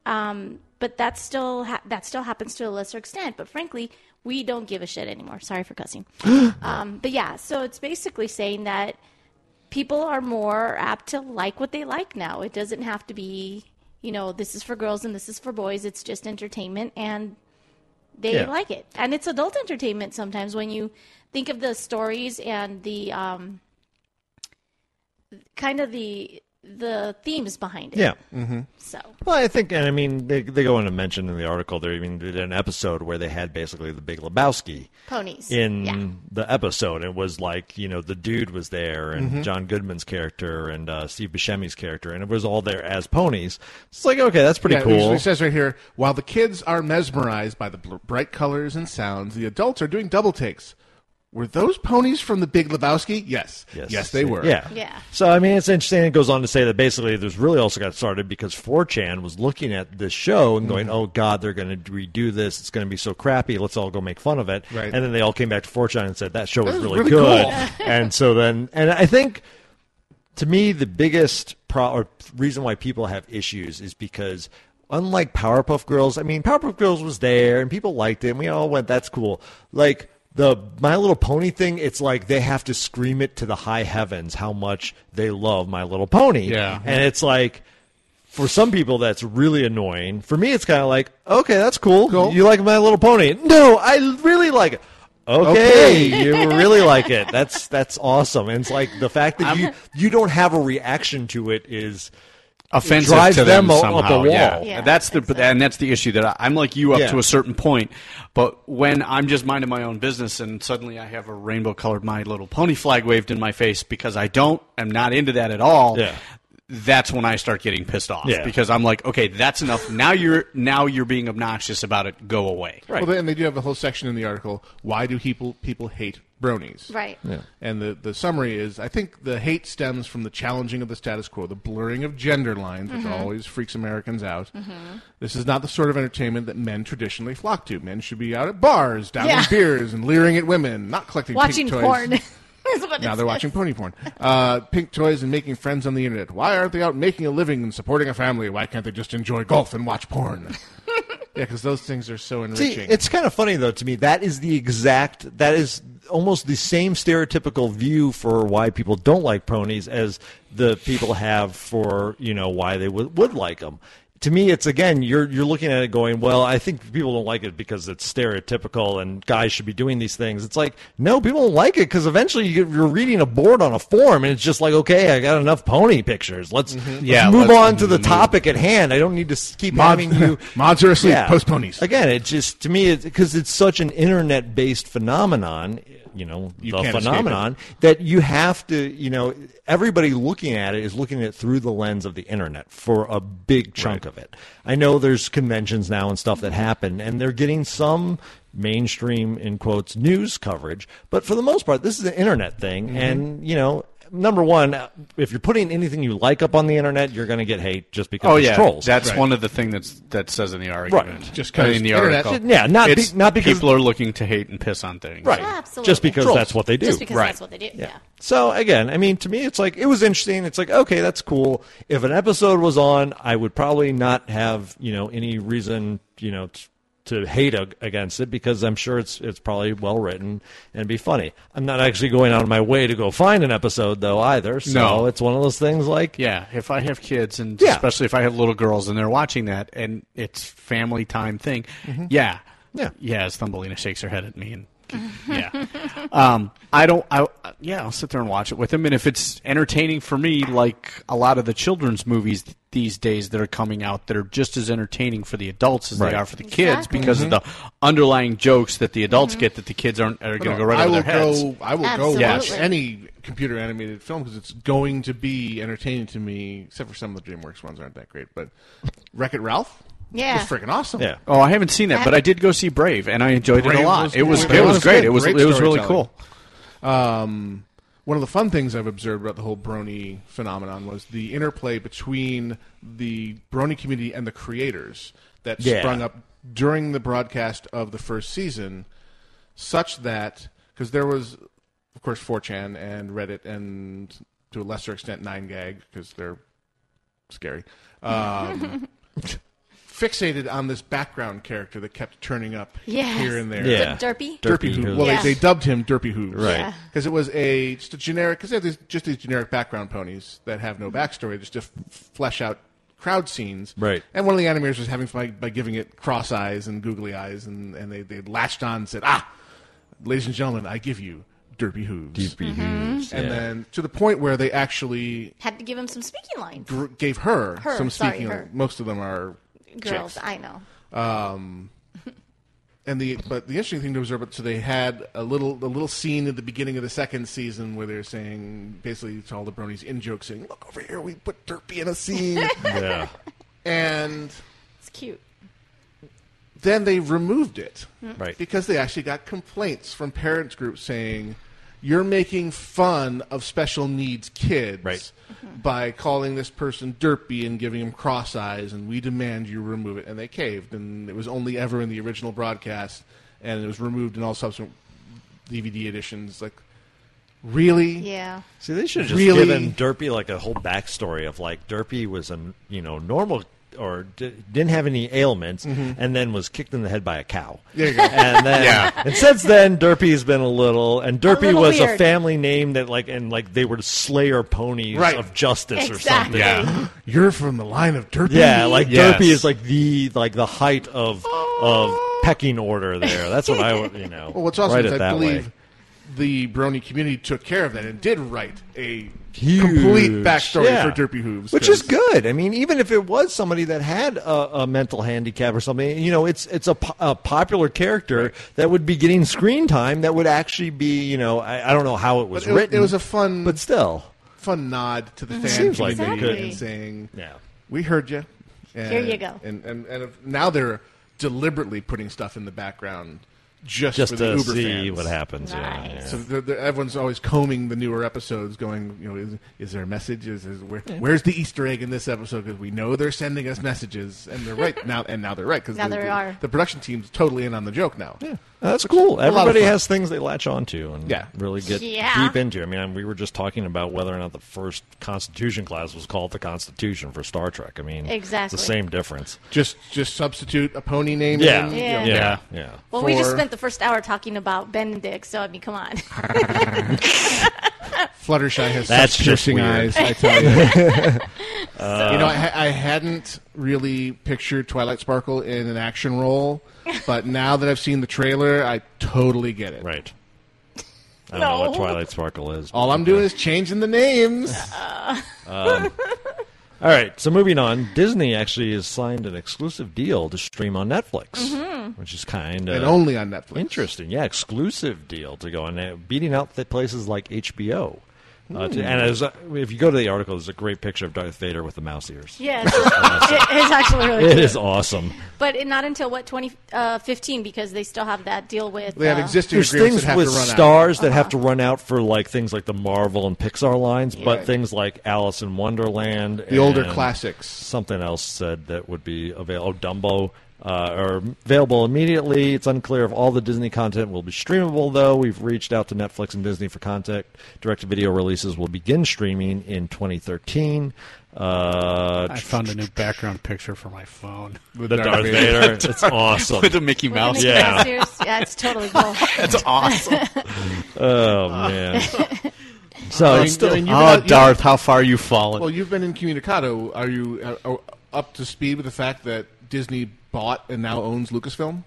Speaker 9: um, but that still ha- that still happens to a lesser extent. But frankly, we don't give a shit anymore. Sorry for cussing. um, but yeah, so it's basically saying that people are more apt to like what they like now. It doesn't have to be, you know, this is for girls and this is for boys. It's just entertainment, and they
Speaker 17: Yeah.
Speaker 9: like it. And it's adult entertainment sometimes when you think of the stories and the um, kind of the the themes behind it.
Speaker 8: Yeah. Mm-hmm.
Speaker 9: So.
Speaker 8: Well, I think, and I mean, they, they go on to mention in the article there. I mean, they did an episode where they had basically the Big Lebowski
Speaker 9: Ponies.
Speaker 8: in
Speaker 9: Yeah.
Speaker 8: the episode. It was like you know the dude was there, and
Speaker 4: Mm-hmm.
Speaker 9: Mhm.
Speaker 8: John Goodman's character, and uh, Steve Buscemi's character, and it was all there as ponies. It's like okay, that's pretty
Speaker 4: Yeah, it
Speaker 8: cool.
Speaker 4: usually says right here, while the kids are mesmerized by the bl- bright colors and sounds, the adults are doing double takes. Were those ponies from the Big Lebowski? Yes. Yes, they were.
Speaker 8: Yeah. So I mean, it's interesting. It goes on to say that basically, there's really also got started because 4chan was looking at this show and
Speaker 4: Mm-hmm.
Speaker 8: going, "Oh God, they're going to redo this. It's going to be so crappy. Let's all go make fun of it."
Speaker 4: Right.
Speaker 8: And then they all came back to 4chan and said that show was
Speaker 4: That was
Speaker 8: really,
Speaker 4: really
Speaker 8: good. [laughs]
Speaker 4: cool.
Speaker 8: and so then, and I think to me the biggest pro- or reason why people have issues is because unlike powerpuff girls i mean powerpuff girls was there and people liked it and we all went that's cool like the my little pony thing it's like they have to scream it to the high heavens how much they love my little pony
Speaker 4: Yeah.
Speaker 8: and it's like for some people that's really annoying for me it's kind of like okay that's cool. you like my little pony no i really like it okay,
Speaker 4: Okay.
Speaker 8: you really like it that's that's awesome and it's like the fact that you you don't have a reaction to it is
Speaker 7: offensive
Speaker 8: it drives
Speaker 7: to them,
Speaker 8: o-
Speaker 7: somehow.
Speaker 8: up a wall
Speaker 7: Yeah. that's the and that's the issue that I, I'm like you up
Speaker 8: Yeah.
Speaker 7: to a certain point, but when I'm just minding my own business and suddenly I have a rainbow colored My Little Pony flag waved in my face because I don't am not into that at all.
Speaker 8: Yeah.
Speaker 7: That's when I start getting pissed off
Speaker 8: Yeah.
Speaker 7: because I'm like, okay, that's enough. Now you're now you're being obnoxious about it. Go away.
Speaker 4: Well, they- and they do have a whole section in the article. Why do people people hate bronies?
Speaker 9: Right.
Speaker 7: Yeah.
Speaker 4: And the the summary is: I think the hate stems from the challenging of the status quo, the blurring of gender lines, which
Speaker 9: Mm-hmm.
Speaker 10: Mhm.
Speaker 4: always freaks Americans out.
Speaker 10: Mhm.
Speaker 4: This is not the sort of entertainment that men traditionally flock to. Men should be out at bars, downing
Speaker 9: Yeah.
Speaker 4: beers, and leering at women, not collecting pink
Speaker 9: Watching
Speaker 4: toys.
Speaker 9: porn. [laughs] is what it
Speaker 4: [laughs] now they're
Speaker 9: says.
Speaker 4: watching pony porn. Uh, pink toys and making friends on the internet. Why aren't they out making a living and supporting a family? Why can't they just enjoy golf and watch
Speaker 9: [laughs]
Speaker 4: porn? yeah, because those things are so
Speaker 8: See,
Speaker 4: enriching.
Speaker 8: it's kind of funny though to me. That is the exact. That is almost the same stereotypical view for why people don't like ponies as the people have for you know why they would would like them. to me, it's again you're you're looking at it going, well, I think people don't like it because it's stereotypical and guys should be doing these things. It's like no, people don't like it because eventually you- you're reading a board on a form and it's just like, okay, I got enough pony pictures. Let's, let's
Speaker 7: Mm-hmm. Yeah,
Speaker 8: move
Speaker 7: let's
Speaker 8: on to the
Speaker 7: move.
Speaker 8: topic at hand. I don't need to s- keep
Speaker 3: Mods-
Speaker 8: having
Speaker 7: [laughs]
Speaker 8: you
Speaker 3: mods are asleep.
Speaker 8: Yeah.
Speaker 3: Post ponies.
Speaker 8: again. It just to me because it's such an internet based phenomenon. You know,
Speaker 3: You
Speaker 8: the
Speaker 3: can't escape it.
Speaker 8: phenomenon that you have to, you know, everybody looking at it is looking at it through the lens of the internet for a big chunk of it. I know there's conventions now and stuff that happen, and they're getting some mainstream, in quotes, news coverage. But for the most part, this is an internet thing,
Speaker 3: Mm-hmm.
Speaker 8: and, you know, Number one, if you're putting anything you like up on the internet, you're going to get hate just because
Speaker 7: Oh
Speaker 8: it's
Speaker 7: yeah,
Speaker 8: trolls.
Speaker 7: that's one of the thing that's that says in the argument.
Speaker 8: Right.
Speaker 7: Just
Speaker 8: Just
Speaker 7: I
Speaker 8: 'cause
Speaker 7: mean, the
Speaker 8: internet-
Speaker 7: article.
Speaker 8: Yeah, not be-
Speaker 7: It's
Speaker 8: not because-
Speaker 7: people are looking to hate and piss on things.
Speaker 8: Right.
Speaker 9: Absolutely.
Speaker 8: Just because
Speaker 9: Trolls.
Speaker 8: that's what they do.
Speaker 9: Just because
Speaker 8: right.
Speaker 9: that's what they do, yeah.
Speaker 8: So again, I mean, to me, it's like it was interesting. It's like okay, that's cool. If an episode was on, I would probably not have you know any reason you know t- to hate ag- against it because I'm sure it's it's probably well written and be funny. I'm not actually going out of my way to go find an episode though either. So
Speaker 7: No.
Speaker 8: it's one of those things like
Speaker 7: Yeah, if I have kids and
Speaker 8: Yeah.
Speaker 7: especially if I have little girls and they're watching that and it's family time thing,
Speaker 8: Mhm.
Speaker 7: yeah,
Speaker 8: Yeah.
Speaker 7: yeah. As Thumbelina shakes her head at me and
Speaker 9: [laughs]
Speaker 7: yeah, um, I don't. I yeah, I'll sit there and watch it with them. And if it's entertaining for me, like a lot of the children's movies these days that are coming out that are just as entertaining for the adults as
Speaker 8: Right.
Speaker 7: they are for the kids
Speaker 4: Exactly. Mm-hmm.
Speaker 7: because
Speaker 4: Mhm.
Speaker 7: of the underlying jokes that the adults get that the kids aren't are going to go right
Speaker 4: I
Speaker 7: over
Speaker 4: will
Speaker 7: their heads.
Speaker 4: go. I will go watch
Speaker 7: Yes.
Speaker 4: any computer animated film because it's going to be entertaining to me. Except for some of the DreamWorks ones aren't that great, but Wreck It Ralph,
Speaker 12: Yeah.
Speaker 4: was freaking awesome.
Speaker 7: Oh, I haven't seen that, but I did go see Brave, and I enjoyed it
Speaker 4: Brave
Speaker 7: a lot.
Speaker 4: was
Speaker 7: it was
Speaker 4: great.
Speaker 7: it was great. It was
Speaker 4: Great
Speaker 7: it was really
Speaker 4: storytelling.
Speaker 7: cool.
Speaker 4: Um, one of the fun things I've observed about the whole Brony phenomenon was the interplay between the Brony community and the creators that
Speaker 8: Yeah.
Speaker 4: sprung up during the broadcast of the first season, such that because there was, of course, 4chan and Reddit, and to a lesser extent, 9gag because they're scary.
Speaker 7: [laughs]
Speaker 4: Um, fixated on this background character that kept turning up
Speaker 9: Yes.
Speaker 4: here and there.
Speaker 9: The Yeah. Derpy?
Speaker 4: Derpy,
Speaker 9: Derpy
Speaker 4: Hooves.
Speaker 9: Hooves.
Speaker 4: Well,
Speaker 9: Yeah.
Speaker 4: they, they dubbed him Derpy Hooves.
Speaker 9: Right. Yeah.
Speaker 4: Because it was a just a generic because they have these, just these generic background ponies that have no backstory, just to f- flesh out crowd scenes.
Speaker 8: Right.
Speaker 4: And one of the animators was having fun by giving it cross eyes and googly eyes, and, and they, they latched on and said, "Ah, ladies and gentlemen, I give you Derpy Hooves." Derpy
Speaker 9: Hooves,
Speaker 4: And
Speaker 9: yeah.
Speaker 4: then to the point where they actually
Speaker 9: Had to give him some speaking lines.
Speaker 4: gr- gave her,
Speaker 9: Her,
Speaker 4: some
Speaker 9: sorry,
Speaker 4: speaking.
Speaker 9: her.
Speaker 4: Most of them are
Speaker 9: Girls,
Speaker 4: chicks.
Speaker 9: I know.
Speaker 4: Um, and the but the interesting thing to observe, so they had a little a little scene at the beginning of the second season where they're saying basically to all the bronies in joke saying, "Look over here, we put Derpy in a scene."
Speaker 8: [laughs] Yeah.
Speaker 4: and
Speaker 9: It's cute.
Speaker 4: then they removed it
Speaker 9: Mm.
Speaker 8: Right.
Speaker 4: because they actually got complaints from parents groups saying you're making fun of special needs kids by calling this person derpy and giving him cross eyes and we demand you remove it and they caved and it was only ever in the original broadcast and it was removed in all subsequent dvd editions like really
Speaker 9: Yeah.
Speaker 8: See, they should have just
Speaker 4: Really?
Speaker 8: given Derpy like a whole backstory of like Derpy was a you know normal or d- didn't have any ailments,
Speaker 4: Mhm.
Speaker 8: and then was kicked in the head by a cow.
Speaker 4: There you
Speaker 8: [laughs]
Speaker 4: go.
Speaker 8: And then,
Speaker 4: Yeah.
Speaker 8: and since then, Derpy's been a little, and Derpy
Speaker 9: little
Speaker 8: was a
Speaker 9: weird.
Speaker 8: family name that like, and like they were slayer ponies
Speaker 4: Right.
Speaker 8: of justice
Speaker 9: Exactly.
Speaker 8: or something.
Speaker 9: Yeah.
Speaker 4: you're from the line of derpy
Speaker 8: Yeah, like
Speaker 4: Yes.
Speaker 8: Derpy is like the like the height of of pecking order there. That's what I would you know.
Speaker 4: Well, what's awesome
Speaker 8: write
Speaker 4: is
Speaker 8: it
Speaker 4: I
Speaker 8: that way.
Speaker 4: believe the Brony community took care of that and did write a
Speaker 8: Huge.
Speaker 4: complete backstory
Speaker 8: Yeah.
Speaker 4: for Derpy Hooves,
Speaker 8: which
Speaker 4: 'cause-
Speaker 8: is good. I mean, even if it was somebody that had a, a mental handicap or something, you know, it's it's a, po- a popular character that would be getting screen time. That would actually be, you know, I, I don't know how it was
Speaker 4: But it,
Speaker 8: written.
Speaker 4: it was a fun,
Speaker 8: but still,
Speaker 4: fun nod to the
Speaker 8: Mhm.
Speaker 4: fan
Speaker 8: Seems like they
Speaker 4: community
Speaker 8: could.
Speaker 4: and saying,
Speaker 8: "Yeah,
Speaker 4: we heard you."
Speaker 9: Here you go.
Speaker 4: And and, and if, now they're deliberately putting stuff in the background just,
Speaker 8: Just
Speaker 4: for the
Speaker 8: to
Speaker 4: Uber
Speaker 8: see
Speaker 4: fans.
Speaker 8: what happens, yeah, Nice. yeah.
Speaker 4: So they're, they're- everyone's always combing the newer episodes, going, you know, is, is there a message? Is, is where,
Speaker 9: Yeah.
Speaker 4: where's the Easter egg in this episode? Because we know they're sending us messages, and they're right now, and now they're right
Speaker 9: [laughs]
Speaker 4: because
Speaker 9: Now
Speaker 4: the,
Speaker 9: they
Speaker 4: the-
Speaker 9: are.
Speaker 4: the production team's totally in on the joke now. Yeah,
Speaker 8: that's cool.
Speaker 4: a lot of
Speaker 8: Everybody
Speaker 4: fun.
Speaker 8: has things they latch onto and
Speaker 4: Yeah.
Speaker 8: really get
Speaker 9: Yeah.
Speaker 8: deep into. I mean, we were just talking about whether or not the first Constitution class was called the Constitution for Star Trek. I mean,
Speaker 9: Exactly.
Speaker 8: it's the same difference.
Speaker 4: Just just substitute a pony name.
Speaker 8: Yeah.
Speaker 4: in,
Speaker 9: Yeah.
Speaker 4: you know.
Speaker 8: Yeah. Yeah.
Speaker 9: Well, we just [laughs]
Speaker 4: For-
Speaker 9: spent the first hour talking about Ben and Dick, so I mean, come on.
Speaker 4: Fluttershy has
Speaker 8: That's
Speaker 4: such
Speaker 8: just
Speaker 4: piercing
Speaker 8: weird.
Speaker 4: eyes. I tell
Speaker 8: [laughs]
Speaker 4: you, [laughs]
Speaker 8: Uh,
Speaker 4: you know, I, I hadn't really pictured Twilight Sparkle in an action role, but now that I've seen the trailer, I totally get it.
Speaker 8: Right. I don't know what Twilight Sparkle is.
Speaker 4: All I'm doing is changing the names.
Speaker 8: [laughs]
Speaker 9: Uh,
Speaker 8: Um, all right, so moving on, Disney actually has signed an exclusive deal to stream on Netflix,
Speaker 12: Mm-hmm.
Speaker 4: Mhm.
Speaker 9: mm-hmm.
Speaker 8: which is kind of
Speaker 4: And only on Netflix.
Speaker 8: Interesting, yeah, exclusive deal to go on, uh, beating out the places like HBO. Uh, to-
Speaker 9: Hmm.
Speaker 8: and as, uh, if you go to the article, there's a great picture of Darth Vader with the mouse ears.
Speaker 9: Yeah, it's, it- it's actually really
Speaker 8: It
Speaker 9: cute.
Speaker 8: is awesome.
Speaker 9: But it, not until what 2015 because they still have that deal with.
Speaker 4: They have
Speaker 9: uh,
Speaker 4: existing
Speaker 8: There's
Speaker 4: agreements
Speaker 8: things
Speaker 4: that have
Speaker 8: with
Speaker 4: to run out.
Speaker 8: stars that have to run out for like things like the Marvel and Pixar lines, but
Speaker 4: Right.
Speaker 8: things like Alice in Wonderland,
Speaker 4: The older
Speaker 8: and
Speaker 4: classics.
Speaker 8: Something else said that would be available. Dumbo uh, are available immediately. It's unclear if all the Disney content will be streamable, though. We've reached out to Netflix and Disney for content. Direct-to-video releases will begin streaming in 2013. Uh,
Speaker 7: I found a new background picture for my phone.
Speaker 8: The Darth Darth Vader. Vader. It's
Speaker 4: [laughs]
Speaker 8: awesome.
Speaker 7: With the Mickey
Speaker 8: With
Speaker 9: the
Speaker 7: Mouse.
Speaker 9: Mickey
Speaker 8: Yeah.
Speaker 9: Mouse ears. yeah,
Speaker 11: [laughs]
Speaker 9: it's totally
Speaker 8: [laughs]
Speaker 9: cool.
Speaker 7: That's
Speaker 9: [laughs]
Speaker 7: awesome.
Speaker 4: [laughs]
Speaker 8: oh man. So
Speaker 4: I mean,
Speaker 8: it's still
Speaker 4: I mean, you've
Speaker 7: oh,
Speaker 4: been- you've-
Speaker 7: Darth, how far you've fallen.
Speaker 4: Well, you've been incommunicado. Are you uh, are up to speed with the fact that Disney bought and now owns Lucasfilm?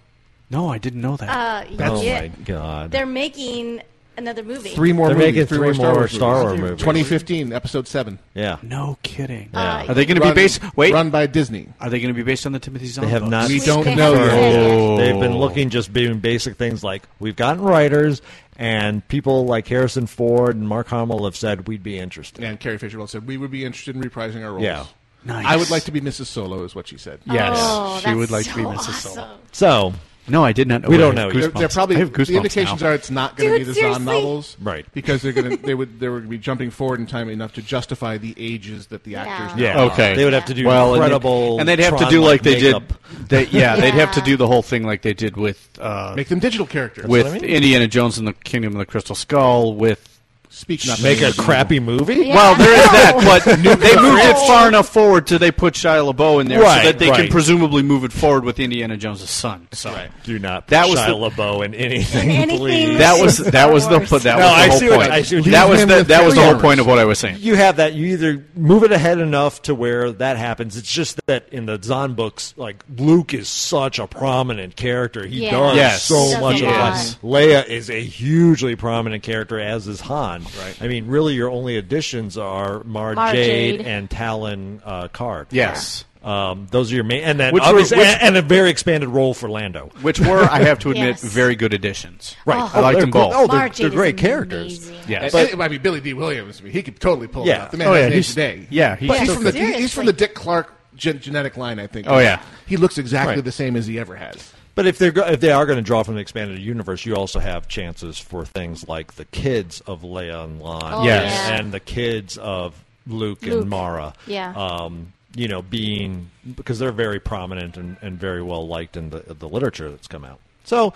Speaker 7: No, I didn't know that.
Speaker 9: Uh,
Speaker 8: oh
Speaker 9: yeah.
Speaker 8: my god.
Speaker 9: They're making another movie.
Speaker 4: Three more
Speaker 8: They're
Speaker 4: movies.
Speaker 8: making three more Star Wars movies.
Speaker 4: 2015, episode 7.
Speaker 8: yeah.
Speaker 7: No kidding.
Speaker 8: Yeah.
Speaker 7: Are they going to be
Speaker 4: Run-
Speaker 7: based? Wait,
Speaker 4: Run by Disney.
Speaker 7: are they going to be based on the Timothy Zahn?
Speaker 8: They have
Speaker 7: books?
Speaker 8: not.
Speaker 4: We don't They know haven't yet. said
Speaker 7: yet. Oh.
Speaker 8: They've been looking just doing basic things like we've gotten writers and people like Harrison Ford and Mark Hamill have said we'd be interested.
Speaker 4: And Carrie Fisher Wells said, We would be interested in reprising our roles.
Speaker 8: Yeah.
Speaker 7: Nice.
Speaker 4: I would like to be Mrs. Solo, is what she said.
Speaker 7: Yes,
Speaker 9: Oh,
Speaker 7: she would
Speaker 9: that's
Speaker 7: like to be
Speaker 9: so
Speaker 7: Mrs.
Speaker 9: awesome.
Speaker 7: Solo.
Speaker 8: So
Speaker 7: No, I did not know.
Speaker 8: We
Speaker 7: I
Speaker 8: don't
Speaker 7: had
Speaker 8: know yet.
Speaker 4: They're,
Speaker 7: goosebumps.
Speaker 4: they're probably
Speaker 7: I have goosebumps
Speaker 4: the indications
Speaker 7: now.
Speaker 4: are it's not going to
Speaker 9: Dude,
Speaker 4: be the
Speaker 9: seriously?
Speaker 4: Zahn novels,
Speaker 8: Right.
Speaker 4: Because they're
Speaker 8: [laughs]
Speaker 4: going to they would they would be jumping forward in time enough to justify the ages that the actors. now
Speaker 8: Yeah.
Speaker 4: are.
Speaker 7: Okay.
Speaker 8: They would have to do
Speaker 7: well, and they'd-
Speaker 8: incredible
Speaker 7: and they'd, have to
Speaker 8: Tron-like
Speaker 7: do like they
Speaker 8: makeup.
Speaker 7: did. They, yeah, they'd have to
Speaker 9: Yeah.
Speaker 7: do the whole thing like they did with uh,
Speaker 4: Make them digital characters.
Speaker 7: with
Speaker 8: what I mean.
Speaker 7: Indiana Jones and the Kingdom of the Crystal Skull. With
Speaker 4: Speak not
Speaker 8: Make a
Speaker 4: evil.
Speaker 8: crappy movie?
Speaker 9: Yeah.
Speaker 7: well, there
Speaker 9: [laughs]
Speaker 7: is that, but they moved it
Speaker 9: No.
Speaker 7: far enough forward till they put Shia LaBeouf in there,
Speaker 8: Right,
Speaker 7: so that they
Speaker 8: right.
Speaker 7: can presumably move it forward with Indiana Jones' son. So
Speaker 8: Do not
Speaker 7: That
Speaker 8: put
Speaker 7: was
Speaker 8: Shia
Speaker 7: the-
Speaker 8: LaBeouf in [laughs] anything.
Speaker 9: anything
Speaker 8: please.
Speaker 7: that was that was the
Speaker 9: Star Wars.
Speaker 7: that
Speaker 8: No, I
Speaker 7: was
Speaker 8: see
Speaker 7: the
Speaker 8: what-
Speaker 7: whole point.
Speaker 8: I see what-
Speaker 7: That was
Speaker 4: Leave
Speaker 7: the
Speaker 4: him
Speaker 7: that
Speaker 4: with
Speaker 7: was the whole
Speaker 4: Thanos.
Speaker 7: point of what I was saying.
Speaker 8: you have that. You either move it ahead enough to where that happens. It's just that in the Zon books, like Luke is such a prominent character. He
Speaker 9: Yeah.
Speaker 8: does
Speaker 7: Yes.
Speaker 8: so
Speaker 9: He does
Speaker 8: much
Speaker 9: a
Speaker 8: of
Speaker 9: lot.
Speaker 8: it. Leia is a hugely prominent character, as is Han.
Speaker 4: Right.
Speaker 8: I mean, really, your only additions are Mar,
Speaker 9: Mar
Speaker 8: Jade,
Speaker 9: Jade.
Speaker 8: and Talon uh, Card.
Speaker 7: Yes.
Speaker 8: Um, those are your main, and then
Speaker 7: Which were-
Speaker 8: obviously,
Speaker 7: which-
Speaker 8: and, and a very expanded role for Lando.
Speaker 7: Which were, I have [laughs] to admit,
Speaker 9: [laughs] Yes.
Speaker 7: very good additions.
Speaker 8: Right.
Speaker 7: I liked
Speaker 8: they're
Speaker 7: them
Speaker 8: gr-
Speaker 7: both.
Speaker 8: Oh, they're,
Speaker 9: Mar
Speaker 8: they're
Speaker 9: Jade is
Speaker 8: great characters.
Speaker 9: amazing.
Speaker 7: Yes.
Speaker 4: But, it might be Billy D. Williams. I mean, he could totally pull it
Speaker 8: Yeah.
Speaker 4: off. The man
Speaker 7: Oh,
Speaker 4: has
Speaker 7: yeah,
Speaker 4: a name
Speaker 7: he's-
Speaker 4: today.
Speaker 7: yeah, he's
Speaker 4: but he's
Speaker 7: so
Speaker 4: from the
Speaker 9: good.
Speaker 4: he- he's from the Dick Clark gen- genetic line, I think.
Speaker 7: Oh, yeah.
Speaker 4: he looks exactly
Speaker 8: Right.
Speaker 4: the same as he ever has.
Speaker 8: But if they're go- if they are going to draw from the expanded universe, you also have chances for things like the kids of Leia and Lon,
Speaker 9: Oh,
Speaker 7: Yes.
Speaker 9: yeah.
Speaker 8: and the kids of Luke,
Speaker 9: Luke.
Speaker 8: and Mara,
Speaker 9: Yeah.
Speaker 8: um, you know, being because they're very prominent and, and very well liked in the the literature that's come out. So.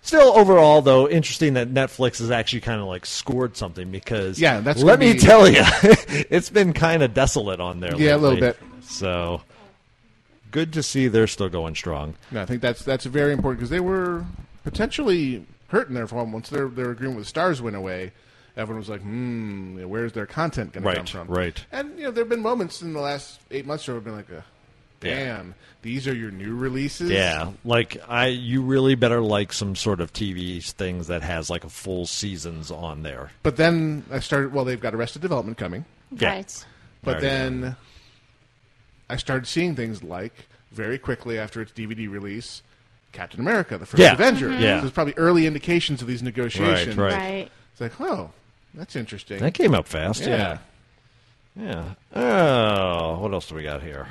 Speaker 8: Still, overall, though, interesting that Netflix has actually kind of like scored something because
Speaker 4: Yeah, that's
Speaker 8: let
Speaker 4: gonna
Speaker 8: me
Speaker 4: be-
Speaker 8: tell you, [laughs] it's been kind of desolate on there.
Speaker 4: Yeah, a little
Speaker 8: lately.
Speaker 4: bit.
Speaker 8: So good to see they're still going strong.
Speaker 4: No, I think that's that's very important because they were potentially hurting there for one. Once their their agreement with Stars went away, everyone was like, "Hmm, where's their content going
Speaker 8: Right,
Speaker 4: to come from?"
Speaker 8: right.
Speaker 4: And you know, there have been moments in the last eight months where I've been like, uh,
Speaker 8: Yeah.
Speaker 4: "Damn, these are your new releases."
Speaker 8: Yeah, like I, you really better like some sort of TV things that has like a full seasons on there.
Speaker 4: But then I started. Well, they've got Arrested Development coming.
Speaker 8: Yeah.
Speaker 9: Right.
Speaker 4: But
Speaker 8: Already
Speaker 4: then I started seeing things like very quickly after its DVD release, Captain America: The First
Speaker 8: Yeah.
Speaker 4: Avenger.
Speaker 8: Mhm. Yeah.
Speaker 4: there's probably early indications of these negotiations.
Speaker 8: Right.
Speaker 9: Mm-hmm. Right.
Speaker 4: It's like, oh, that's interesting.
Speaker 8: That came up fast.
Speaker 4: Yeah.
Speaker 8: Yeah. yeah, Oh, what else do we got here?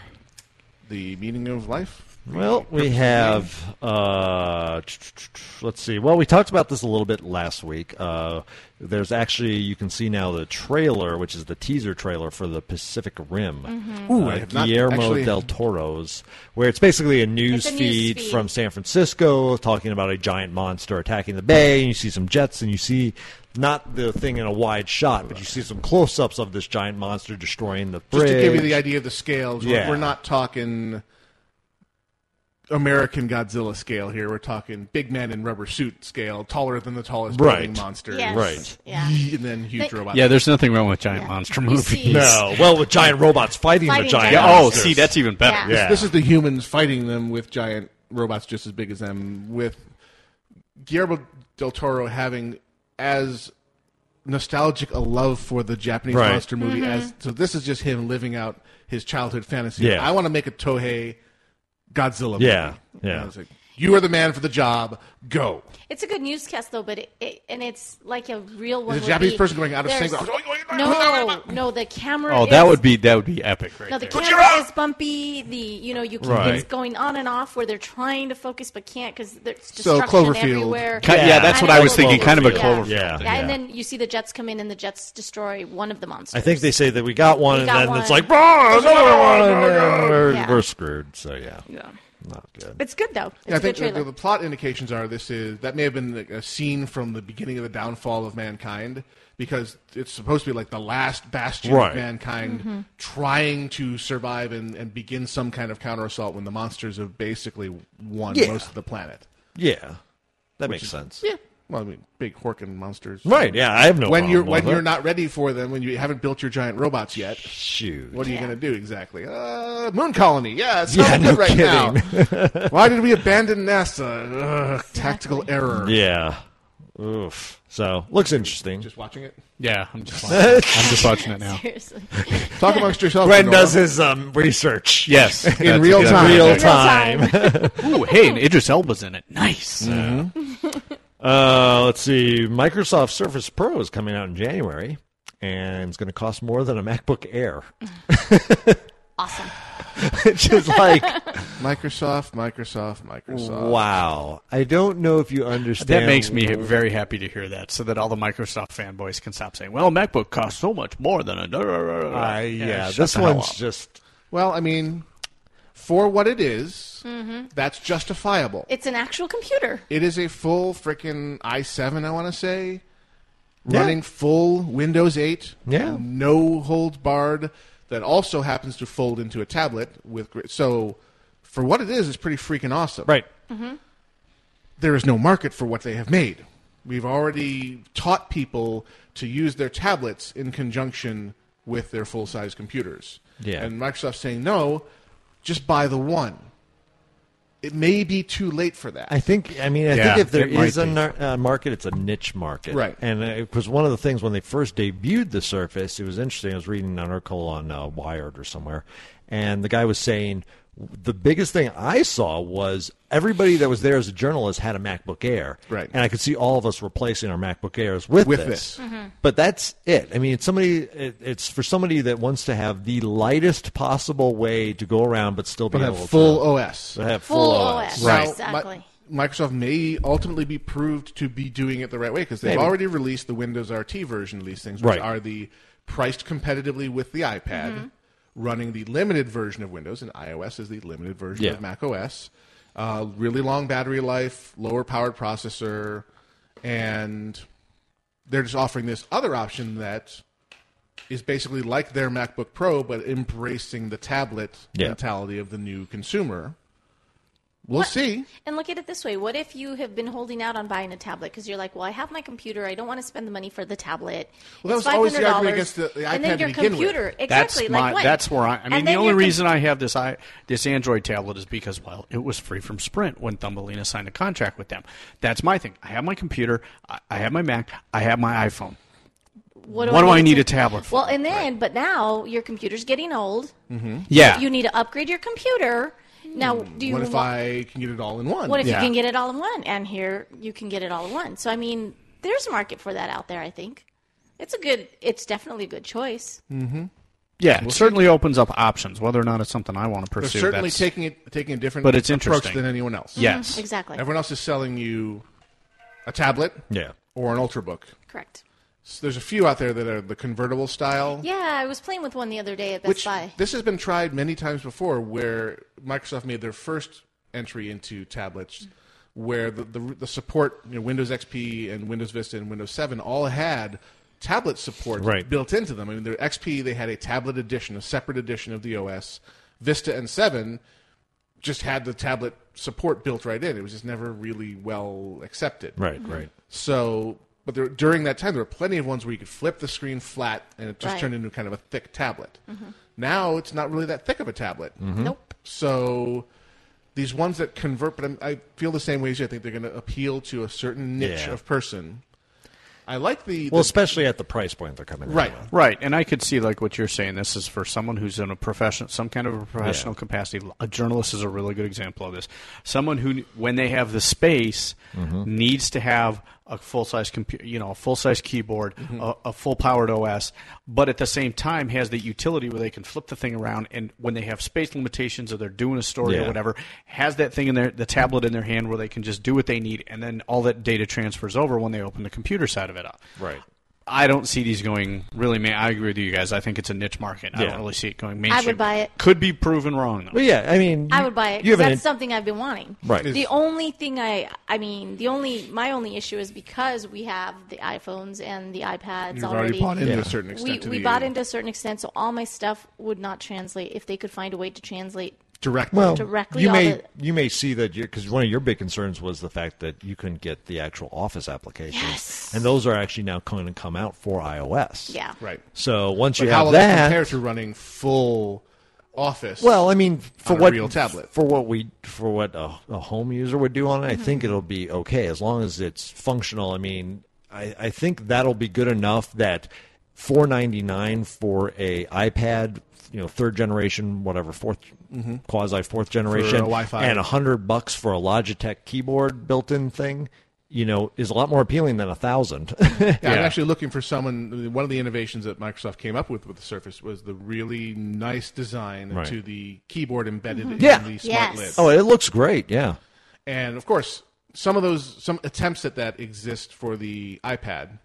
Speaker 4: The meaning of life.
Speaker 8: Well, we have. Uh, tch, tch, tch, tch, let's see. Well, we talked about this a little bit last week. Uh, there's actually you can see now the trailer, which is the teaser trailer for the Pacific Rim.
Speaker 9: Mm-hmm.
Speaker 4: Ooh,
Speaker 8: uh,
Speaker 4: I have not
Speaker 8: Guillermo
Speaker 4: actually-
Speaker 8: del Toro's, where it's basically a news,
Speaker 9: It's a news
Speaker 8: feed,
Speaker 9: feed.
Speaker 8: from San Francisco talking about a giant monster attacking the bay, and you see some jets, and you see not the thing in a wide shot, but you see some close-ups of this giant monster destroying the bridge.
Speaker 4: Just to give you the idea of the scales, we're-
Speaker 8: Yeah.
Speaker 4: we're, not talking American Godzilla scale here. We're talking big man in rubber suit scale, taller than the tallest
Speaker 8: Right.
Speaker 4: building monster.
Speaker 9: Yes. Right. Yeah.
Speaker 4: And then huge
Speaker 9: Like-
Speaker 4: robot.
Speaker 7: Yeah, there's nothing wrong with giant monster
Speaker 9: You
Speaker 7: movies.
Speaker 9: see- No,
Speaker 8: well, with giant robots fighting,
Speaker 9: Fighting giant
Speaker 7: Yeah,
Speaker 9: giant
Speaker 7: oh,
Speaker 9: monsters.
Speaker 7: see, that's even better.
Speaker 4: This- This is the humans fighting them with giant robots just as big as them, with Guillermo del Toro having as nostalgic a love for the Japanese
Speaker 8: Right.
Speaker 4: monster movie
Speaker 8: Mhm.
Speaker 9: Mm-hmm.
Speaker 4: as so this is just him living out his childhood fantasy.
Speaker 8: Yeah.
Speaker 4: I want to make a Tohei Godzilla movie.
Speaker 8: Yeah, yeah.
Speaker 4: And I was like, you are the man for the job. Go.
Speaker 9: It's a good newscast though, but it, it and it's like a real one.
Speaker 4: a
Speaker 9: would
Speaker 4: Japanese
Speaker 9: be-
Speaker 4: person going out of
Speaker 9: there's-
Speaker 4: sync.
Speaker 9: No, no, no. The camera.
Speaker 7: Oh, that
Speaker 9: is-
Speaker 7: would be that would be epic, right?
Speaker 9: No, the
Speaker 7: there.
Speaker 9: camera is bumpy. The you know you can, it's
Speaker 7: Right.
Speaker 9: going on and off where they're trying to focus but can't because there's
Speaker 7: So,
Speaker 9: destruction
Speaker 7: Cloverfield.
Speaker 9: everywhere.
Speaker 7: Ki- yeah, that's
Speaker 9: Kind
Speaker 7: what
Speaker 9: of
Speaker 7: I was thinking, kind of a Cloverfield.
Speaker 9: Yeah.
Speaker 8: Yeah.
Speaker 9: and
Speaker 8: Yeah.
Speaker 9: then you see the jets come in and the jets destroy one of the monsters.
Speaker 8: I think they say that we got one,
Speaker 9: We
Speaker 8: and
Speaker 9: got
Speaker 8: then
Speaker 9: one.
Speaker 8: it's like, "Bah, there's another one, and then we're,
Speaker 9: Yeah.
Speaker 8: we're screwed. So yeah,
Speaker 9: Yeah.
Speaker 8: not good.
Speaker 9: It's good though. It's
Speaker 4: Yeah, I
Speaker 9: a good
Speaker 4: think the,
Speaker 9: trailer.
Speaker 4: the plot indications are this is that may have been like a scene from the beginning of the downfall of mankind because it's supposed to be like the last bastion
Speaker 8: Right.
Speaker 4: of mankind
Speaker 9: Mm-hmm.
Speaker 8: Mhm.
Speaker 4: trying to survive and, and begin some kind of counter assault when the monsters have basically won
Speaker 8: Yeah.
Speaker 4: most of the planet.
Speaker 8: Yeah, that
Speaker 4: Which
Speaker 8: makes
Speaker 4: is-
Speaker 8: sense.
Speaker 4: Yeah. Well, I mean, big horking monsters.
Speaker 8: Right, yeah, I have no
Speaker 4: When
Speaker 8: problem
Speaker 4: you're
Speaker 8: with
Speaker 4: when
Speaker 8: it.
Speaker 4: you're not ready for them, when you haven't built your giant robots yet.
Speaker 8: Shoot.
Speaker 4: What are you
Speaker 8: Yeah.
Speaker 4: going to do exactly? Uh, moon colony. Yeah, it's not
Speaker 8: Yeah,
Speaker 4: good
Speaker 8: no
Speaker 4: right now.
Speaker 8: [laughs] kidding.
Speaker 4: Why did we abandon NASA? Ugh, tactical error.
Speaker 8: Yeah. Oof. So looks interesting.
Speaker 4: Just watching it.
Speaker 7: Yeah, I'm
Speaker 8: [laughs]
Speaker 7: just watching it. I'm just watching it now.
Speaker 9: Seriously.
Speaker 4: Talk amongst yourselves.
Speaker 8: Gwen
Speaker 4: Nora.
Speaker 8: does his um, research. [laughs]
Speaker 7: Yes,
Speaker 8: That's
Speaker 7: that's
Speaker 8: a
Speaker 7: a
Speaker 8: good
Speaker 7: good
Speaker 8: idea.
Speaker 7: idea.
Speaker 8: Real time. [laughs]
Speaker 7: Ooh, hey, and Idris Elba's in it. Nice.
Speaker 8: Uh, let's see. Microsoft Surface Pro is coming out in January, and it's going to cost more than a MacBook Air. [laughs]
Speaker 9: awesome.
Speaker 8: Which is like,
Speaker 4: [laughs] Microsoft, Microsoft, Microsoft.
Speaker 8: wow. I don't know if you understand.
Speaker 7: That makes me very happy to hear that, so that all the Microsoft fanboys can stop saying, "Well, MacBook costs so much more than a."
Speaker 8: Uh, yeah,
Speaker 7: shut
Speaker 8: this
Speaker 7: the hell
Speaker 8: one's
Speaker 7: up.
Speaker 8: just
Speaker 4: Well, I mean, for what it is,
Speaker 9: Mhm.
Speaker 4: that's justifiable.
Speaker 9: It's an actual computer.
Speaker 4: [laughs] It is a full freaking i7, I want to say,
Speaker 8: Yeah.
Speaker 4: running full Windows 8.
Speaker 8: Yeah.
Speaker 4: No holds barred. That also happens to fold into a tablet with gr- so for what it is, it's pretty freaking awesome.
Speaker 8: Right.
Speaker 9: Mhm.
Speaker 4: There is no market for what they have made. We've already taught people to use their tablets in conjunction with their full size computers.
Speaker 8: Yeah.
Speaker 4: And Microsoft's saying no, just buy the one. It may be too late for that.
Speaker 8: I think. I mean, I
Speaker 4: Yeah,
Speaker 8: think if there
Speaker 4: it might
Speaker 8: is a
Speaker 4: be.
Speaker 8: nar- uh, market, it's a niche market,
Speaker 4: Right.
Speaker 8: And uh, it was one of the things when they first debuted the Surface. It was interesting. I was reading an article on uh, Wired or somewhere, and the guy was saying the biggest thing I saw was everybody that was there as a journalist had a MacBook Air,
Speaker 4: Right.
Speaker 8: And I could see all of us replacing our MacBook Airs with,
Speaker 4: With
Speaker 8: this.
Speaker 4: this. Mhm.
Speaker 8: But that's it. I mean, it's somebody. It, it's for somebody that wants to have the lightest possible way to go around, but still
Speaker 4: But
Speaker 8: be
Speaker 4: have
Speaker 8: able
Speaker 4: full
Speaker 8: to
Speaker 4: OS.
Speaker 8: to have
Speaker 9: Full
Speaker 8: full OS,
Speaker 9: OS,
Speaker 4: Now, Mi-
Speaker 9: exactly.
Speaker 4: Microsoft may ultimately be proved to be doing it the right way because they've
Speaker 8: Maybe.
Speaker 4: already released the Windows RT version of these things, which
Speaker 8: Right.
Speaker 4: are the priced competitively with the iPad,
Speaker 8: Mhm.
Speaker 4: running the limited version of Windows, and iOS is the limited version
Speaker 8: Yeah.
Speaker 4: of Mac OS. Uh, really long battery life, lower powered processor, and they're just offering this other option that is basically like their MacBook Pro, but embracing the tablet
Speaker 8: Yeah.
Speaker 4: mentality of the new consumer. We'll
Speaker 9: What-
Speaker 4: see.
Speaker 9: And look at it this way: What if you have been holding out on buying a tablet because you're like, "Well, I have my computer. I don't want to spend the money for the tablet."
Speaker 4: Well, that
Speaker 9: It's
Speaker 4: was always the
Speaker 9: $500,
Speaker 4: argument against the- the
Speaker 9: and
Speaker 4: iPad
Speaker 9: then
Speaker 4: to
Speaker 9: your
Speaker 4: begin with.
Speaker 9: computer,
Speaker 7: That's
Speaker 9: exactly.
Speaker 7: my.
Speaker 9: like what?
Speaker 7: That's where I. I
Speaker 9: And
Speaker 7: mean, the
Speaker 9: then
Speaker 7: only
Speaker 9: your com-
Speaker 7: reason I have this i this Android tablet is because well, it was free from Sprint when Thumbelina signed a contract with them. That's my thing. I have my computer. I, I have my Mac. I have my iPhone.
Speaker 9: What
Speaker 7: What do I
Speaker 9: to-
Speaker 7: need a tablet for?
Speaker 9: Well, and then, but now your computer's getting old.
Speaker 4: Mm-hmm.
Speaker 7: Yeah.
Speaker 9: You need to upgrade your computer. Now, do you
Speaker 4: Hmm. what if
Speaker 9: want-
Speaker 4: I can get it all in one?
Speaker 9: What if you can get it all in one? And here you can get it all in one. So I mean, there's a market for that out there. I think it's a good. It's definitely a good choice.
Speaker 7: Mm-hmm. Yeah, it certainly opens up options. Whether or not it's something I want to
Speaker 4: They're
Speaker 7: pursue,
Speaker 4: certainly
Speaker 7: that's-
Speaker 4: taking it taking a different
Speaker 7: But it's
Speaker 4: approach
Speaker 7: interesting.
Speaker 4: than anyone else.
Speaker 7: Mhm, Yes.
Speaker 9: Mm-hmm. exactly.
Speaker 4: Everyone else is selling you a tablet,
Speaker 8: Yeah.
Speaker 4: or an ultrabook.
Speaker 9: Correct.
Speaker 4: So there's a few out there that are the convertible style,
Speaker 9: Yeah, I was playing with one the other day at Best
Speaker 4: Oh. which
Speaker 9: Buy.
Speaker 4: this has been tried many times before, where Microsoft made their first entry into tablets, where the the, the support you know, Windows XP and Windows Vista and Windows Seven all had tablet support
Speaker 8: Right.
Speaker 4: built into them. I mean, their XP they had a tablet edition, a separate edition of the OS. Vista and Seven just had the tablet support built right in. It was just never really well accepted.
Speaker 8: Right, right.
Speaker 4: So, but there, during that time, there were plenty of ones where you could flip the screen flat and it just
Speaker 9: Right.
Speaker 4: turned into kind of a thick tablet.
Speaker 9: Mhm.
Speaker 4: Now it's not really that thick of a tablet.
Speaker 8: Mm-hmm.
Speaker 9: Mhm. Nope.
Speaker 4: So these ones that convert, but I'm, I feel the same way as you. I think they're going to appeal to a certain niche
Speaker 8: Yeah.
Speaker 4: of person. I like the,
Speaker 8: Well,
Speaker 4: the
Speaker 8: especially at the price point they're coming. out
Speaker 4: Right.
Speaker 8: with.
Speaker 7: Right, and I could see like what you're saying. This is for someone who's in a profession, some kind of a professional capacity. A journalist is a really good example of this. Someone who, when they have the space,
Speaker 8: Mm-hmm.
Speaker 7: needs to have a full size computer, you know, a full size keyboard,
Speaker 8: Mm-hmm.
Speaker 7: a, a full powered OS, but at the same time has the utility where they can flip the thing around. And when they have space limitations or they're doing a story
Speaker 8: Yeah.
Speaker 7: or whatever, has that thing in their the tablet in their hand where they can just do what they need, and then all that data transfers over when they open the computer side of it up.
Speaker 8: Right.
Speaker 7: I don't see these going really. Man, I agree with you guys. I think it's a niche market. I
Speaker 8: Yeah.
Speaker 7: don't really see it going mainstream.
Speaker 9: buy it.
Speaker 7: Could be proven wrong though.
Speaker 8: Well, yeah, I mean,
Speaker 7: [laughs]
Speaker 9: I would [laughs] buy it because
Speaker 7: you have an
Speaker 9: that's
Speaker 7: in-
Speaker 9: something I've been wanting.
Speaker 7: Right.
Speaker 9: The only thing I, I mean, the only my only issue is because we have the iPhones and the iPads
Speaker 4: You've
Speaker 9: already.
Speaker 4: already bought into Yeah. a certain
Speaker 9: We,
Speaker 4: extent to
Speaker 9: we
Speaker 4: the-
Speaker 9: bought into a certain extent, so all my stuff would not translate if they could find a way to translate
Speaker 4: directly.
Speaker 8: Well,
Speaker 9: directly.
Speaker 8: you
Speaker 9: all
Speaker 8: may
Speaker 9: the,
Speaker 8: you may see that because one of your big concerns was the fact that you couldn't get the actual Office applications, and those are actually now going to come out for iOS.
Speaker 9: Yeah.
Speaker 4: Right.
Speaker 8: So once
Speaker 4: But
Speaker 8: you
Speaker 4: how
Speaker 8: have
Speaker 4: will
Speaker 8: that,
Speaker 4: compare to running full office?
Speaker 8: well, I mean, for
Speaker 4: on a
Speaker 8: what
Speaker 4: real tablet?
Speaker 8: for what we for what a, a home user would do on it, I
Speaker 4: Mm-hmm.
Speaker 8: think it'll be okay as long as it's functional. I mean, I, I think that'll be good enough that four ninety nine for a iPad, you know, third generation, whatever 4th
Speaker 4: Mhm.
Speaker 8: quasi fourth generation,
Speaker 4: a Wi-Fi.
Speaker 8: and a hundred bucks for a Logitech keyboard built in thing. You know, is a lot more appealing than a thousand. [laughs]
Speaker 4: Yeah, I'm actually looking for someone. One of the innovations that Microsoft came up with with the Surface was the really nice design
Speaker 8: Right.
Speaker 4: to the keyboard embedded in
Speaker 8: Yeah.
Speaker 4: the smart lid.
Speaker 8: Oh, it looks great. Yeah.
Speaker 4: And of course, some of those some attempts at that exist for the iPad,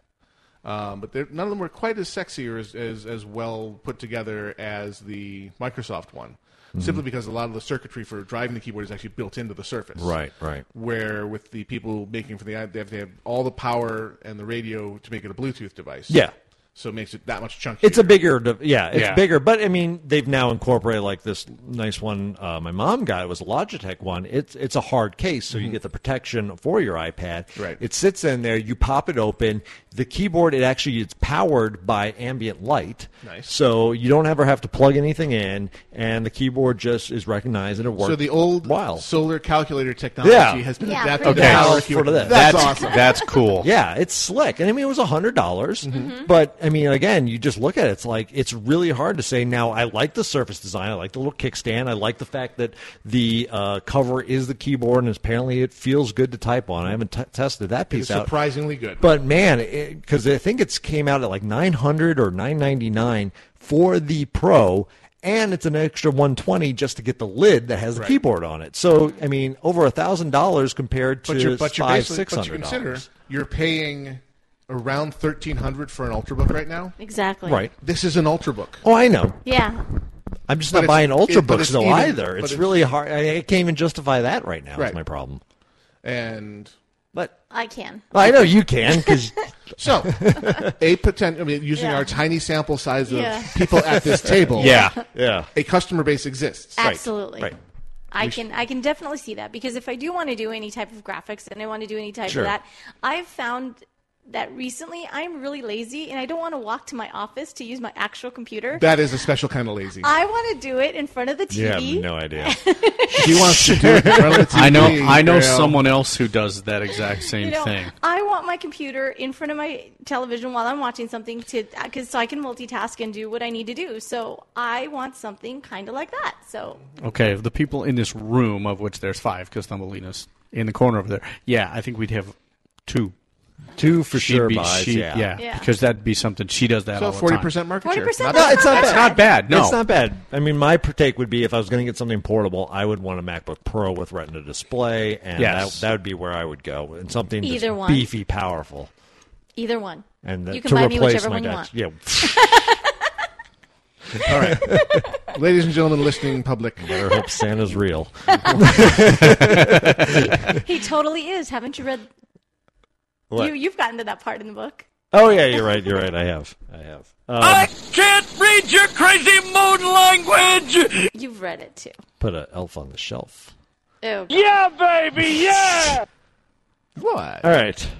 Speaker 4: um, but they're- none of them were quite as sexy or as, as as well put together as the Microsoft one.
Speaker 8: Mhm.
Speaker 4: Simply because a lot of the circuitry for driving the keyboard is actually built into the Surface.
Speaker 8: Right, right.
Speaker 4: Where with the people making for the i- they have, they have all the power and the radio to make it a Bluetooth device.
Speaker 8: Yeah.
Speaker 4: So it makes it that much chunkier.
Speaker 8: It's a bigger, de- yeah, it's
Speaker 4: Yeah.
Speaker 8: bigger. But I mean, they've now incorporated like this nice one. Uh, my mom got it was a Logitech one. It's it's a hard case, so you
Speaker 4: Mm-hmm.
Speaker 8: get the protection for your iPad. Right. It sits in there. You pop it open. The keyboard it actually it's powered by ambient light.
Speaker 4: Nice.
Speaker 8: So you don't ever have to plug anything in, and the keyboard just is recognized and it works.
Speaker 4: So the old
Speaker 8: wow.
Speaker 4: solar calculator technology
Speaker 8: Yeah.
Speaker 4: has been
Speaker 8: Yeah,
Speaker 4: adapted
Speaker 8: pretty
Speaker 4: to power
Speaker 8: much.
Speaker 4: keyboard.
Speaker 8: For that.
Speaker 4: That's,
Speaker 8: That's-
Speaker 4: awesome.
Speaker 7: That's cool.
Speaker 8: [laughs] Yeah, it's slick. And I mean, it was $100. dollars But I mean, again, you just look at it. It's like, it's really hard to say, now, I like the surface design. I like the little kickstand. I like the fact that the uh, cover is the keyboard, and apparently it feels good to type on. I haven't t- tested that
Speaker 4: It's
Speaker 8: piece out.
Speaker 4: surprisingly good.
Speaker 8: But man, because I think it's came out at like 900 or 999 for the Pro. And it's an extra 120 just to get the lid that has the
Speaker 4: Right.
Speaker 8: keyboard on it. So I mean, over a thousand dollars compared to
Speaker 4: but you're, but you're
Speaker 8: five,
Speaker 4: basically-
Speaker 8: six
Speaker 4: but you
Speaker 8: hundred
Speaker 4: consider you're paying around thirteen hundred for an ultrabook right now.
Speaker 9: Exactly.
Speaker 8: Right.
Speaker 4: This is an ultrabook.
Speaker 8: Oh, I know.
Speaker 9: Yeah.
Speaker 8: I'm just not
Speaker 4: But it's-
Speaker 8: buying
Speaker 4: it- but
Speaker 8: ultrabooks
Speaker 4: it's
Speaker 8: though
Speaker 4: even-
Speaker 8: either.
Speaker 4: but
Speaker 8: It's
Speaker 4: it's-
Speaker 8: really hard. I, I can't even justify that right now. Is
Speaker 4: Right.
Speaker 8: my problem.
Speaker 4: And
Speaker 8: but
Speaker 9: I can.
Speaker 8: I know you can [laughs] because
Speaker 4: so [laughs] a potential. I mean, using
Speaker 9: Yeah.
Speaker 4: our tiny sample size of
Speaker 9: Yeah.
Speaker 4: people at
Speaker 9: [laughs]
Speaker 4: this table.
Speaker 8: Yeah, yeah.
Speaker 4: A customer base exists.
Speaker 9: Absolutely. I can I can definitely see that because if I do want to do any type of graphics and I want to do any type
Speaker 4: Sure.
Speaker 9: of that, I've found that recently I'm really lazy and I don't want to walk to my office to use my actual computer.
Speaker 4: That is a special kind of lazy.
Speaker 9: I want to do it in front of the
Speaker 8: you have
Speaker 9: TV.
Speaker 8: no idea.
Speaker 4: She wants to do
Speaker 7: [laughs]
Speaker 4: it in front of the
Speaker 7: I know.
Speaker 4: TV,
Speaker 7: I know
Speaker 4: girl.
Speaker 7: someone else who does that exact
Speaker 9: [laughs]
Speaker 7: same
Speaker 9: You know,
Speaker 7: thing.
Speaker 9: I want my computer in front of my television while I'm watching something to cause, so I can multitask and do what I need to do. So I want something kind of like that. So
Speaker 7: Okay, of the people in this room, of which there's five, because Thumbelina's in the corner over there. Yeah, I think we'd have two.
Speaker 8: Two for
Speaker 7: She'd
Speaker 8: sure
Speaker 7: be-
Speaker 8: buys, yeah. Yeah.
Speaker 7: because that'd be something. She does that.
Speaker 4: So
Speaker 7: all the time.
Speaker 4: forty percent market share.
Speaker 9: 40%
Speaker 8: No, it's not
Speaker 7: That's
Speaker 8: bad.
Speaker 7: not bad, no.
Speaker 8: it's not bad. I mean, my per- take would be if I was going to get something portable, I would want a MacBook Pro with Retina display, and
Speaker 7: Yes.
Speaker 8: that, that would be where I would go, and something just
Speaker 9: Either one.
Speaker 8: beefy, powerful,
Speaker 9: either one.
Speaker 8: and that-
Speaker 9: you can
Speaker 8: to
Speaker 9: buy me
Speaker 8: replace
Speaker 9: whichever
Speaker 8: my
Speaker 9: one you
Speaker 8: dad-
Speaker 9: want. [laughs]
Speaker 8: Yeah,
Speaker 4: All right, ladies and gentlemen, listening public.
Speaker 8: Better hope Santa's
Speaker 9: [laughs]
Speaker 8: real.
Speaker 4: [laughs]
Speaker 9: he totally is. Haven't you read?
Speaker 8: What?
Speaker 9: You you've gotten to that part in the book.
Speaker 8: Oh yeah, you're right. You're right. I have. I have. Um,
Speaker 18: I can't read your crazy moon language.
Speaker 9: You've read it too.
Speaker 8: Put an elf on the shelf.
Speaker 5: Yeah, baby, yeah!
Speaker 4: What?
Speaker 8: All right.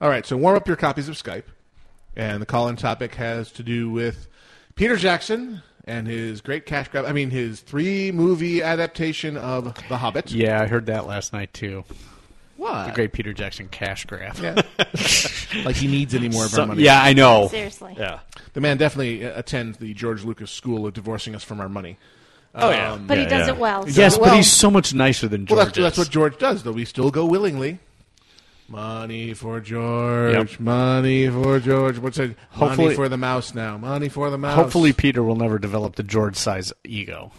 Speaker 4: All right, so warm up your copies of Skype. And the call in topic has to do with Peter Jackson and his great cash grab. I mean, his three movie adaptation of The Hobbit.
Speaker 7: Yeah, I heard that last night too.
Speaker 4: What?
Speaker 7: The great Peter Jackson cash grab. [laughs]
Speaker 4: Yeah. like he needs any more of our
Speaker 7: Some-
Speaker 4: money.
Speaker 7: yeah, I know.
Speaker 9: Seriously.
Speaker 8: Yeah.
Speaker 4: The man definitely uh, attends the George Lucas school of divorcing us from our money. Um,
Speaker 8: Oh, yeah.
Speaker 9: But he does it well.
Speaker 4: He
Speaker 7: Yes,
Speaker 4: does it
Speaker 7: but
Speaker 4: well.
Speaker 7: he's so much nicer than George.
Speaker 4: Well, that's, that's
Speaker 7: is.
Speaker 4: what George does, though. We still go willingly. Money for George.
Speaker 7: Yep.
Speaker 4: Money for George. What's it?
Speaker 7: Hopefully-
Speaker 4: money for the mouse now. Money for the mouse.
Speaker 7: Hopefully, Peter will never develop the George size ego.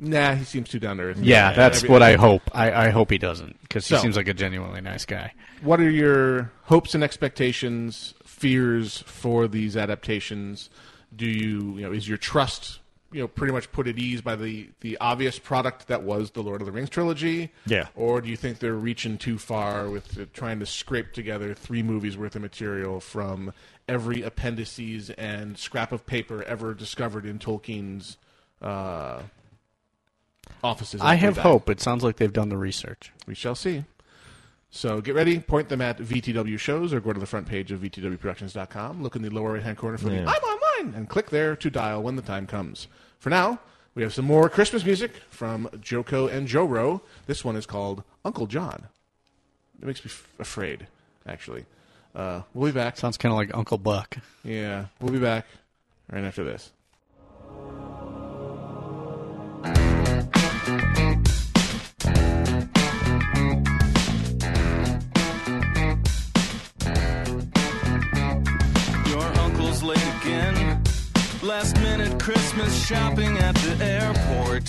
Speaker 4: Nah, he seems too down to earth.
Speaker 7: Yeah, that's
Speaker 4: Every-
Speaker 7: what I hope. I, I hope he doesn't because he
Speaker 4: So-
Speaker 7: seems like a genuinely nice guy.
Speaker 4: What are your hopes and expectations, fears for these adaptations? Do you, you know, is your trust, you know, pretty much put at ease by the the obvious product that was the Lord of the Rings trilogy?
Speaker 8: Yeah.
Speaker 4: Or do you think they're reaching too far with uh, trying to scrape together three movies worth of material from every appendices and scrap of paper ever discovered in Tolkien's uh, offices?
Speaker 7: I have
Speaker 4: Back?
Speaker 7: hope. It sounds like they've done the research.
Speaker 4: We shall see. So get ready, point them at VTW shows or go to the front page of VTWProductions.com. Look in the lower right hand corner for the
Speaker 8: Yeah.
Speaker 4: I'm on mine and click there to dial when the time comes. For now, we have some more Christmas music from Joko and Joro. This one is called Uncle John. It makes me f- afraid, actually. Uh, we'll be back.
Speaker 7: Sounds kind of like Uncle Buck.
Speaker 4: Yeah, we'll be back right after this.
Speaker 12: Your uncle's late again. Last minute Christmas shopping at the airport.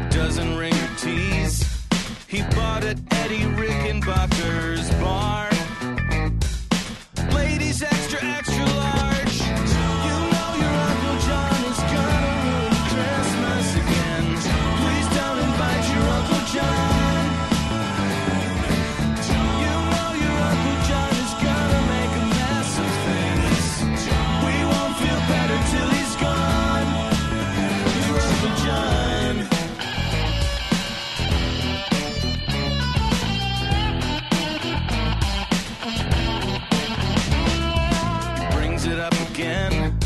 Speaker 12: A dozen ringer tees he bought at Eddie Rickenbacker's bar. Ladies, extra, extra large. You know your Uncle John is gonna ruin Christmas again. Please don't invite your Uncle John. You know your Uncle John is gonna make a mess of things. We won't feel better till he's gone. Your Uncle John. Brings it up again.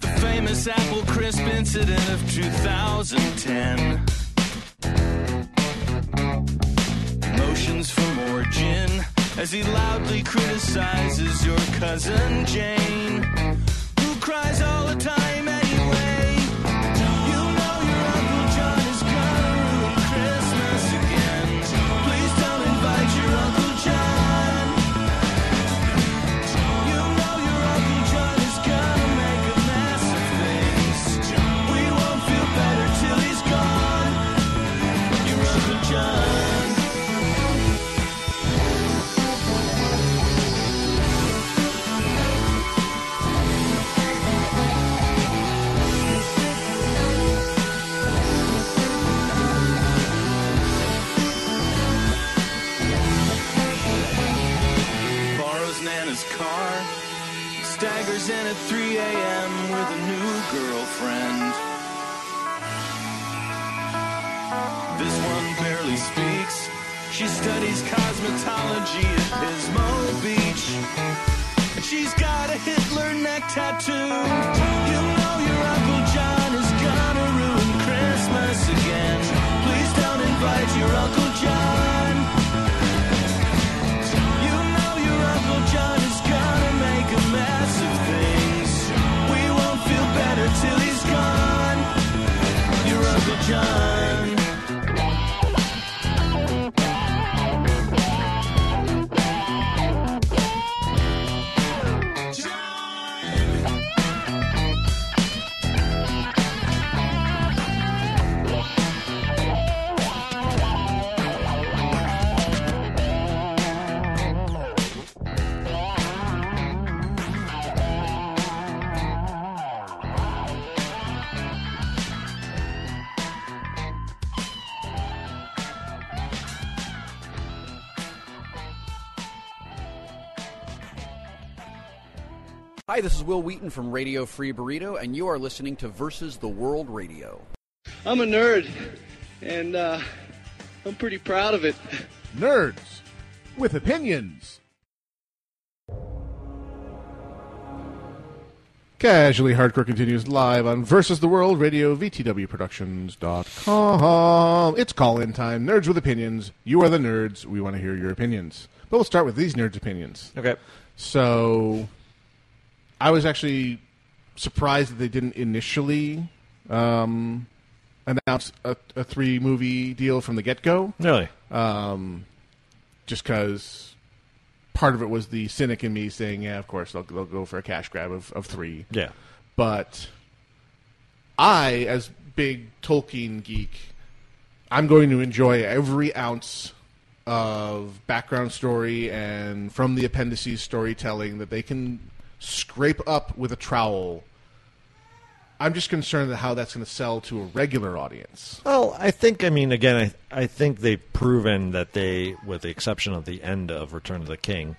Speaker 12: The famous apple crisp incident of 2010. motions for more gin as he loudly criticizes your cousin Jane, who cries all the time anyway. You know your Uncle John is gonna ruin Christmas again. Please don't invite your Uncle John. You know your Uncle John is gonna make a mess of things. We won't feel better till he's gone. Your Uncle John. borrows Nana's car, staggers in at 3 a.m. with a new girlfriend. This one barely speaks. She studies cosmetology at Pismo Beach. And she's got a Hitler neck tattoo. You know your Uncle John is gonna ruin Christmas again. Please don't invite your Uncle John. You know your Uncle John is gonna make a mess of things. We won't feel better till he's gone. Your Uncle John. John.
Speaker 19: Hi, this is Will Wheaton from Radio Free Burrito, and you are listening to Versus the World Radio.
Speaker 12: I'm a nerd, and uh, I'm pretty proud of it.
Speaker 4: Nerds with opinions. Casually Hardcore continues live on Versus the World Radio, VTWProductions.com. It's call in time. Nerds with opinions. You are the nerds. We want to hear your opinions. But we'll start with these nerds' opinions.
Speaker 8: Okay.
Speaker 4: So, I was actually surprised that they didn't initially um, announce a, a three movie deal from the get go.
Speaker 8: Really?
Speaker 4: Um, just because part of it was the cynic in me saying, yeah, of course, they'll, they'll go for a cash grab of, of three.
Speaker 8: Yeah.
Speaker 4: But I, as big Tolkien geek, I'm going to enjoy every ounce of background story and from the appendices storytelling that they can scrape up with a trowel. I'm just concerned that how that's going to sell to a regular audience.
Speaker 8: Well, I think I mean again, I I think they've proven that they, with the exception of the end of Return of the King,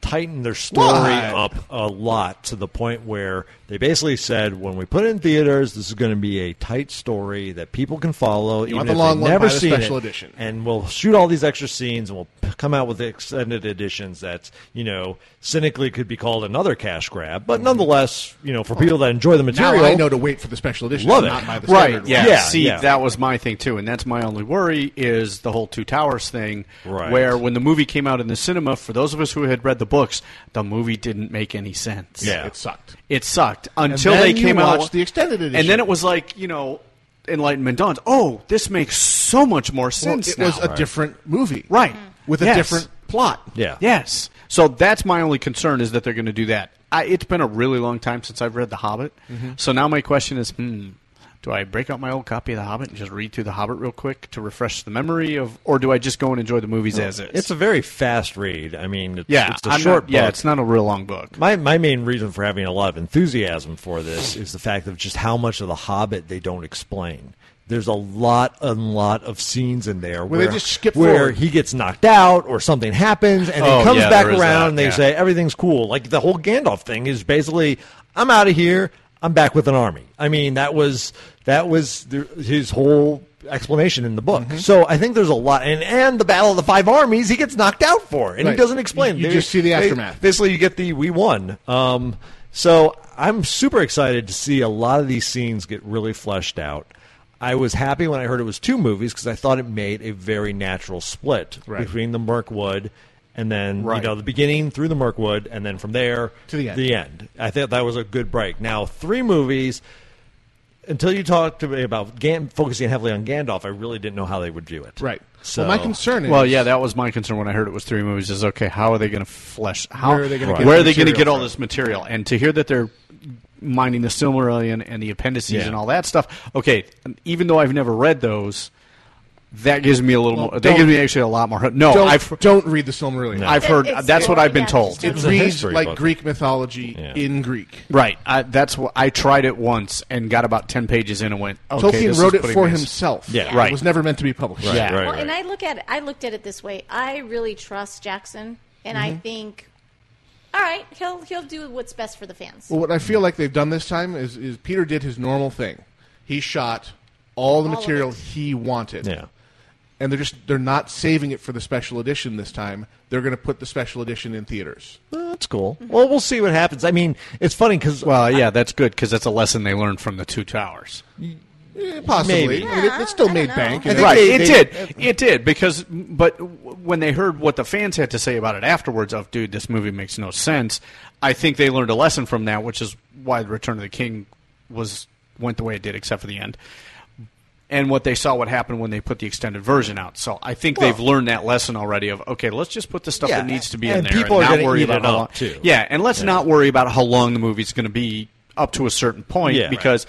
Speaker 8: tightened their story
Speaker 4: What?
Speaker 8: up a lot to the point where they basically said, when we put it in theaters, this is going to be a tight story that people can follow. even
Speaker 4: You want the
Speaker 8: if
Speaker 4: long
Speaker 8: they've
Speaker 4: one,
Speaker 8: never
Speaker 4: buy the
Speaker 8: seen
Speaker 4: special
Speaker 8: it,
Speaker 4: edition.
Speaker 8: and we'll shoot all these extra scenes, and we'll p- come out with extended editions that you know cynically could be called another cash grab, but nonetheless, you know, for people that enjoy the material,
Speaker 4: Now I know to wait for the special edition.
Speaker 8: Love
Speaker 4: and
Speaker 8: it.
Speaker 4: Not buy the
Speaker 8: Right,
Speaker 4: standard
Speaker 8: yeah.
Speaker 4: one.
Speaker 8: Yeah.
Speaker 7: See, that was my thing too, and that's my only worry is the whole Two Towers thing.
Speaker 8: Right.
Speaker 7: Where when the movie came out in the cinema, for those of us who had read the books, the movie didn't make any sense.
Speaker 8: Yeah.
Speaker 4: It sucked.
Speaker 7: It sucked
Speaker 4: And
Speaker 7: until
Speaker 4: then
Speaker 7: they
Speaker 4: you
Speaker 7: came out
Speaker 4: watched the extended
Speaker 7: and
Speaker 4: edition.
Speaker 7: then it was like you know, Enlightenment dawns. Oh, this makes so much more
Speaker 4: Well,
Speaker 7: sense.
Speaker 4: it was
Speaker 7: now.
Speaker 4: a different movie. Mm-hmm.
Speaker 7: Right.
Speaker 4: With a
Speaker 7: Yes.
Speaker 4: different plot.
Speaker 8: Yeah.
Speaker 7: Yes. So that's my only concern is that they're going to do that. I, it's been a really long time since I've read The Hobbit.
Speaker 4: Mhm.
Speaker 7: So now my question is, hmm, do I break out my old copy of The Hobbit and just read through The Hobbit real quick to refresh the memory of, or do I just go and enjoy the movies as is?
Speaker 8: Oh, It's a very fast read. I mean, it's,
Speaker 7: Yeah,
Speaker 8: it's a
Speaker 7: I'm
Speaker 8: short
Speaker 7: not- yeah,
Speaker 8: book.
Speaker 7: it's not a real long book.
Speaker 8: My my main reason for having a lot of enthusiasm for this is the fact of just how much of the Hobbit they don't explain. There's a lot and lot of scenes in there
Speaker 4: Where
Speaker 8: where,
Speaker 4: they just skip
Speaker 8: where
Speaker 4: forward.
Speaker 8: he gets knocked out or something happens and
Speaker 7: Oh,
Speaker 8: he comes
Speaker 7: yeah,
Speaker 8: back
Speaker 7: there is
Speaker 8: around
Speaker 7: that,
Speaker 8: and they
Speaker 7: yeah.
Speaker 8: say everything's cool. Like the whole Gandalf thing is basically I'm out of here. I'm back with an army. I mean, that was that was the, his whole explanation in the book. So I think there's a lot and and the battle of the five armies he gets knocked out for and
Speaker 4: Right.
Speaker 8: he doesn't explain.
Speaker 4: You- you just see the aftermath.
Speaker 8: basically, you get the we won. Um, so I'm super excited to see a lot of these scenes get really fleshed out. I was happy when I heard it was two movies because I thought it made a very natural split
Speaker 4: Right.
Speaker 8: between the Mirkwood and then
Speaker 4: Right.
Speaker 8: you know the beginning through the Mirkwood and then from there
Speaker 4: To the end.
Speaker 8: The end. I thought that was a good break. Now three movies. Until you talked to me about Gan- focusing heavily on Gandalf, I really didn't know how they would do it.
Speaker 4: Right.
Speaker 8: So
Speaker 4: Well, my concern is.
Speaker 7: Well, yeah, that was my concern when I heard it was three movies. Is okay, how are they going to flesh? How
Speaker 4: Where are they gonna get
Speaker 7: where
Speaker 4: the
Speaker 7: are they gonna
Speaker 4: material
Speaker 7: get all
Speaker 4: from?
Speaker 7: this material? And to hear that they're mining the Silmarillion and the appendices
Speaker 4: Yeah.
Speaker 7: and all that stuff. Okay, and even though I've never read those, that gives me a little
Speaker 4: Well,
Speaker 7: more. That
Speaker 4: don't-
Speaker 7: gives me actually a lot more. hope. No,
Speaker 4: don't,
Speaker 7: I've
Speaker 4: don't read the Silmarillion.
Speaker 7: I've heard. that's what I've been told.
Speaker 4: It reads like Greek mythology in Greek.
Speaker 7: Right. I, that's what I tried it once and got about ten pages in and went. Okay, this
Speaker 4: Tolkien
Speaker 7: is
Speaker 4: wrote it
Speaker 7: putting
Speaker 4: for
Speaker 7: me-
Speaker 4: himself.
Speaker 7: Yeah. Right.
Speaker 4: It was never meant to be published.
Speaker 7: Right, Yeah. right,
Speaker 9: well, and I look at it, I looked at it this way. I really trust Jackson, and I
Speaker 4: Mhm.
Speaker 9: think, all right, he'll he'll do what's best for the fans.
Speaker 4: Well, what I feel like they've done this time is, is Peter did his normal thing. He shot all the
Speaker 9: All of
Speaker 4: material he wanted.
Speaker 8: Yeah.
Speaker 4: And they're just they're not saving it for the special edition this time. They're going to put the special edition in theaters.
Speaker 8: Uh, That's cool. Well, we'll see what happens. I mean, it's funny because
Speaker 7: well, yeah, that's good because that's a lesson they learned from the Two Towers.
Speaker 4: Eh, possibly.
Speaker 7: Maybe.
Speaker 4: I mean, it, it still made bank. and
Speaker 7: right,
Speaker 4: they-
Speaker 7: it
Speaker 4: they-
Speaker 7: did, it did. Because, but w- when they heard what the fans had to say about it afterwards, of dude, this movie makes no sense. I think they learned a lesson from that, which is why the Return of the King was went the way it did, except for the end. And what they saw, what happened when they put the extended version out. So I think they've learned that lesson already. Of okay, let's just put the stuff
Speaker 8: Yeah,
Speaker 7: that needs to be
Speaker 8: and
Speaker 7: in there,
Speaker 8: people are
Speaker 7: and not
Speaker 8: gonna
Speaker 7: worry
Speaker 8: eat
Speaker 7: about
Speaker 8: it
Speaker 7: how
Speaker 8: up,
Speaker 7: long-
Speaker 8: too.
Speaker 7: Yeah, and let's not worry about how long the movie's going to be up to a certain point
Speaker 8: Yeah.
Speaker 7: because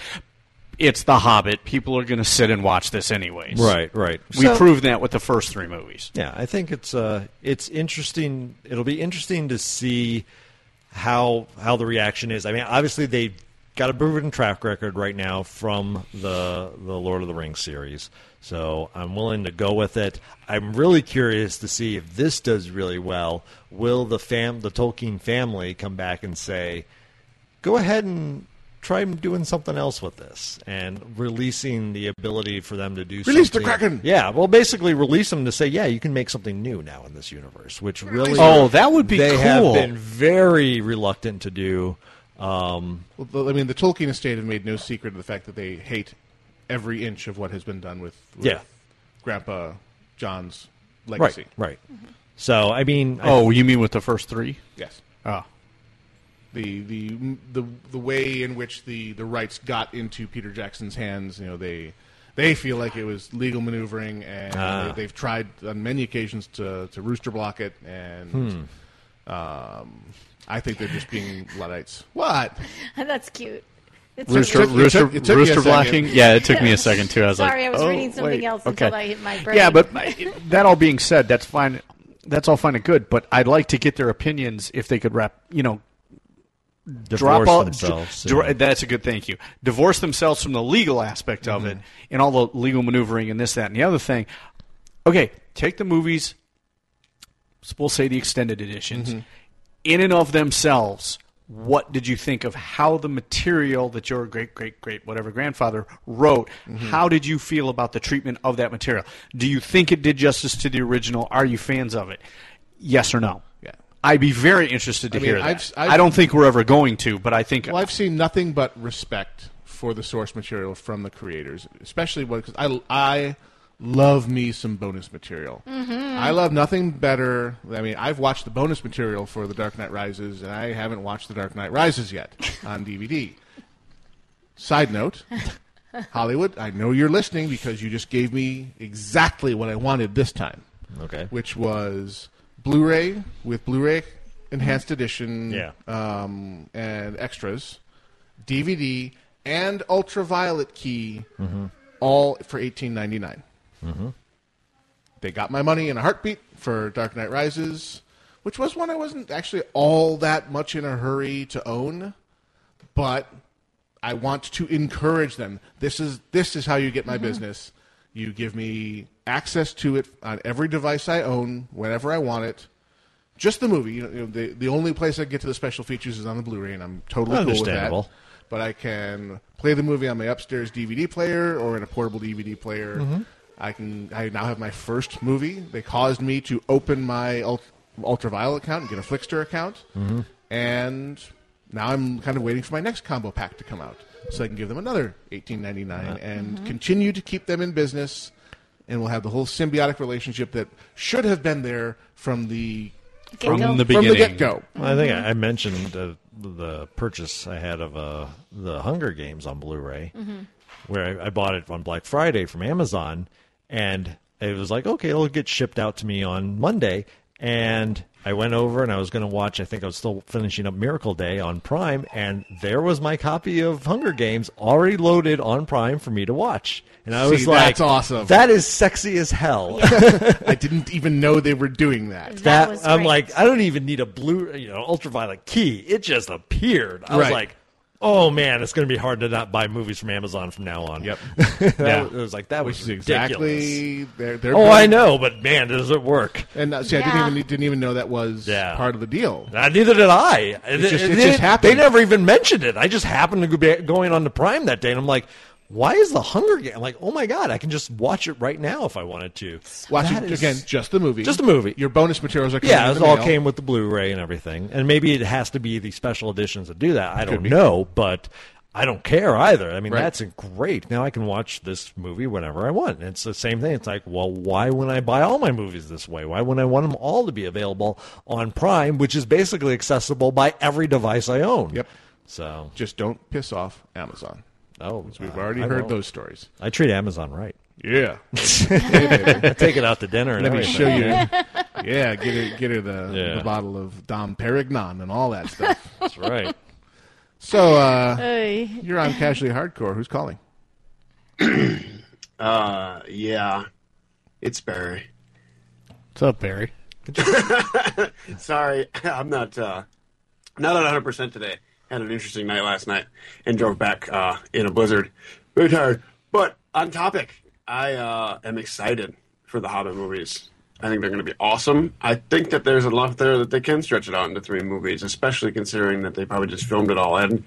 Speaker 7: it's The Hobbit. People are going to sit and watch this anyways.
Speaker 8: Right, right.
Speaker 7: We
Speaker 8: So-
Speaker 7: proved that with the first three movies.
Speaker 8: Yeah, I think it's uh, it's interesting. It'll be interesting to see how how the reaction is. I mean, obviously they got a proven track record right now from the the Lord of the Rings series, so I'm willing to go with it. I'm really curious to see if this does really well. Will the fam the Tolkien family come back and say? go ahead and try doing something else with this and releasing the ability for them to do
Speaker 4: Release the
Speaker 8: something.
Speaker 4: Kraken!
Speaker 8: Yeah, well, basically release them to say, yeah, you can make something new now in this universe, which really
Speaker 7: Oh, that would be
Speaker 8: they
Speaker 7: cool.
Speaker 8: have been very reluctant to do. Um,
Speaker 4: Well, the- I mean, the Tolkien estate have made no secret of the fact that they hate every inch of what has been done with, with
Speaker 8: Yeah.
Speaker 4: Grandpa John's legacy.
Speaker 8: Right. right. So I mean, I-
Speaker 7: Oh, you mean with the first three?
Speaker 4: Yes.
Speaker 7: Oh,
Speaker 4: The, the the the way in which the, the rights got into Peter Jackson's hands, you know, they they feel like it was legal maneuvering, and
Speaker 8: Ah.
Speaker 4: they, have tried on many occasions to, to rooster block it, and
Speaker 7: Hmm.
Speaker 4: um, I think they're just being luddites. What?
Speaker 9: [laughs] That's cute. It's so
Speaker 4: Rooster- It
Speaker 9: cute.
Speaker 4: took-
Speaker 7: rooster,
Speaker 4: it took me a
Speaker 7: rooster
Speaker 4: second.
Speaker 7: blocking. Yeah, it took me a second too. I was
Speaker 9: Sorry,
Speaker 7: like,
Speaker 9: I was
Speaker 7: oh,
Speaker 9: reading something
Speaker 7: wait,
Speaker 9: else
Speaker 7: okay.
Speaker 9: until I hit my brain.
Speaker 7: Yeah, but I- that all being said, that's fine. That's all fine and good. But I'd like to get their opinions if they could wrap. You know, drop
Speaker 8: Divorce
Speaker 7: all.
Speaker 8: themselves,
Speaker 7: dr-
Speaker 8: yeah.
Speaker 7: That's a good. Thank you. Divorce themselves from the legal aspect of it
Speaker 8: Mm-hmm.
Speaker 7: and all the legal maneuvering and this, that, and the other thing. Okay, take the movies. We'll say the extended editions.
Speaker 8: Mm-hmm.
Speaker 7: In and of themselves, what did you think of how the material that your great, great, great, whatever grandfather wrote? How did you feel about the treatment of that material? Do you think it did justice to the original? Are you fans of it? Yes or no?
Speaker 4: Yeah.
Speaker 7: I'd be very interested to
Speaker 4: I mean,
Speaker 7: hear that.
Speaker 4: I've- I've-
Speaker 7: I don't think we're ever going to, but I think
Speaker 4: Well, I've seen nothing but respect for the source material from the creators, especially because I, I love me some bonus material.
Speaker 10: Mhm.
Speaker 4: I love nothing better. I mean, I've watched the bonus material for The Dark Knight Rises, and I haven't watched The Dark Knight Rises yet on DVD. Side note. [laughs] Hollywood, I know you're listening because you just gave me exactly what I wanted this time.
Speaker 8: Okay.
Speaker 4: Which was Blu-ray with Blu-ray enhanced edition
Speaker 8: Yeah.
Speaker 4: um, and extras, DVD and ultraviolet key
Speaker 8: Mhm.
Speaker 4: all for 18.99.
Speaker 8: Mhm.
Speaker 4: They got my money in a heartbeat for Dark Knight Rises, which was one I wasn't actually all that much in a hurry to own, but I want to encourage them. This is this is how you get my business. You give me access to it on every device I own whenever I want it. Just the movie. You know, you know, the the only place I get to the special features is on the Blu-ray, and I'm totally cool with that.
Speaker 8: Understandable.
Speaker 4: But I can play the movie on my upstairs DVD player or in a portable DVD player.
Speaker 8: Mhm.
Speaker 4: I can. I now have my first movie. They caused me to open my ult- Ultraviolet account and get a Flickster account,
Speaker 8: Mhm.
Speaker 4: and now I'm kind of waiting for my next combo pack to come out so I can give them another 18.99
Speaker 8: Uh-huh. Mm-hmm.
Speaker 4: and continue to keep them in business, and we'll have the whole symbiotic relationship that should have been there from the Mm-hmm.
Speaker 8: from
Speaker 4: from
Speaker 8: the beginning.
Speaker 4: get go.
Speaker 8: Well, I think I I mentioned uh, the purchase I had of uh, the Hunger Games on Blu-ray,
Speaker 12: Mhm.
Speaker 8: where I, I bought it on Black Friday from Amazon, and it was like, okay, it'll get shipped out to me on Monday. And I went over and I was going to watch. I think I was still finishing up Miracle Day on Prime, and there was my copy of Hunger Games already loaded on Prime for me to watch. And I
Speaker 4: See,
Speaker 8: was like,
Speaker 4: that's awesome.
Speaker 8: That is sexy as [laughs] hell."
Speaker 4: I didn't even know they were doing that.
Speaker 8: that, I'm like, I don't even need a blue, you know, ultraviolet key. It just appeared. I was
Speaker 4: Right.
Speaker 8: like, oh man, it's going to be hard to not buy movies from Amazon from now on. Yep.
Speaker 4: Yeah.
Speaker 8: It was like [laughs] that
Speaker 4: Which
Speaker 8: was
Speaker 4: is exactly
Speaker 8: ridiculous.
Speaker 4: their- their
Speaker 8: oh,
Speaker 4: goal.
Speaker 8: I know, but man, does it work?
Speaker 4: And uh, see, I didn't
Speaker 8: Yeah.
Speaker 4: even didn't even know that was part of the deal.
Speaker 8: Uh, neither did I.
Speaker 4: It
Speaker 8: They-
Speaker 4: just- it
Speaker 8: they,
Speaker 4: just happened.
Speaker 8: They never even mentioned it. I just happened to be going on to Prime that day, and I'm like. Why is the Hunger Game? I'm like, oh my god, I can just watch it right now if I wanted to.
Speaker 4: Watch
Speaker 8: That
Speaker 4: it
Speaker 8: is-
Speaker 4: again, just the movie.
Speaker 8: Just the movie.
Speaker 4: Your bonus materials are coming
Speaker 8: yeah,
Speaker 4: in
Speaker 8: it
Speaker 4: the
Speaker 8: all
Speaker 4: mail.
Speaker 8: came with the Blu-ray and everything, and maybe it has to be the special editions that do that. I
Speaker 4: Could
Speaker 8: don't
Speaker 4: be.
Speaker 8: know, but I don't care either. I mean,
Speaker 4: Right.
Speaker 8: that's great. Now I can watch this movie whenever I want. It's the same thing. It's like, well, why wouldn't I buy all my movies this way? Why wouldn't I want them all to be available on Prime, which is basically accessible by every device I own? Yep. So
Speaker 4: just don't piss off Amazon.
Speaker 8: Oh,
Speaker 4: we've already heard those stories.
Speaker 8: I treat Amazon right.
Speaker 4: Yeah.
Speaker 8: I [laughs] take it out to dinner. And
Speaker 4: Let me
Speaker 8: everything.
Speaker 4: show you.
Speaker 8: [laughs]
Speaker 4: Yeah, get her, get her the,
Speaker 8: Yeah.
Speaker 4: the bottle of Dom Perignon and all that stuff.
Speaker 8: That's right.
Speaker 4: So uh,
Speaker 9: Hey.
Speaker 4: you're on Casually Hardcore. Who's calling?
Speaker 20: Uh, yeah, it's Barry. [laughs]
Speaker 7: What's up, Barry?
Speaker 20: Sorry, [laughs] I'm not uh, not at 100 percent today. Had an interesting night last night and drove back uh, in a blizzard. Very tired, but on topic. I uh, am excited for the Hobbit movies. I think they're going to be awesome. I think that there's a lot there that they can stretch it out into three movies, especially considering that they probably just filmed it all. And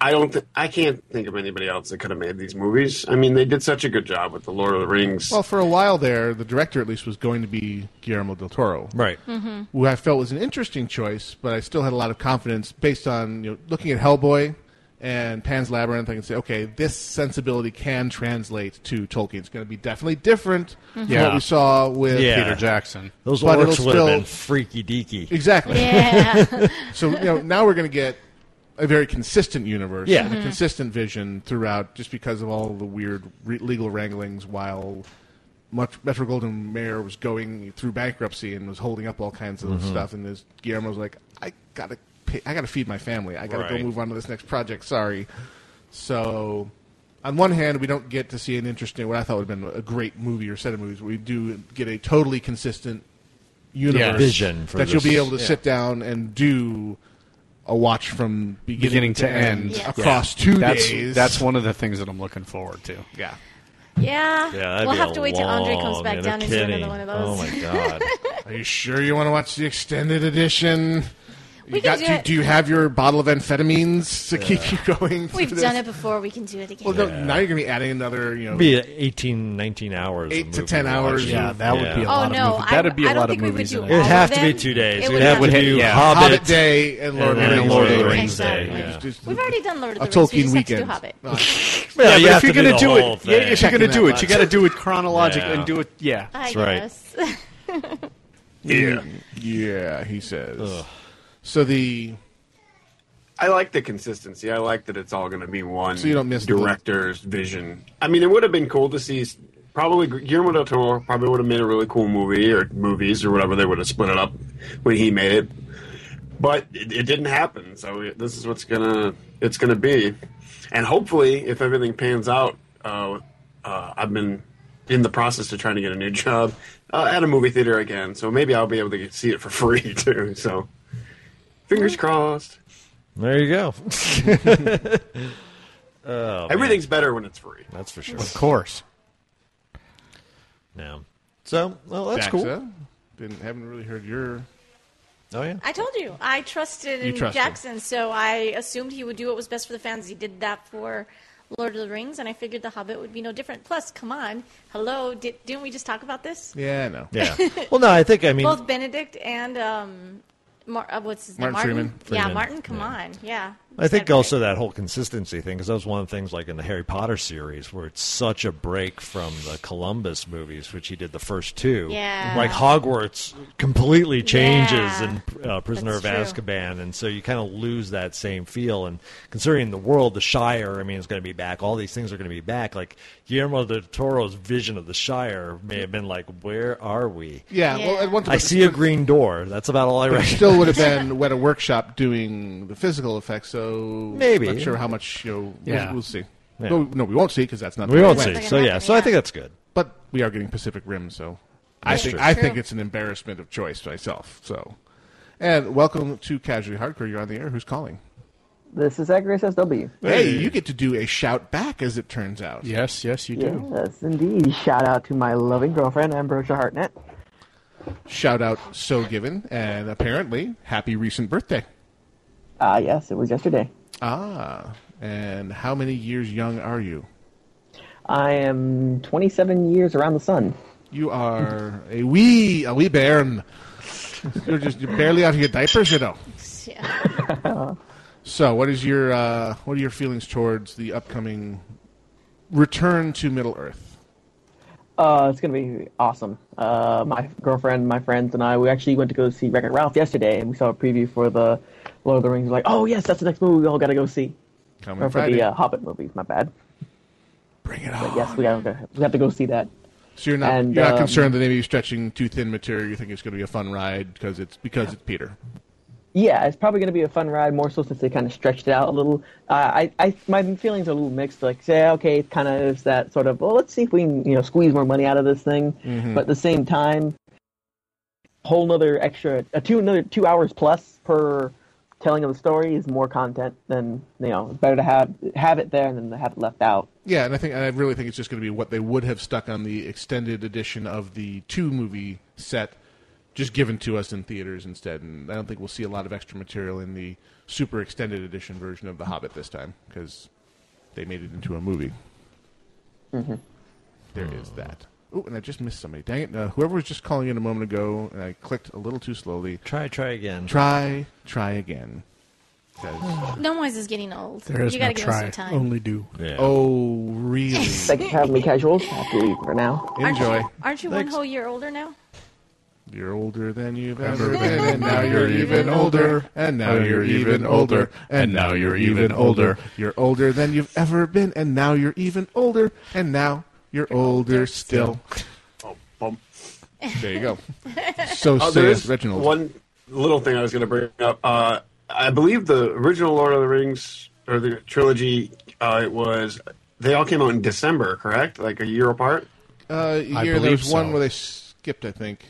Speaker 20: I don't, th- I can't think of anybody else that could have made these movies. I mean, they did such a good job with the Lord of the Rings.
Speaker 4: Well, for a while there, the director at least was going to be Guillermo del Toro,
Speaker 8: right?
Speaker 20: Mhm.
Speaker 4: Who I felt was an interesting choice, but I still had a lot of confidence based on you know looking at Hellboy and Pan's Labyrinth. I can say, okay, this sensibility can translate to Tolkien. It's going to be definitely different from what
Speaker 8: Yeah.
Speaker 4: we saw with
Speaker 8: Yeah.
Speaker 4: Peter Jackson.
Speaker 8: Those
Speaker 4: but
Speaker 8: orcs
Speaker 4: it'll
Speaker 8: would have
Speaker 4: still
Speaker 8: been freaky deaky.
Speaker 4: Exactly.
Speaker 8: Yeah.
Speaker 4: [laughs] so you know now we're going to get a very consistent universe,
Speaker 8: Yeah.
Speaker 4: and a
Speaker 8: Mhm.
Speaker 4: consistent vision throughout, just because of all the weird re- legal wranglings while. Met- Metro Golden Mayer was going through bankruptcy and was holding up all kinds of
Speaker 8: Mm-hmm.
Speaker 21: Mhm.
Speaker 4: stuff, and this Guillermo's like, I gotta, pay, I gotta feed my family. I gotta go
Speaker 21: Right.
Speaker 4: move on to this next project. Sorry. So, on one hand, we don't get to see an interesting, what I thought would have been a great movie or set of movies. We do get a totally consistent universe
Speaker 8: Yeah, vision for
Speaker 4: that you'll
Speaker 8: this.
Speaker 4: be able to
Speaker 8: Yeah.
Speaker 4: sit down and do a watch from beginning,
Speaker 7: Beginning to end. Yeah.
Speaker 4: across
Speaker 7: Yeah.
Speaker 4: two
Speaker 7: That's-
Speaker 4: days.
Speaker 7: that's one of the things that I'm looking forward to.
Speaker 4: Yeah.
Speaker 9: Yeah.
Speaker 4: Yeah, that'd
Speaker 9: we'll
Speaker 4: be
Speaker 9: have
Speaker 4: a
Speaker 9: to wait till Andre comes
Speaker 4: long Oh
Speaker 9: back down and do another one of those.
Speaker 4: Are you sure you want to watch the extended edition?
Speaker 9: We
Speaker 4: you
Speaker 9: can
Speaker 4: got
Speaker 9: do
Speaker 4: do,
Speaker 9: it.
Speaker 4: do you have your bottle of amphetamines to keep you going?
Speaker 9: [laughs]
Speaker 4: through
Speaker 9: We've
Speaker 4: this?
Speaker 9: done it before. We can do it again.
Speaker 4: Well, no, now you're going to be adding another, you know,
Speaker 8: It'd be 18, 19 hours.
Speaker 4: Eight
Speaker 8: of
Speaker 4: to
Speaker 8: movie
Speaker 4: 10 hours
Speaker 8: watching.
Speaker 4: Yeah, that would be a
Speaker 9: Oh, lot of no, movie- that I- would be a I don't lot of think we could movies do in it. all
Speaker 8: It'd have
Speaker 9: of
Speaker 8: to be
Speaker 9: them.
Speaker 8: two days.
Speaker 9: It
Speaker 8: We'd
Speaker 9: would
Speaker 8: have
Speaker 9: have
Speaker 8: to
Speaker 9: to
Speaker 8: do
Speaker 9: be- Yeah.
Speaker 8: Hobbit,
Speaker 4: Hobbit Day and Lord of the
Speaker 8: then
Speaker 4: Rings
Speaker 8: Lord of
Speaker 4: Day.
Speaker 8: the Rings
Speaker 9: Exactly.
Speaker 8: Day. yeah.
Speaker 9: We've already done Lord of
Speaker 4: a
Speaker 9: the Rings. We
Speaker 4: Tolkien
Speaker 9: just have to do
Speaker 4: weekend. [laughs]
Speaker 9: Hobbit.
Speaker 7: Yeah,
Speaker 8: you
Speaker 7: but
Speaker 8: have
Speaker 7: if you're
Speaker 8: to do
Speaker 7: gonna
Speaker 8: the
Speaker 7: do
Speaker 8: whole
Speaker 7: it, yeah,
Speaker 8: thing.
Speaker 7: if you're gonna do it, you got to do it chronologically
Speaker 8: Yeah.
Speaker 7: and do it. Yeah,
Speaker 9: I guess.
Speaker 4: Yeah. Yeah, he says. So the
Speaker 20: I like the consistency. I like that it's all going to be one
Speaker 4: So you don't miss the-
Speaker 20: director's vision. I mean, it would have been cool to see. s- Probably Guillermo del Toro probably would have made a really cool movie or movies or whatever. They would have split it up when he made it, but it, it didn't happen. So it- this is what's gonna it's gonna be, and hopefully, if everything pans out, uh, uh, I've been in the process of trying to get a new job uh, at a movie theater again. So maybe I'll be able to get, see it for [laughs] free too. So fingers crossed.
Speaker 8: There you go.
Speaker 4: [laughs]
Speaker 8: oh,
Speaker 20: Everything's better when it's free.
Speaker 8: That's for sure.
Speaker 7: Of course.
Speaker 8: Now, so well, that's
Speaker 4: Daxa,
Speaker 8: cool.
Speaker 4: Didn't haven't really heard your.
Speaker 8: Oh yeah.
Speaker 9: I told you. I trusted
Speaker 4: You
Speaker 9: in
Speaker 4: trusted.
Speaker 9: Jackson, so I assumed he would do what was best for the fans. He did that for Lord of the Rings, and I figured The Hobbit would be no different. Plus, come on. Hello. Did, didn't we just talk about this?
Speaker 4: Yeah, I know.
Speaker 9: [laughs]
Speaker 8: Yeah. well, no, I think I mean
Speaker 9: Both Benedict and um, Mar- uh, what's his name?
Speaker 8: Martin Freeman.
Speaker 9: Yeah, Martin. Come
Speaker 8: Yeah.
Speaker 9: on. Yeah.
Speaker 4: [sighs]
Speaker 8: I think also that whole consistency thing, because that was one of the things like in the Harry Potter series where it's such a break from the Columbus movies, which he did the first two.
Speaker 9: Yeah.
Speaker 8: Like Hogwarts completely changes
Speaker 9: Yeah.
Speaker 8: in uh, Prisoner
Speaker 9: That's
Speaker 8: of Azkaban, and so you kind of lose that same feel. And considering the world, the Shire, I mean, is going to be back. All these things are going to be back. Like Guillermo del Toro's vision of the Shire may have been like, where are we?
Speaker 4: Yeah, well, at one time
Speaker 8: I see a green door. That's about all I
Speaker 4: But it
Speaker 8: recognize.
Speaker 4: still would have been at a workshop doing the physical effects, so
Speaker 8: Maybe.
Speaker 4: not sure how much you know. we'll-
Speaker 8: Yeah.
Speaker 4: We'll, see.
Speaker 8: Yeah.
Speaker 4: No, no, we won't see because that's not.
Speaker 8: We
Speaker 4: the
Speaker 8: won't
Speaker 4: way it
Speaker 8: see.
Speaker 4: went.
Speaker 8: So yeah, so [laughs] I think that's good.
Speaker 4: But we are getting Pacific Rim, so I
Speaker 8: That's
Speaker 4: think
Speaker 8: true.
Speaker 4: I
Speaker 8: True.
Speaker 4: think it's an embarrassment of choice myself. So, and welcome to Casually Hardcore. You're on the air. Who's calling?
Speaker 22: This is Agri SSW.
Speaker 4: Hey, you get to do a shout back, as it turns out.
Speaker 7: Yes, yes, you do.
Speaker 22: Yes, indeed. Shout out to my loving girlfriend, Ambrosia Hartnett.
Speaker 4: Shout out, so given, and apparently, happy recent birthday.
Speaker 22: Ah, yes, it was yesterday.
Speaker 4: Ah, and how many years young are you?
Speaker 22: I am 27 years around the sun.
Speaker 4: You are a wee, a wee bairn. You're just you're barely out of your diapers, you know.
Speaker 22: [laughs]
Speaker 4: So, what is your uh, what are your feelings towards the upcoming return to Middle Earth?
Speaker 22: Uh, it's going to be awesome. Uh, my girlfriend, my friends, and I, we actually went to go see Wreck-It Ralph yesterday, and we saw a preview for the Lord of the Rings. We're like, oh, yes, that's the next movie we all got to go see.
Speaker 4: Coming
Speaker 22: or for
Speaker 4: Friday.
Speaker 22: the uh, Hobbit movies, my bad.
Speaker 4: Bring it
Speaker 22: on. yes, we, gotta, we have to go see that.
Speaker 4: So you're not
Speaker 22: And,
Speaker 4: you're not
Speaker 22: um,
Speaker 4: concerned that maybe you're stretching too thin material. You think it's going to be a fun ride because it's because it's Peter.
Speaker 22: Yeah, it's probably going to be a fun ride, more so since they kind of stretched it out a little. Uh, I, I, my feelings are a little mixed. Like, say, okay, it's kind of it's that sort of, well, let's see if we can, you know, squeeze more money out of this thing.
Speaker 8: Mm-hmm.
Speaker 11: Mhm.
Speaker 22: But at the same time, whole nother extra, a two, another two hours plus per telling of the story is more content than you know. It's better to have have it there than to have it left out.
Speaker 4: Yeah, and I think and I really think it's just going to be what they would have stuck on the extended edition of the two movie set, just given to us in theaters instead. And I don't think we'll see a lot of extra material in the super extended edition version of The Hobbit this time because they made it into a movie.
Speaker 22: Mhm.
Speaker 4: There is
Speaker 7: Hmm.
Speaker 4: that. Oh, and I just missed somebody. Dang it! Uh, whoever was just calling in a moment ago, and I clicked a little too slowly.
Speaker 7: Try, try again.
Speaker 4: Try, try again. Says-
Speaker 9: No noise is getting old. you gotta give us some time.
Speaker 4: do. Oh, really?
Speaker 22: Thanks for having me, casuals. I have to leave for now.
Speaker 4: Oh, Enjoy.
Speaker 9: Aren't you one
Speaker 4: Thanks.
Speaker 9: whole year older now?
Speaker 4: You're older than you've
Speaker 23: Ever
Speaker 4: ever
Speaker 23: been,
Speaker 4: been, and now you're even older, and now you're even older, and now you're even older. You're older than you've ever been, and now you're even older, and now you're older still.
Speaker 20: Oh, bump.
Speaker 4: There you go. So
Speaker 20: [laughs] Oh, there
Speaker 4: says
Speaker 20: is
Speaker 4: Reginald.
Speaker 20: One little thing I was going to bring up. Uh, I believe the original Lord of the Rings or the trilogy uh, it was they all came out in December, correct? Like a year apart.
Speaker 4: Uh,
Speaker 20: I
Speaker 4: year, there
Speaker 20: believe
Speaker 4: was one
Speaker 20: so.
Speaker 4: where they skipped, I think.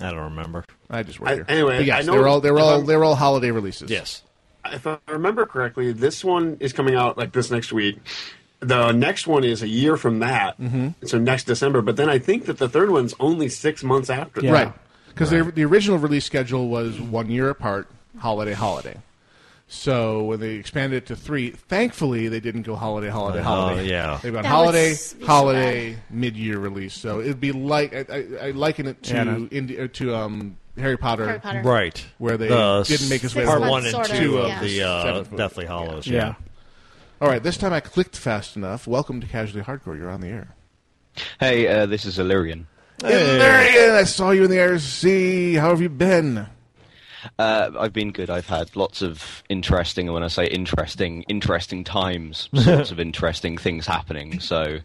Speaker 7: I don't remember.
Speaker 4: I just
Speaker 20: I-
Speaker 4: worked here.
Speaker 20: anyway,
Speaker 4: But yes,
Speaker 20: I know-
Speaker 4: they were all they were
Speaker 20: if
Speaker 4: all
Speaker 20: I'm-
Speaker 4: they were all holiday releases.
Speaker 7: Yes.
Speaker 20: If I remember correctly, this one is coming out like this next week. The next one is a year from that,
Speaker 4: Mhm.
Speaker 20: so next December. But then I think that the third one's only six months after. that.
Speaker 4: Right. Because the original release schedule was one year apart, holiday, holiday. So when they expanded it to three, thankfully they didn't go holiday, holiday,
Speaker 7: Oh,
Speaker 4: holiday.
Speaker 7: yeah.
Speaker 4: they went
Speaker 7: That
Speaker 4: holiday,
Speaker 7: would s- be so
Speaker 4: holiday, mid-year release. So it'd be like I, I, I liken it to
Speaker 7: Yeah, I know.
Speaker 4: Indi- uh, to um, Harry Potter,
Speaker 7: Harry Potter. Right.
Speaker 4: Where they
Speaker 7: The
Speaker 4: didn't make his way
Speaker 7: part
Speaker 4: to
Speaker 7: one and Sort of, two of yeah. the, uh,
Speaker 4: seventh movie.
Speaker 7: Deathly Hallows,
Speaker 4: Yeah.
Speaker 7: yeah. Yeah.
Speaker 4: All right, this time I clicked fast enough. Welcome to Casually Hardcore. You're on the air.
Speaker 24: Hey, uh, this is Illyrian.
Speaker 4: Illyrian, I saw you in the IRC. How have you been?
Speaker 24: Uh, I've been good. I've had lots of interesting, and when I say interesting, interesting
Speaker 4: [laughs]
Speaker 24: times, sorts of interesting things happening. So,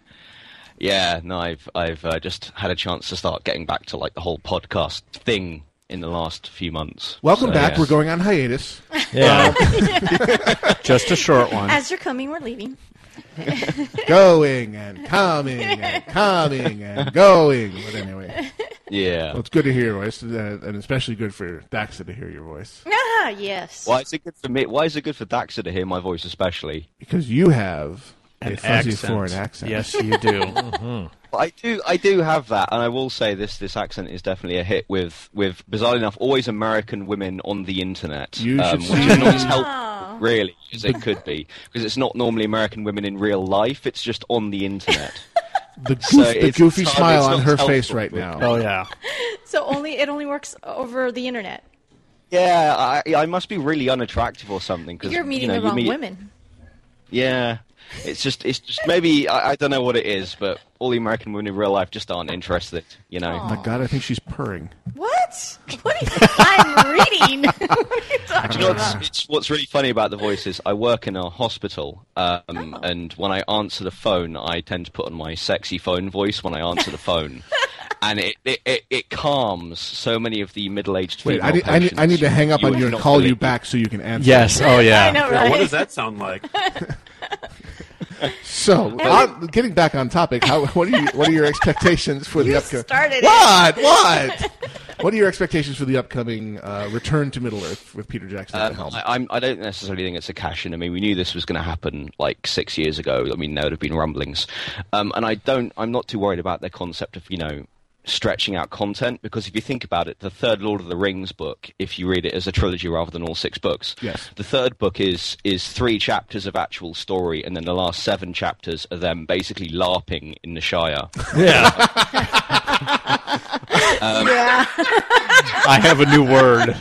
Speaker 24: yeah, no, I've I've uh, just had a chance to start getting back to like the whole podcast thing in the last few months.
Speaker 4: Welcome
Speaker 24: So,
Speaker 4: back.
Speaker 24: yeah.
Speaker 4: We're going on hiatus. Um,
Speaker 24: Yeah.
Speaker 8: Oh.
Speaker 9: [laughs]
Speaker 8: [laughs]
Speaker 24: [laughs]
Speaker 4: Just a short
Speaker 9: As you're coming, we're leaving.
Speaker 4: [laughs]
Speaker 9: [laughs]
Speaker 4: going and coming and coming and going. But anyway,
Speaker 24: yeah.
Speaker 4: well, it's good to hear your voice, uh, and especially good for Daxa to hear your voice
Speaker 9: Ah, yes.
Speaker 24: Why is it good for me? Why is it good for Daxa to hear my voice, especially?
Speaker 4: because you have a
Speaker 24: An
Speaker 4: fuzzy
Speaker 24: accent.
Speaker 4: foreign accent.
Speaker 24: Yes,
Speaker 4: [laughs]
Speaker 24: you do.
Speaker 4: Mhm.
Speaker 24: But I do, I do have that, and I will say this: this accent is definitely a hit with, with bizarrely enough, always American women on the internet, um,
Speaker 4: You should
Speaker 24: which
Speaker 4: see-
Speaker 24: is not as helpful, really, as it could be, because it's not normally American women in real life; it's just on the internet.
Speaker 4: [laughs] the, goof,
Speaker 24: So
Speaker 4: the
Speaker 24: it's-
Speaker 4: goofy
Speaker 24: it's hard-
Speaker 4: smile
Speaker 24: it's
Speaker 4: on
Speaker 24: not
Speaker 4: her
Speaker 24: helpful,
Speaker 4: face right
Speaker 24: but-
Speaker 4: now.
Speaker 24: Oh, yeah.
Speaker 9: So only it only works over the internet.
Speaker 24: yeah, I, I must be really unattractive or something. Cause,
Speaker 9: You're meeting
Speaker 24: you know,
Speaker 9: the
Speaker 24: you
Speaker 9: wrong
Speaker 24: meet-
Speaker 9: women.
Speaker 24: Yeah, it's just, it's just maybe I, I don't know what it is, but all the American women in real life just aren't interested. You know,
Speaker 4: Oh my god, I think she's purring.
Speaker 9: What? What? Are you, I'm reading. [laughs] what are you
Speaker 24: Do
Speaker 9: talking
Speaker 24: you know
Speaker 9: about?
Speaker 24: what's, it's, what's really funny about the voice is I work in a hospital, um,
Speaker 9: Oh.
Speaker 24: and when I answer the phone, I tend to put on my sexy phone voice when I answer
Speaker 9: [laughs]
Speaker 24: the phone, and it, it, it, it calms so many of the middle-aged
Speaker 4: Wait,
Speaker 24: female
Speaker 4: I need, I need, I need to hang up on you and call you back so you can answer.
Speaker 24: Yes, oh, yeah.
Speaker 9: I know,
Speaker 24: Yeah, what
Speaker 9: right?
Speaker 24: does
Speaker 20: that sound like?
Speaker 4: [laughs] So, on, getting back on topic, how, what are you, what are your expectations for the upcoming?
Speaker 9: started it.
Speaker 4: What?
Speaker 9: [laughs]
Speaker 4: What? what are your expectations for the upcoming uh, Return to Middle Earth with Peter Jackson at the
Speaker 24: Um,
Speaker 4: helm?
Speaker 24: I, I'm, I don't necessarily think it's a cash in. I mean, we knew this was going to happen like six years ago. I mean, there would have been rumblings, um, and I don't. I'm not too worried about their concept of you know stretching out content because if you think about it, the third Lord of the Rings book, if you read it as a trilogy rather than all six books,
Speaker 4: Yes.
Speaker 24: the third book is is three chapters of actual story, and then the last seven chapters are them basically larping in the Shire.
Speaker 12: [laughs] Yeah.
Speaker 24: [laughs] Um,
Speaker 12: [laughs] I have a new word.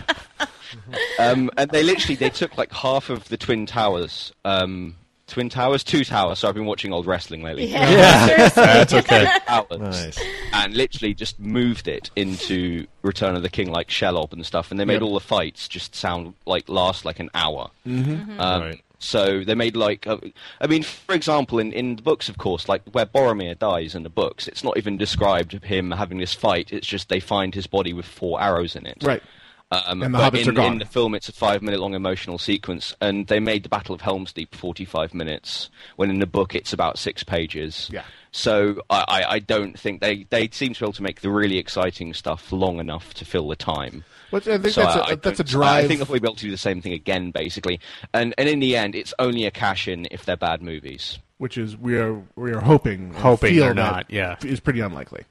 Speaker 24: um, and they literally they took like half of the twin towers. Um, twin towers, two towers. So I've been watching old wrestling lately. Uh,
Speaker 12: Yeah, Yeah. seriously. That's okay.
Speaker 24: Towers, And literally just moved it into Return of the King, like Shelob and stuff. And they made
Speaker 10: Yep.
Speaker 24: all the fights just sound like last like an hour.
Speaker 10: Mhm. Mhm.
Speaker 24: Um, So they made like, uh, I mean, for example, in, in the books, of course, like where Boromir dies in the books, it's not even described him having this fight. It's just they find his body with four arrows in it.
Speaker 4: Right.
Speaker 24: Um,
Speaker 4: And the
Speaker 24: but
Speaker 4: hobbits
Speaker 24: in,
Speaker 4: are gone.
Speaker 24: in the film, it's a five-minute-long emotional sequence, and they made the Battle of Helm's Deep 45 minutes, when in the book it's about six pages.
Speaker 4: Yeah.
Speaker 24: So I, I, I don't think they, they seem to be able to make the really exciting stuff long enough to fill the time.
Speaker 4: Well, I think
Speaker 24: So
Speaker 4: that's a-
Speaker 24: I- I
Speaker 4: that's a
Speaker 24: don't- I- I
Speaker 4: drive-
Speaker 24: think they'll be able to do the same thing again, basically. And and in the end, it's only a cash in if they're bad movies.
Speaker 4: which is we are we are hoping and
Speaker 24: Hoping
Speaker 4: feel
Speaker 24: they're
Speaker 4: that
Speaker 24: not, yeah.
Speaker 4: is pretty unlikely.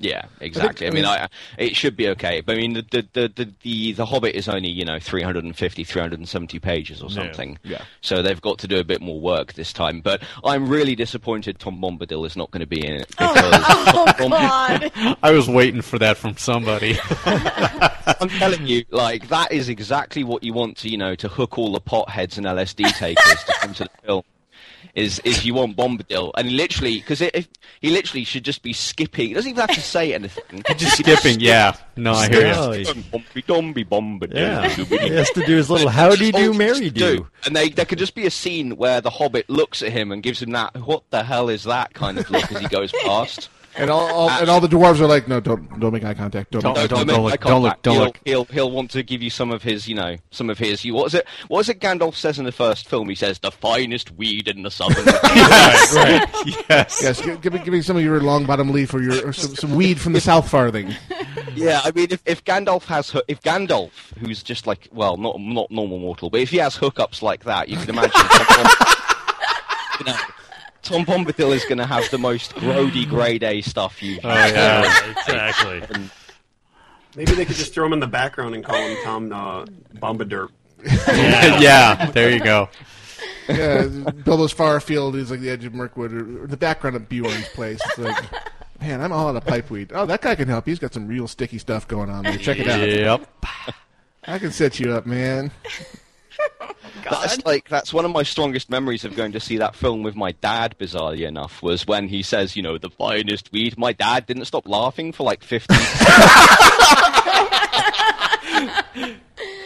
Speaker 24: Yeah, exactly. I, mean, I, it should be okay. But I mean, the the, the, the the the Hobbit is only you know 350, 370 pages or
Speaker 4: Yeah.
Speaker 24: something.
Speaker 4: Yeah.
Speaker 24: So they've got to do a bit more work this time. But I'm really disappointed Tom Bombadil is not going to be in it because Tom- [laughs]
Speaker 7: I was waiting for that from somebody.
Speaker 24: I'm telling you, like that is exactly what you want to, you know, to hook all the potheads and LSD takers to come to the film. Is is you want Bombadil and literally because if he literally should just be skipping, he doesn't even have to say anything.
Speaker 7: Just skipping, yeah. No, I hear
Speaker 24: Skip,
Speaker 7: you.
Speaker 24: skip, Bombi, dombi, bombadil.
Speaker 7: Yeah. [laughs]
Speaker 8: [laughs]
Speaker 7: He has to do his little howdy
Speaker 24: That's all
Speaker 7: do,
Speaker 24: he
Speaker 7: Mary
Speaker 24: has to
Speaker 7: do.
Speaker 24: and they there could just be a scene where the Hobbit looks at him and gives him that "What the hell is that?" kind of look as he goes past.
Speaker 4: And all, all and all the dwarves are like, no, don't don't make eye contact. Don't
Speaker 24: Don't,
Speaker 4: make eye
Speaker 24: don't,
Speaker 4: contact.
Speaker 24: make eye contact. he'll, He'll, he'll want to give you some of his, you know, some of his. You, what is it? What is it? Gandalf says in the first film. He says, "The finest weed in the southern." [laughs]
Speaker 4: right. yes. Yes. Give, give me give me some of your long bottom leaf or your or some, some weed from the south farthing.
Speaker 24: yeah, I mean, if, if Gandalf has hoo- if Gandalf, who's just like well, not not normal mortal, but if he has hookups like that, you can imagine. Tom Bom- you know, Tom Bombadil is going to have the most grody grade A stuff you've.
Speaker 8: Oh, yeah, exactly.
Speaker 24: And-
Speaker 20: [laughs] Maybe they could just throw him in the background and call him Tom uh, Bombadur.
Speaker 7: yeah, there you go.
Speaker 4: [laughs] Yeah, Bilbo's far afield is like the edge of Mirkwood or, or the background of Bjorn's place. It's like, man, I'm all out of pipe weed. Oh, that guy can help. He's got some real sticky stuff going on there. Check it out.
Speaker 7: Yep.
Speaker 4: I can set you up, man.
Speaker 24: That's like that's one of my strongest memories of going to see that film with my dad. Bizarrely enough, was when he says, you know, the finest weed. My dad didn't stop laughing for like fifteen.
Speaker 8: [laughs]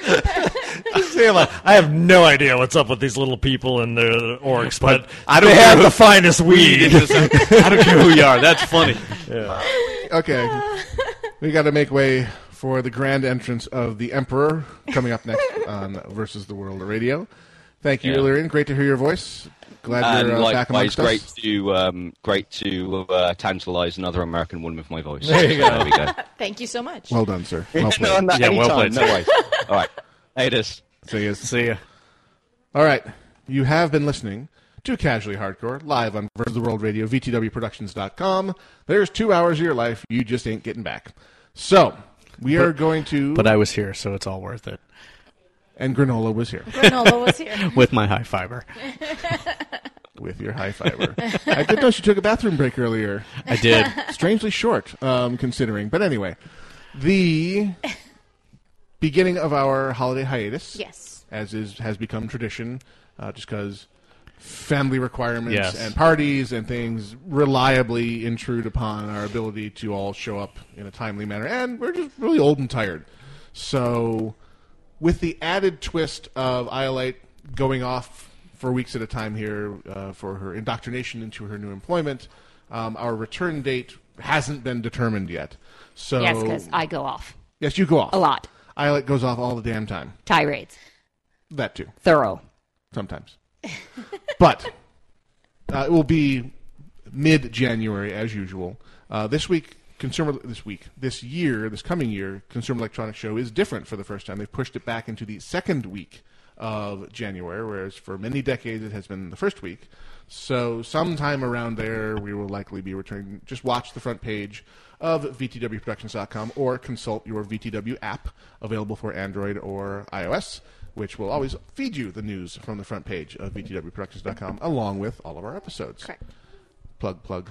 Speaker 8: See, like, I have no idea what's up with these little people and their orcs, but,
Speaker 7: I don't
Speaker 8: they
Speaker 7: care
Speaker 8: have
Speaker 7: who-
Speaker 8: the finest weed.
Speaker 7: I don't care who you are. That's funny.
Speaker 8: [laughs] Yeah.
Speaker 4: Okay, we got to make way for the grand entrance of the Emperor coming up next on Versus the World Radio. Thank you,
Speaker 24: Yeah.
Speaker 4: Illyrian. Great to hear your voice. Glad
Speaker 24: and
Speaker 4: you're uh, back
Speaker 24: likewise,
Speaker 4: amongst us.
Speaker 24: great to um, great to uh, tantalise another American woman with my voice.
Speaker 4: There you go.
Speaker 24: There we go.
Speaker 9: [laughs] Thank you so much.
Speaker 4: Well
Speaker 24: [laughs]
Speaker 4: done, sir.
Speaker 24: No,
Speaker 4: Well played.
Speaker 24: not
Speaker 4: Yeah, well
Speaker 24: anytime, [laughs]
Speaker 4: played,
Speaker 24: No
Speaker 4: sir.
Speaker 24: way. All right. Haters.
Speaker 4: See you.
Speaker 7: See ya.
Speaker 4: All right. You have been listening to Casually Hardcore live on Versus the World Radio, VTWProductions.com. There's two hours of your life you just ain't getting back. So, we are going to.
Speaker 7: But I was here, so it's all worth it.
Speaker 4: And Granola was here.
Speaker 9: Granola was here.
Speaker 7: [laughs] With my high fiber.
Speaker 4: With your high fiber. [laughs] I did notice you took a bathroom break earlier.
Speaker 7: I did.
Speaker 4: [laughs] Strangely short, um, considering. But anyway, the beginning of our holiday hiatus.
Speaker 9: Yes.
Speaker 4: As is has become tradition, uh, just because family requirements
Speaker 7: Yes.
Speaker 4: and parties and things reliably intrude upon our ability to all show up in a timely manner. And we're just really old and tired. So, with the added twist of Iolite going off for weeks at a time here uh, for her indoctrination into her new employment, um, our return date hasn't been determined yet. So,
Speaker 6: yes, because I go off.
Speaker 4: Yes, you go off.
Speaker 6: A lot.
Speaker 4: Iolite goes off all the damn time.
Speaker 6: Tirades.
Speaker 4: That too.
Speaker 6: Thorough.
Speaker 4: Sometimes. [laughs] but uh, it will be mid January as usual. Uh, this week, consumer this week, this year, this coming year, Consumer Electronics Show is different for the first time. They've pushed it back into the second week of January, whereas for many decades it has been the first week. So sometime around there, we will likely be returning. Just watch the front page of VTWProductions.com or consult your VTW app available for Android or iOS, which will always feed you the news from the front page of VTWProductions.com along with all of our episodes. Correct plug plug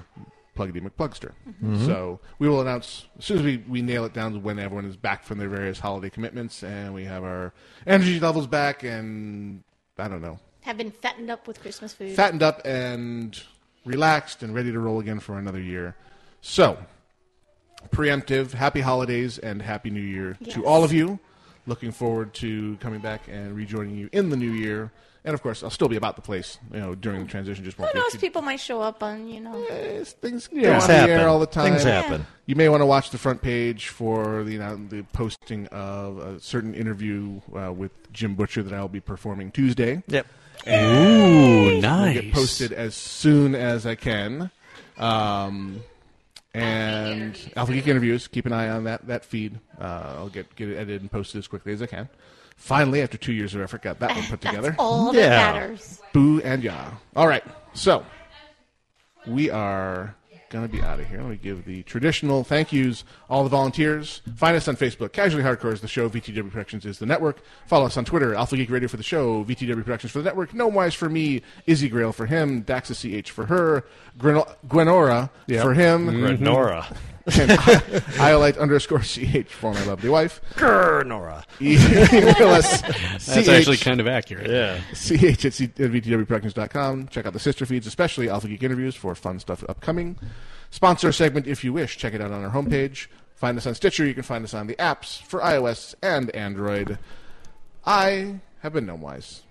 Speaker 4: pluggity McPlugster.
Speaker 10: Mhm.
Speaker 4: So we will announce as soon as we, we nail it down to when everyone is back from their various holiday commitments and we have our energy levels back and I don't know
Speaker 9: Have been fattened up with Christmas food.
Speaker 4: fattened up and relaxed and ready to roll again for another year. So preemptive, happy holidays and happy new year
Speaker 9: Yes.
Speaker 4: to all of you. Looking forward to coming back and rejoining you in the new year. And of course, I'll still be about the place, you know, during the transition. Just won't
Speaker 9: Who
Speaker 4: be-
Speaker 9: knows? People might show up on, you know.
Speaker 4: things
Speaker 9: yeah.
Speaker 4: Go on the air all the time.
Speaker 8: Things happen.
Speaker 4: You may want to watch the front page for the you know, the posting of a certain interview uh, with Jim Butcher that I'll be performing Tuesday.
Speaker 8: Yep.
Speaker 4: And
Speaker 25: Ooh,
Speaker 4: it'll
Speaker 25: nice.
Speaker 4: Get posted as soon as I can. Um, and Alpha Geek interviews. Keep an eye on that that feed. Uh, I'll get get it edited and posted as quickly as I can. Finally, after two years of effort, got that one
Speaker 9: [laughs]
Speaker 4: put together.
Speaker 9: all that Yeah. matters.
Speaker 4: Boo and yah. All right, so we are going to be out of here. Let me give the traditional thank yous. All the volunteers, find us on Facebook. Casually Hardcore is the show. VTW Productions is the network. Follow us on Twitter. Alpha Geek Radio for the show. VTW Productions for the network. Gnomewise for me. Izzy Grail for him. Daxa CH for her. Gren- Gwenora
Speaker 8: Yep.
Speaker 4: for him.
Speaker 8: Grenora.
Speaker 4: And [laughs] Iolite underscore CH for my lovely wife. E-,
Speaker 8: Grenora.
Speaker 4: [laughs] Willis.
Speaker 7: [laughs] That's actually kind of accurate.
Speaker 8: Yeah.
Speaker 4: CH at C- at VTWProductions.com. Check out the sister feeds, especially Alpha Geek interviews for fun stuff upcoming. Sponsor a segment if you wish. Check it out on our homepage. Find us on Stitcher. You can find us on the apps for iOS and Android. I have been Gnomewise.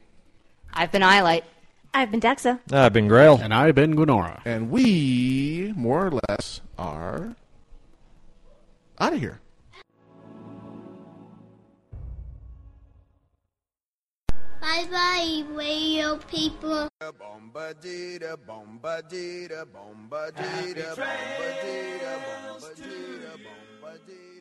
Speaker 6: I've been Eyelight.
Speaker 9: I've been Dexa.
Speaker 8: I've been Grail.
Speaker 7: And I've been Gwenora.
Speaker 4: And we, more or less, are out of here.
Speaker 11: Bye bye, radio people.
Speaker 12: Happy trails to you.